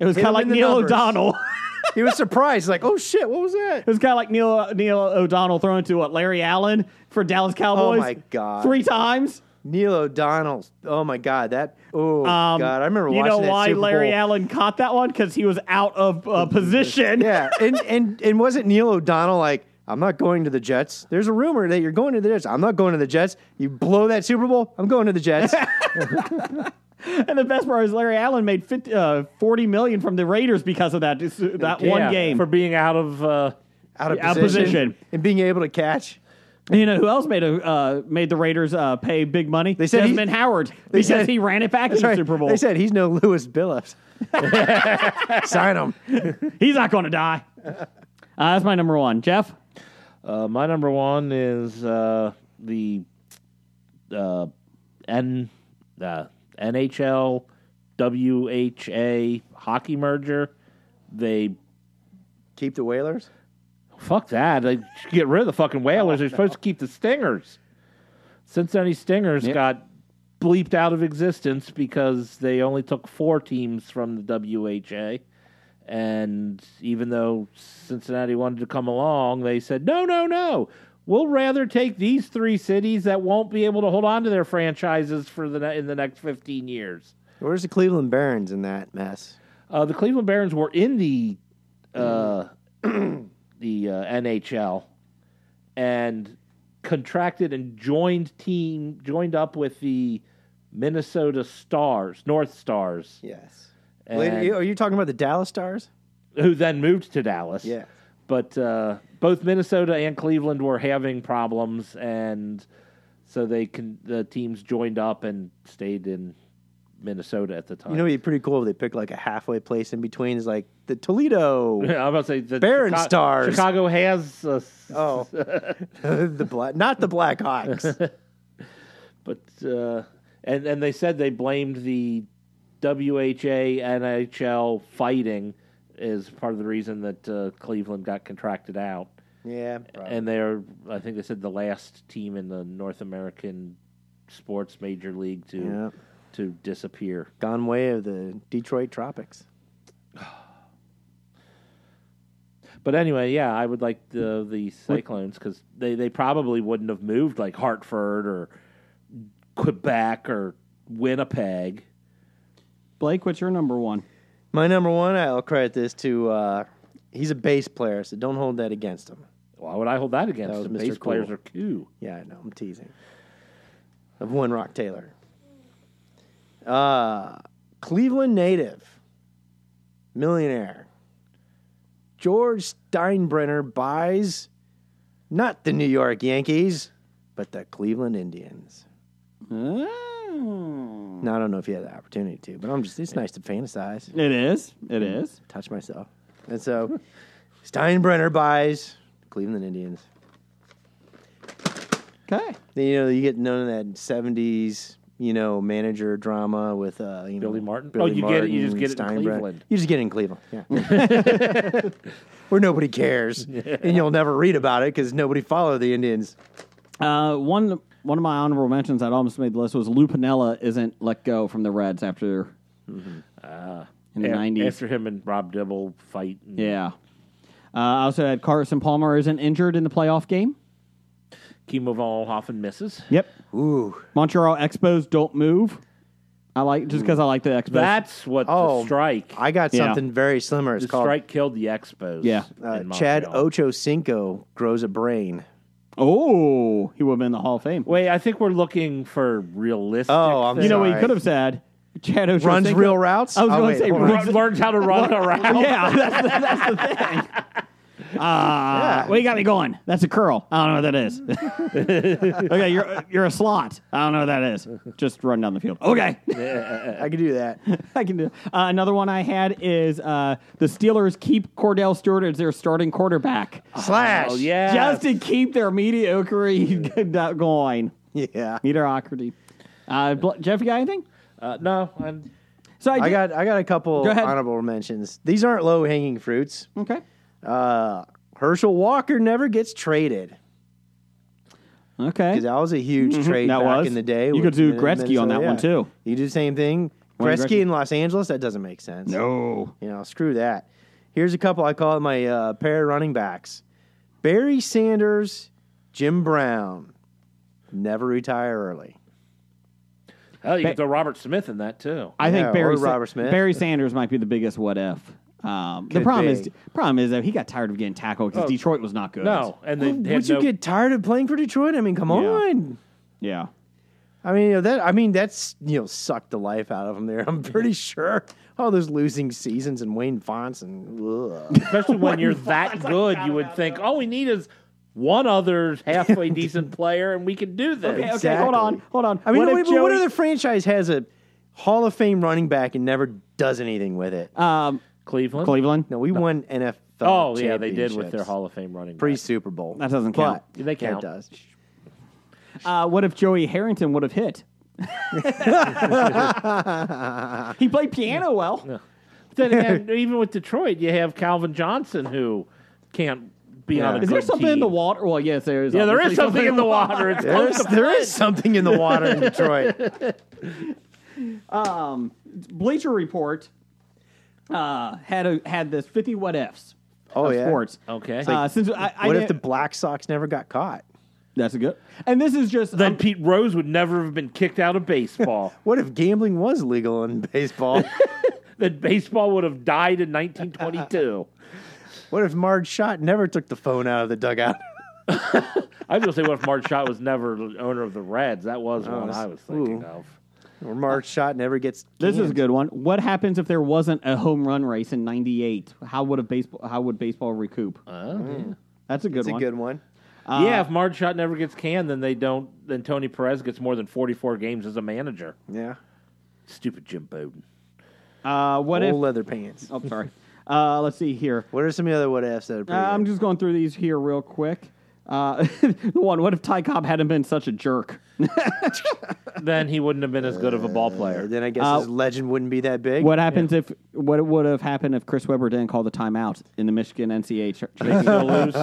It was
Hit
kind of
him
like
in the
Neil
numbers. (laughs)
O'Donnell.
(laughs) He was surprised, like, oh shit, what was that?
It was kind of like Neil Neil O'Donnell throwing to what Larry Allen for Dallas Cowboys.
Oh, my God.
Three times.
Neil O'Donnell. Oh my god, that. Oh
Um,
god, I remember
You
watching
know
that
why
Super Bowl.
Larry Allen caught that one because he was out of uh, position.
(laughs) Yeah, and and and wasn't Neil O'Donnell like, I'm not going to the Jets. There's a rumor that you're going to the Jets. I'm not going to the Jets. You blow that Super Bowl. I'm going to
(laughs)
the Jets.
And the best part is Larry Allen made 50, uh, 40 million from the Raiders because of that dis- uh, that one
Yeah,
game.
for being out of. Uh,
Out of
Out of
position,
position.
and being able to catch.
(laughs) you know who else made a uh, made the Raiders uh, pay big money? They
said he-
Desmond Howard because
said-
he ran it back in
That's
the
right.
Super Bowl.
They said he's no Lewis Billups. Sign him.
He's not going to
(laughs)
die. Uh, that's my number one, Jeff.
uh, my number one is uh, the uh, N uh, NHL WHA hockey merger. They
Keep the Whalers.
Fuck that. Like, get rid of the fucking whalers. They're supposed to keep the stingers. Cincinnati Stingers got bleeped out of existence because they only took four teams from the WHA. And even though Cincinnati wanted to come along, they said, no, no, no. We'll rather take these three cities that won't be able to hold on to their franchises for the ne- in the next 15 years.
Where's the Cleveland Barons in that mess?
Uh, the Cleveland Barons were in the uh, (clears throat) the uh, NHL and contracted and joined team joined up with the Minnesota Stars, North Stars,
Yes.
and-
are you talking about the Dallas Stars?
who then moved to Dallas.
Yeah.
but uh, both Minnesota and Cleveland were having problems, and so they can the teams joined up and stayed in Minnesota at the time.
You know, it'd be pretty cool if they pick like a halfway place in between. It's like the Toledo,
(laughs) (laughs) I'm about to say the
Barron
Chica-
Stars.
Chicago has uh,
Oh. (laughs) the black, not the Blackhawks.
But uh, and and they said they blamed the WHA NHL fighting is part of the reason that uh, Cleveland got contracted out,
yeah,
and they're I think they said the last team in the North American sports major league to
Yeah.
to disappear.
gone way of the Detroit Tropics.
But anyway, yeah, I would like the the Cyclones because they they probably wouldn't have moved like Hartford or Quebec or Winnipeg.
Blake, what's your number one?
My number one, I'll credit this to. Uh, he's a bass player, so don't hold that against him.
Why would I hold that against
That was
them?
Mr.
Base
Cool.
players are cool.
Yeah, I know. I'm teasing. Of one Rock Taylor. Uh, Cleveland native, millionaire. George Steinbrenner buys not the New York Yankees, but the Cleveland Indians. Now, I don't know if you had the opportunity to, but I'm just, it's nice to fantasize,
It is. It is.
touch myself. And so Steinbrenner buys Cleveland Indians.
Okay.
Then, you know, you get none of that '70s, you know, manager drama with uh, you know,
Billy Martin? Oh, you get it- you just get it in
Steinbrenner.
Cleveland.
You just get it in Cleveland, yeah,
(laughs)
(laughs) where nobody cares, and you'll never read about it because nobody followed the Indians.
Uh, one one of my honorable mentions that almost made the list was Lou Pinella isn't let go from the Reds after
Mm-hmm.
in the
Uh,
A-
nineties.
After him and Rob Dibble fight. And,
Yeah. Uh, I also had Carson Palmer isn't injured in the playoff game.
Kimo von Hoffen misses.
Yep.
Ooh,
Montreal Expos don't move. I like just because I like the Expos.
That's what
Oh,
the strike.
I got
Yeah.
something very similar. It's
the
called
strike killed the Expos.
Yeah.
uh,
in
Chad
Montreal.
Ochocinco grows a brain.
oh, he would have been in the Hall of Fame.
Wait, I think we're looking for realistic.
Oh, I'm
you
(laughs)
know what
sorry.
he could have said? Chad Ochocinco-
Runs real routes.
I was
Oh,
going
wait,
to say
hold on.
runs
Run, learned how to
(laughs)
run around.
Yeah, (laughs) that's the, that's the thing. Uh, Well, you got me going. That's a curl. I don't know what that is.
(laughs)
okay, you're you're a slot. I don't know what that is. Just run down the field. Okay, (laughs)
Uh,
I could
(laughs)
do that.
Oh,
I can do. Uh, another one I had is uh, the Steelers keep Cordell Stewart as their starting quarterback
Slash.
Oh, yeah.
just to keep their mediocrity (laughs) going,
Yeah.
mediocrity. Uh, Bl- Jeff, you got anything?
Uh, no, I'm,
So I,
I
did-
got I got a couple
Go ahead.
honorable mentions. These aren't low hanging fruits.
okay.
Uh, Herschel Walker never gets traded
Okay.
because that was a huge trade
Mm-hmm. That
back
was.
in the day.
You
with
could do
Min-
Gretzky on that
Minnesota,
one,
yeah.
too.
You do the same thing.
Wayne
Gretzky,
Gretzky.
in Los Angeles. That doesn't make sense.
No.
You know, screw that. Here's a couple I call my uh, pair of running backs Barry Sanders, Jim Brown. Never retire early.
hell, oh, you
Ba-
can throw Robert Smith in that too.
I
Yeah,
think Barry
or
Sa-
Robert Smith.
Barry Sanders might be the biggest what if. Um, the
Could
problem
be.
is problem is that he got tired of getting tackled because
Oh.
Detroit was not good.
No, and they had
Would you
no-
get tired of playing for Detroit? I mean, come
Yeah.
on.
Yeah.
I mean, you know, that I mean that's you know sucked the life out of him there. I'm pretty sure all those losing seasons and Wayne Fonts and ugh.
(laughs)
especially when you're that good, you would think all we need is one other
(laughs)
halfway decent player, and we can do this.
Okay, okay,
Exactly.
hold on, hold on.
I mean,
what
what,
if
what,
Joey-
other franchise has a Hall of Fame running back and never does anything with it?
um,
Cleveland.
Cleveland?
No, we won NFL.
Oh yeah, they did with their
championships
Hall of Fame running.
pre
Back.
Super Bowl.
That doesn't count.
but
Yeah, they count.
It does.
Uh, what if Joey Harrington would have
(laughs)
hit? he played piano well.
Then again, even with Detroit, you have Calvin Johnson who can't be on a
Is
good
there something
team.
in the water? Well, yes, there is.
Yeah, there is
obviously
something in the water. It's
There's,
close to
there is something in the water in Detroit.
(laughs) Bleacher Report uh, had a, had this fifty what ifs.
Oh,
of
yeah?
sports.
Okay.
Uh, since I, I
what if
didn't-
the Black Sox never got caught?
that's a good. And this is just
then
I'm-
Pete Rose would never have been kicked out of baseball.
What if gambling was legal in (laughs)
(laughs)
baseball?
then baseball would have died in 1922.
what if Marge Schott never took the phone out of the dugout? (laughs)
I was gonna say, what if Mark Schott was never the owner of the Reds? That was one
that's-
I was thinking
ooh.
of.
Or Marge Schott never gets.
This is a
canned?
good one. What happens if there wasn't a home run race in '98? How would a baseball? How would baseball recoup?
Oh,
That's a good
It's a
one.
good one.
yeah, if Mark Schott never gets canned, then they don't. Then Tony Perez gets more than 44 games as a manager.
Yeah.
Stupid Jim Bowden.
Uh, what if?
Old leather pants.
Oh, sorry. Uh, let's see here.
What are some of the other what ifs that are
Uh,
pretty
I'm
good?
just going through these here real quick. Uh, (laughs) the one. What if Ty Cobb hadn't been such a jerk?
then he wouldn't have been as good of a ball
Or
player.
Then I guess
Uh,
his legend wouldn't be that big.
What happens if? What would have happened if Chris Webber didn't call the timeout in the Michigan NCAA?
(laughs)
Ch-
They'll
championship?
lose.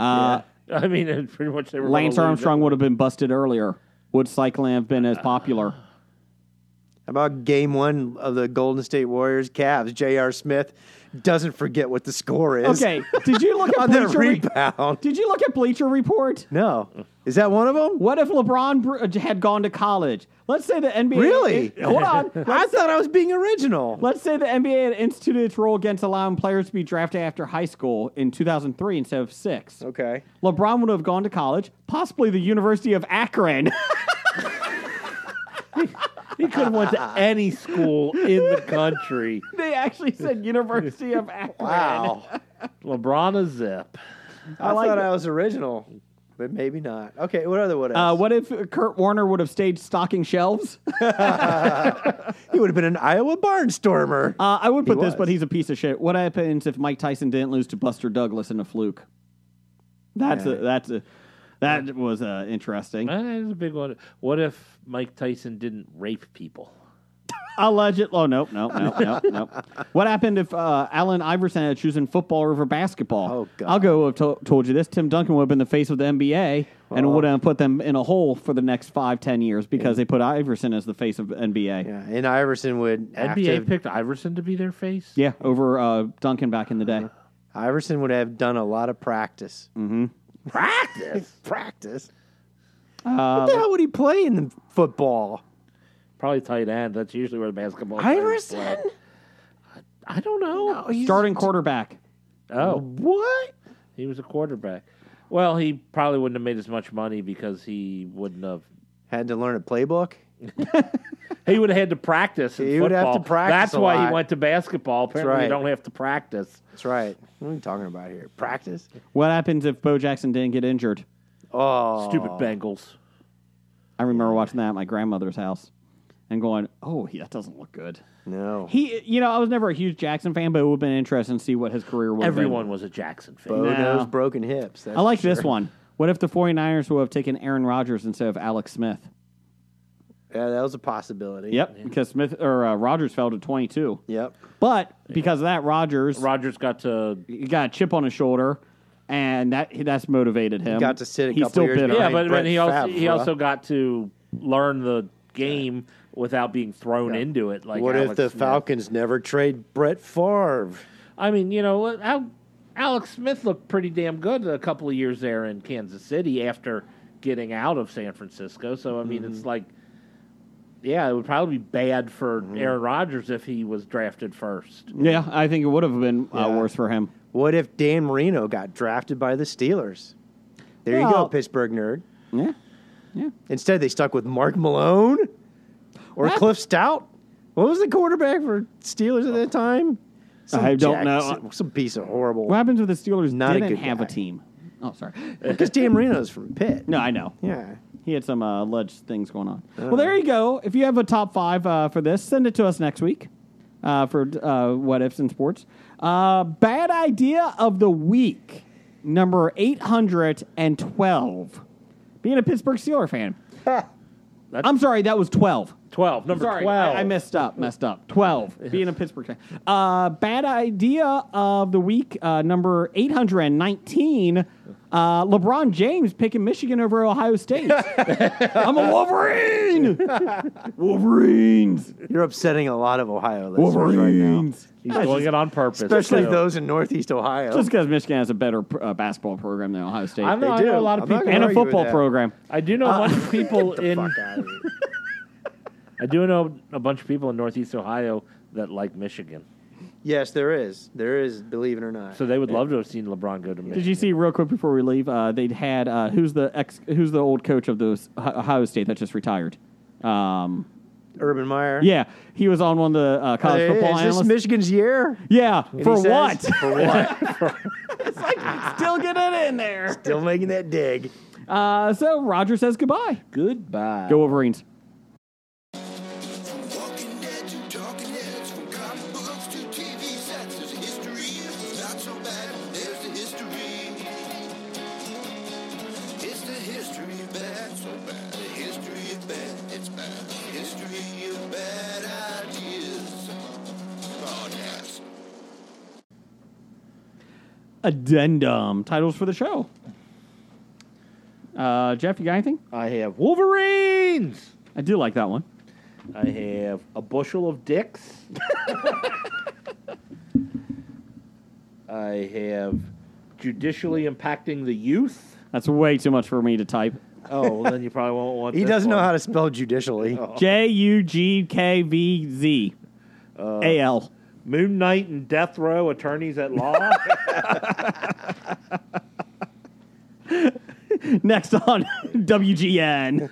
uh,
I mean, it pretty much they were. gonna
Lance
lose it.
Armstrong would have been busted earlier. Would cycling have been as popular?
How about game one of the Golden State Warriors Cavs? J.R. Smith doesn't forget what the score (laughs) is. (laughs)
Okay. Did you look at
On that
Bleacher Re-
rebound.
Did you look at Bleacher Report?
No. Is that one of them? (laughs)
What if LeBron br- uh, had gone to college? Let's say the NBA.
Really?
hold on.
(laughs) I thought I was being original.
Let's say the NBA had instituted its rule against allowing players to be drafted after high school in 2003 instead of six.
Okay.
LeBron would have gone to college, possibly the University of Akron. (laughs)
He could have went (laughs) to any school in the country.
they actually
(laughs)
said University of Akron.
Wow.
LeBron a zip.
(laughs) I,
like
thought
it.
I was original, but maybe not. Okay. What other what ifs?
Uh, what if Kurt Warner would have stayed stocking shelves?
He would have been an Iowa barnstormer.
Uh, I would put this,
was.
but he's a piece of shit. What happens if Mike Tyson didn't lose to Buster Douglas in a fluke? That's a that's a that was uh, interesting.
That is a big one. What if Mike Tyson didn't rape people?
Alleged. Oh no no no
(laughs)
no no. What happened if uh, Allen Iverson had chosen football over basketball?
Oh, God.
I'll go. I've to- told you this. Tim Duncan would have been the face of the NBA
Oh.
and would have put them in a hole for the next five ten years because they put Iverson as the face of NBA. Yeah,
(laughs) yeah, and Iverson would have
NBA
to-
picked Iverson to be their face.
over uh, Duncan back in the
Uh-huh.
day.
Iverson would have done a lot of practice.
Practice.
Practice. what the hell would he play in football?
Probably tight end. That's usually where the basketball. players
Iverson?
play. I don't know.
Starting quarterback.
Oh,
What?
he was a quarterback. Well, he probably wouldn't have made as much money because he wouldn't have.
Had to learn a playbook.
He would have had to practice. In
He would have to
football.
practice
That's
a
why
lot.
he went to basketball. Apparently,
right.
you don't have to practice.
That's right. What are we talking about here? Practice.
What happens if Bo Jackson didn't get injured?
Oh,
Stupid Bengals.
I remember watching that at my grandmother's house and going, "Oh, he- that doesn't look good."
no.
He, you know, I was never a huge Jackson fan, but it would have been interesting to see what his career would. have been.
Everyone was a Jackson fan.
Bo
No.
knows broken hips. That's
I like
for
this
sure.
one. What if the 49ers would have taken Aaron Rodgers instead of Alex Smith?
Yeah, that was a possibility.
Yep, because Smith or uh, Rogers fell to twenty two.
Yep.
But because of that, Rogers
Rogers got to
he got a chip on his shoulder, and that that's motivated him.
got to sit a
He's
couple
still
years
bitter.
behind.
yeah,
Right,
but
Brett
when he also
Favre,
he
huh?
also got to learn the game without being thrown into it. Like
what if
Alex
the
Smith.
Falcons never trade Brett Favre?
I mean, you know what? Al- Alex Smith looked pretty damn good a couple of years there in Kansas City after getting out of San Francisco. So I mean,
Mm-hmm.
it's like, yeah, it would probably be bad for
Mm-hmm.
Aaron Rodgers if he was drafted first.
Yeah, I think it would have been uh,
Yeah.
worse for him.
What if Dan Marino got drafted by the Steelers? There you go,
Well-
Pittsburgh nerd.
Yeah,
Instead, they stuck with Mark Malone or
What?
Cliff Stout. What was the quarterback for Steelers at that time?
I don't
jack-
know.
Some, some piece of horrible.
what happens if the Steelers
Not a
didn't
good
have a
guy.
team? Oh, sorry.
Because Dan Marino's from Pitt.
No, I know.
Yeah.
He had some uh, alleged things going on. Well, there you go. If you have a top five uh, for this, send it to us next week uh, for uh, what ifs in sports. Uh, bad idea of the week, number eight hundred and twelve. Being a Pittsburgh Steeler fan. I'm sorry, that was twelve.
Twelve, number
Sorry,
twelve.
I, I messed up. Messed up. Twelve.
(laughs)
Being a Pittsburgh fan. Uh, bad idea of the week. Uh, number eight hundred and nineteen. Uh, LeBron James picking Michigan over Ohio State.
(laughs)
I'm a Wolverine. Wolverines.
You're upsetting a lot of Ohio listeners right now.
Wolverines.
He's doing it on purpose,
Especially
too.
those in Northeast Ohio.
Just because Michigan has a better uh, basketball program than Ohio State
I'm not- I know a lot of
I'm not
people-
gonna
and a
argue with
football
that.
program.
I do know a bunch of people
Get the
in.
fuck out of here.
I do know a bunch of people in Northeast Ohio that like Michigan,
Yes, there is. There is, believe it or not.
so they would love to have seen LeBron go to Michigan.
Did you see real quick before we leave? Uh, they'd had uh, who's the ex, who's the old coach of the Ohio State that just retired. Um,
Urban Meyer.
Yeah, he was on one of the uh, college
Hey,
football
is this
analysts.
Michigan's year?
yeah,
And
for
he says,
what?
(laughs) For what?
it's like still get it in there.
Still making that dig.
Uh, so Roger says goodbye.
Goodbye.
Go Wolverines.
Walking dead to talking heads, from comic books to TV sets, there's a history. It's not so bad, there's the history. It's the history of bad, so bad. The history of bad, it's bad. The history of bad ideas. Oh, Podcast.
Addendum titles for the show. Uh, Jeff, you got anything?
I have Wolverines.
I do like that one.
I have a bushel of dicks. I have judicially impacting the youth.
That's way too much for me to type.
Oh, well, then you probably won't (laughs) want.
He doesn't know how to spell judicially.
J U G K V Z A L.
Moon Knight and Death Row attorneys at law.
Next on (laughs) WGN.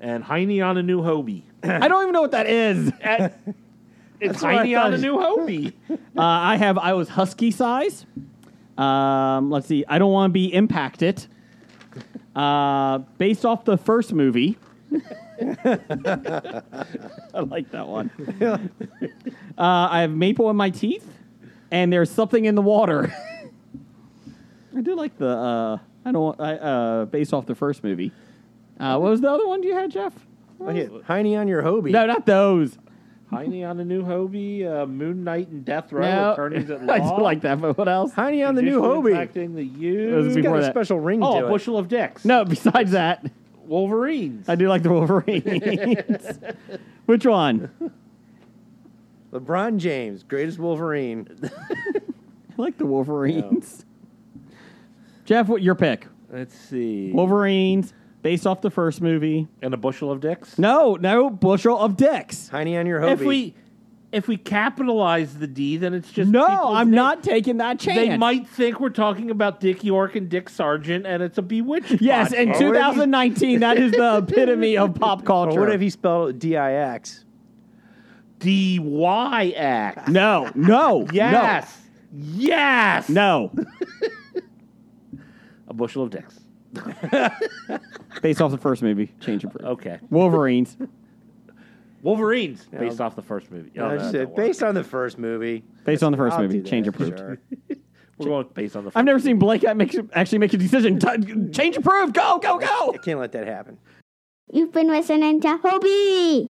and Heine on a new Hobie.
I don't even know what that is.
At- it's
what I
Heine on a
thought.
new (laughs) Hobie.
Uh, I have I was husky size. Um, let's see. I don't want to be impacted. Uh, based off the first movie. (laughs) I like that one. Uh, I have maple in my teeth, and there's something in the water. (laughs) I do like the. Uh, I don't. want- I, uh, based off the first movie. Uh, what was the other one you had, Jeff?
Okay, Heine on your Hobie.
No, not those.
Heine on a new Hobie. Uh, Moon Knight and Death Row
No.
attorneys (laughs) at
(laughs)
law.
I do like that, but what else?
Heine on the new
Judicially
Hobie.
Impacting the
It was
youth.
It's got
before
a
that.
special ring
Oh,
to
a
it.
bushel of dicks.
No, besides that.
Wolverines.
I do like the
(laughs)
Wolverines. Which one?
LeBron James, greatest Wolverine.
I like the Wolverines. Jeff, what your pick?
Let's see.
Wolverines, based off the first movie.
and a bushel of dicks.
No, no bushel of dicks.
Heine on your Hobie.
if we if we capitalize the D, then it's just
No,
people's
I'm
na-
not taking that chance.
They might think we're talking about Dick York and Dick Sargent, and it's a bewitched.
Yes,
podcast.
in 2019, that is the epitome
(laughs)
of pop
or
culture.
what if he spelled it D-I-X?
D Y Act.
No, no,
Yes, yes.
no, no.
A bushel of dicks.
Based off the first movie, change of
Okay,
Wolverines.
Wolverines based off the first movie. Oh,
I
no, that
just said,
don't work.
based on the first movie.
Based on the first
I'll
movie,
do that,
change approved.
sure.
We're going based on the. First
I've never seen Blake make, actually make a decision. T- change approved. Go, go, go.
I can't let that happen.
You've been listening to Hobie.